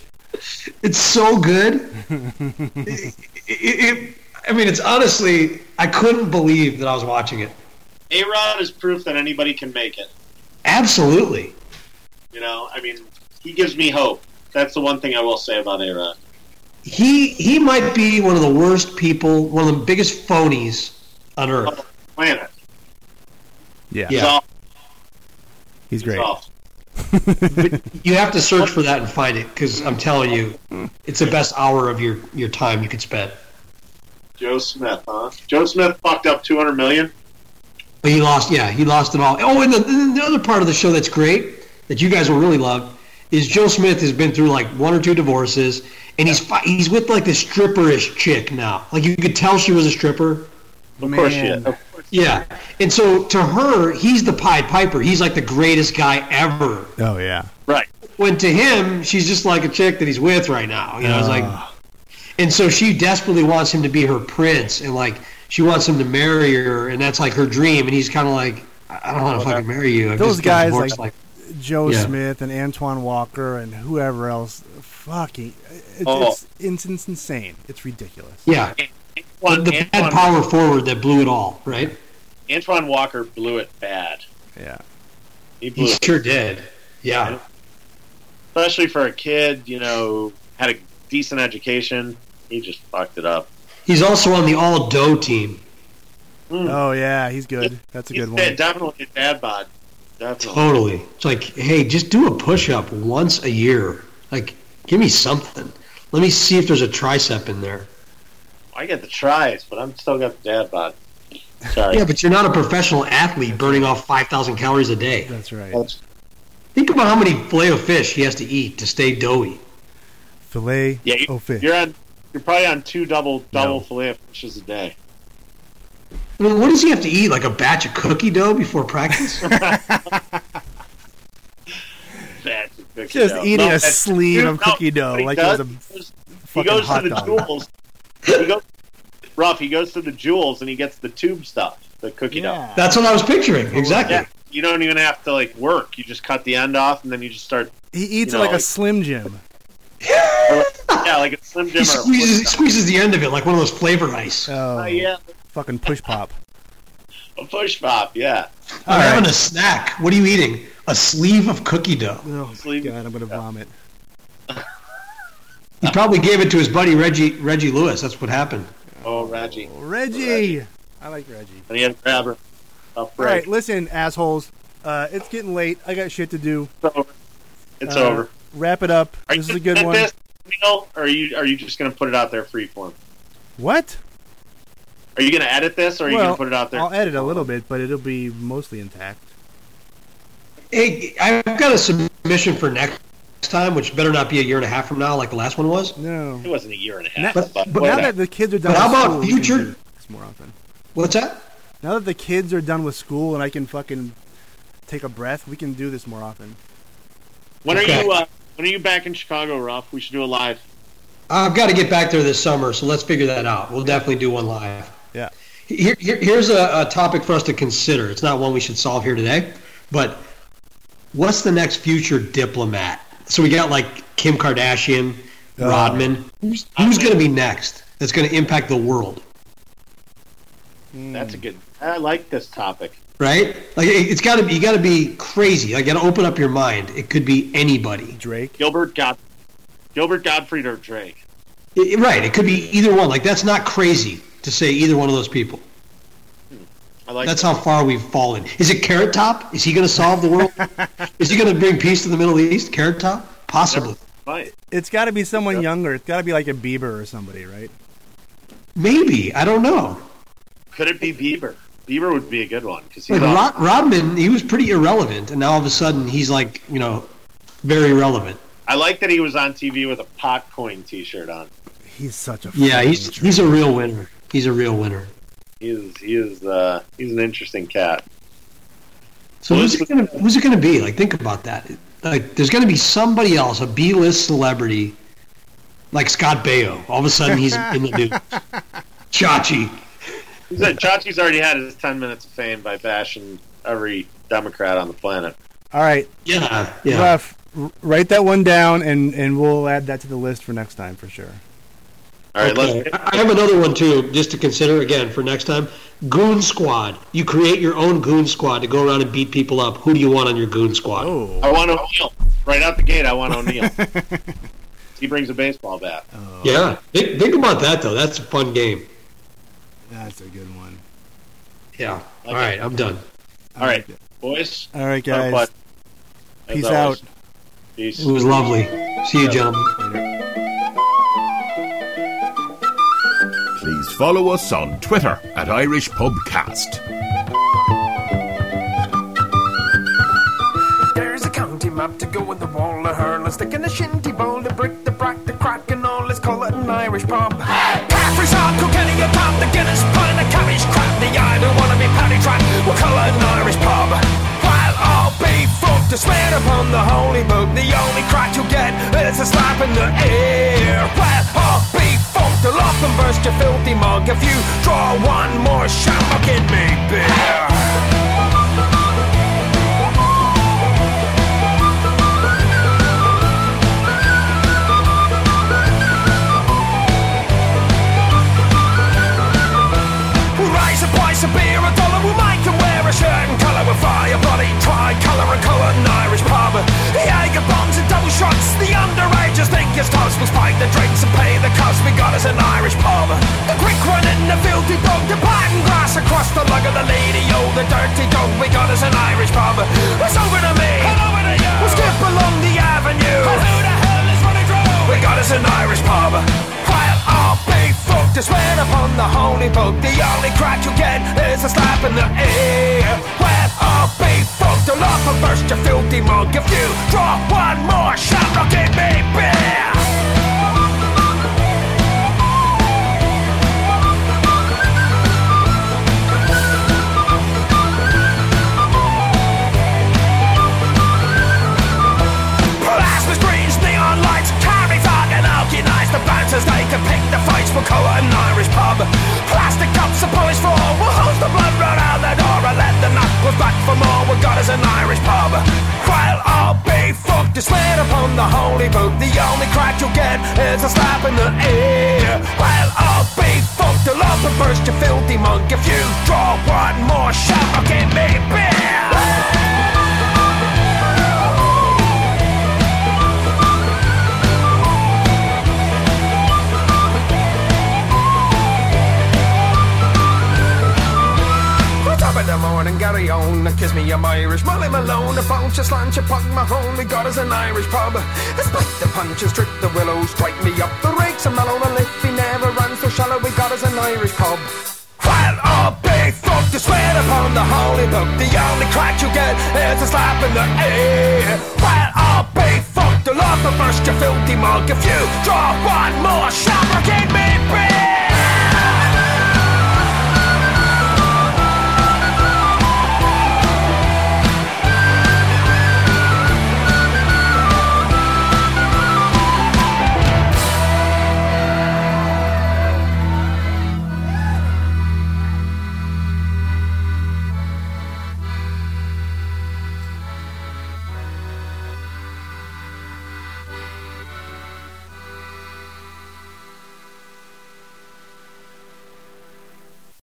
Speaker 6: It's so good. it, it, it, I mean, it's honestly, I couldn't believe that I was watching it.
Speaker 5: A Rod is proof that anybody can make it.
Speaker 6: Absolutely.
Speaker 5: You know, I mean, he gives me hope. That's the one thing I will say about A Rod.
Speaker 6: He he might be one of the worst people, one of the biggest phonies on earth.
Speaker 5: Planet.
Speaker 9: Yeah.
Speaker 5: He's
Speaker 6: Yeah.
Speaker 5: off.
Speaker 9: He's
Speaker 5: He's
Speaker 9: great.
Speaker 5: off.
Speaker 6: You have to search for that and find it because I'm telling you, it's the best hour of your, your time you could spend.
Speaker 5: Joe Smith, huh? Joe Smith fucked up two hundred million.
Speaker 6: But he lost, yeah, he lost it all. Oh, and the, and the other part of the show that's great that you guys will really love is Joe Smith has been through like one or two divorces, and he's fi- he's with like this stripperish chick now. Like you could tell she was a stripper.
Speaker 5: Of course, yeah. Of course.
Speaker 6: Yeah, and so to her, he's the Pied Piper. He's like the greatest guy ever.
Speaker 9: Oh, yeah.
Speaker 5: Right.
Speaker 6: When to him, she's just like a chick that he's with right now. You know, it's like, and so she desperately wants him to be her prince, and like she wants him to marry her, and that's like her dream. And he's kind of like, I I don't want to fucking marry you. I've
Speaker 9: Those
Speaker 6: just got
Speaker 9: guys,
Speaker 6: divorced,
Speaker 9: like- Joe
Speaker 6: Yeah.
Speaker 9: Smith and Antoine Walker and whoever else. Fucking. It's,
Speaker 5: Oh.
Speaker 9: it's, it's, it's insane. It's ridiculous.
Speaker 6: yeah,
Speaker 5: Well,
Speaker 6: the bad
Speaker 5: Antoine-
Speaker 6: power forward that blew it all. Right,
Speaker 5: Antoine Walker blew it bad.
Speaker 9: Yeah.
Speaker 5: He blew
Speaker 6: he
Speaker 5: it,
Speaker 6: sure did. Yeah,
Speaker 5: especially for a kid. You know, had a decent education. He just fucked it up.
Speaker 6: he's also on the All Doe team.
Speaker 9: Oh, yeah. He's good. That's a good
Speaker 5: He's
Speaker 9: one.
Speaker 5: Definitely a dad bod. Definitely.
Speaker 6: Totally. It's like, hey, just do a push up once a year. Like, give me something. Let me see if there's a tricep in there.
Speaker 5: I get the tries, but I'm still got the dad bod.
Speaker 9: [LAUGHS]
Speaker 5: Sorry.
Speaker 6: Yeah, but you're not a professional athlete burning off 5,000 calories a day.
Speaker 9: That's right.
Speaker 6: Think about how many filet of fish he has to eat to stay doughy.
Speaker 9: Filet
Speaker 5: Yeah, you-
Speaker 9: au Oh, fish.
Speaker 5: You're on. You're probably on two double double filet fishes a day.
Speaker 6: I mean, what does he have to eat? Like a batch of cookie dough before
Speaker 5: [LAUGHS]
Speaker 6: practice?
Speaker 5: That's a big
Speaker 9: Just
Speaker 5: deal.
Speaker 9: eating a
Speaker 5: that's-
Speaker 9: sleeve
Speaker 5: dude,
Speaker 9: of cookie dough
Speaker 5: what he
Speaker 9: like it was
Speaker 5: does
Speaker 9: a
Speaker 5: is he
Speaker 9: Fucking
Speaker 5: goes
Speaker 9: hot
Speaker 5: to the
Speaker 9: dog.
Speaker 5: jewels. he goes rough. He goes to the jewels and he gets the tube stuff, the cookie dough.
Speaker 9: Yeah.
Speaker 6: That's what I was picturing. Exactly.
Speaker 5: Yeah, you don't even have to like work. You just cut the end off and then you just start.
Speaker 9: He eats
Speaker 5: You know,
Speaker 9: like a
Speaker 5: like-
Speaker 9: Slim
Speaker 5: [LAUGHS]
Speaker 9: Jim.
Speaker 5: Yeah, like
Speaker 9: [LAUGHS]
Speaker 5: a slim
Speaker 6: [LAUGHS] He
Speaker 5: jim or a
Speaker 6: squeezes, he
Speaker 5: Flip Top.
Speaker 6: squeezes the end of it like one of those flavor ice.
Speaker 9: Oh,
Speaker 5: Oh, yeah,
Speaker 9: fucking push
Speaker 5: [LAUGHS]
Speaker 9: pop.
Speaker 5: a push pop. Yeah,
Speaker 6: I'm having a snack. What are you eating? A sleeve of cookie dough.
Speaker 9: Oh,
Speaker 5: Sleeve-
Speaker 9: God, I'm going to vomit.
Speaker 6: He probably gave it to his buddy Reggie Reggie Lewis. That's what happened.
Speaker 5: Oh, Reggie.
Speaker 9: Reggie! I like Reggie.
Speaker 5: And he had to grab her. Up
Speaker 9: All right,
Speaker 5: break.
Speaker 9: listen, assholes. Uh, it's getting late. I got shit to do.
Speaker 5: It's over. It's
Speaker 9: Uh,
Speaker 5: over.
Speaker 9: Wrap it up.
Speaker 5: Are
Speaker 9: This
Speaker 5: you
Speaker 9: is a good
Speaker 5: gonna
Speaker 9: one.
Speaker 5: edit This, Neil, or are you are you just going to put it out there free form?
Speaker 9: What?
Speaker 5: Are you going to edit this, or are you going
Speaker 9: Well,
Speaker 5: to put it out there?
Speaker 9: I'll edit a little bit, but it'll be mostly intact.
Speaker 6: Hey, I've got a submission for next time, which better not be a year and a half from now, like the last one was.
Speaker 9: No.
Speaker 5: it wasn't a year and a half.
Speaker 9: Now,
Speaker 5: But,
Speaker 9: but
Speaker 5: whatever.
Speaker 9: now that the kids are done
Speaker 6: But how
Speaker 9: with
Speaker 6: about
Speaker 9: school, we can
Speaker 6: future-
Speaker 9: do this more often.
Speaker 6: What's that?
Speaker 9: Now that the kids are done with school and I can fucking take a breath, we can do this more often.
Speaker 5: when
Speaker 6: Okay.
Speaker 5: are you uh, when are you back in Chicago, Ralph? We should do a live.
Speaker 6: I've got to get back there this summer, so let's figure that out. We'll definitely do one live.
Speaker 9: Yeah.
Speaker 6: Here, here, here's a, a topic for us to consider. It's not one we should solve here today, but what's the next future diplomat? So we got like Kim Kardashian, Rodman. Who's, who's going to be next? That's going to impact the world. Hmm.
Speaker 5: That's a good. I like this topic.
Speaker 6: right? Like it- it's got to be you got to be crazy. Like you got to open up your mind. It could be anybody,
Speaker 9: Drake?
Speaker 5: Gilbert God, Gilbert Gottfried or Drake.
Speaker 6: It- it- right? It could be either one. Like that's not crazy to say either one of those people.
Speaker 5: I like
Speaker 6: That's
Speaker 5: that.
Speaker 6: how far we've fallen. Is it Carrot Top? Is he going to solve the world? Is he going to bring peace to the Middle East? Carrot Top, possibly,
Speaker 5: Right.
Speaker 9: It's got to be someone younger. It's got to be like a Bieber or somebody, right?
Speaker 6: maybe. I don't know.
Speaker 5: Could it be Bieber? Bieber would be a good one because he's
Speaker 6: Like
Speaker 5: awesome.
Speaker 6: Rod- Rodman, he was pretty irrelevant, and now all of a sudden he's like you know very relevant.
Speaker 5: I like that he was on TV with a pot coin T-shirt on.
Speaker 9: He's such a
Speaker 6: Yeah,
Speaker 9: fucking
Speaker 6: he's he's a real winner. He's a real winner.
Speaker 5: He is he is uh, he's an interesting cat.
Speaker 6: So who's it gonna who's it gonna be? Like think about that. Like there's gonna be somebody else, a B list celebrity, like Scott Baio. All of a sudden he's in the news. Chachi.
Speaker 5: He said Chachi's already had his ten minutes of fame by bashing every Democrat on the planet.
Speaker 7: All right,
Speaker 6: Yeah. Yeah.
Speaker 7: Ruff, r- write that one down, and, and we'll add that to the list for next time
Speaker 9: [LAUGHS]
Speaker 7: for sure.
Speaker 5: All right,
Speaker 6: Okay.
Speaker 5: let's.
Speaker 6: I I have another one too, just to consider again for next time. Goon Squad. You create your own Goon Squad to go around and beat people up. Who do you want on your Goon Squad?
Speaker 9: Oh,
Speaker 5: I want O'Neal right out the gate. I want O'Neal. he brings a baseball
Speaker 6: [LAUGHS]
Speaker 5: bat.
Speaker 6: Yeah. Think, think about that though. That's a fun game.
Speaker 9: that's a good one.
Speaker 6: Yeah. All right. I'm done.
Speaker 5: All right, boys.
Speaker 7: All right,
Speaker 5: what a
Speaker 7: guys.
Speaker 5: pleasure. As
Speaker 7: Peace
Speaker 5: always.
Speaker 7: out.
Speaker 5: Peace.
Speaker 6: It was lovely. See you, gentlemen.
Speaker 2: Please follow us on Twitter at Irish Pubcast.
Speaker 3: There's a county map to go in the wall of her. Let's stick in a shinty bowl to brick the brack the crack and all. Let's call it an Irish pub. Caffrey's hot, Kilkenny, a pub, the Guinness pint, and a cabbage crap. The I don't wanna be patty trap. We'll call it an Irish pub. While all beef folk to swear upon the holy book, the only crack you get is a slap in the ear. While all beef folk to laugh and burst your filthy mug. If you draw one more shot, I'll get me beer. We'll raise a price of beer, a dollar, we'll make them wear a shirt and colour with fire, bloody tricolour, and call it an Irish pub. Jaeger bombs and double shots, the underagers think it's toast. We'll spike the drinks and pay the cost, we got us an Irish pub. The quick one in the filthy dog, the pattern grass across the lug of the lady, oh, the dirty dog, we got us an Irish pub. It's over to me, and over to you. We'll skip along the avenue, and who the hell is running through? We got us an Irish pub. oh. While our big folk to swear upon the holy book. The only crack you get is a slap in the ear. While our big folk to laugh and burst your filthy mug. If you draw one more shot, I'll give me beer. Plasma screens, neon lights, carry fog and organize the bouncers. They can pick the fights. We'll call it an Irish pub. Plastic cups are polished for. We'll hose the blood right out the door and let the knuckles back for more. We've got us an Irish pub. While I'll be fucked, you swear upon the holy book. The only crack you'll get is a slap in the ear. While I'll be fucked, you'll up and burst your filthy monk. If you draw one more shot, I'll give me beer. What's up in the morning, Gary on and kiss me, I'm Irish. Molly Malone, a bunch of slant, you punk my home, we got us an Irish pub. Spike the punches, trick the willows, strike me up the rakes, I'm mellow and lippy, never run so shallow, we got us an Irish pub. While all big folk to swear upon the holy book, the only crack you get is a slap in the ear. While all big folk to love the burst, your filthy mug, if you draw one more shot, I'll give me beer.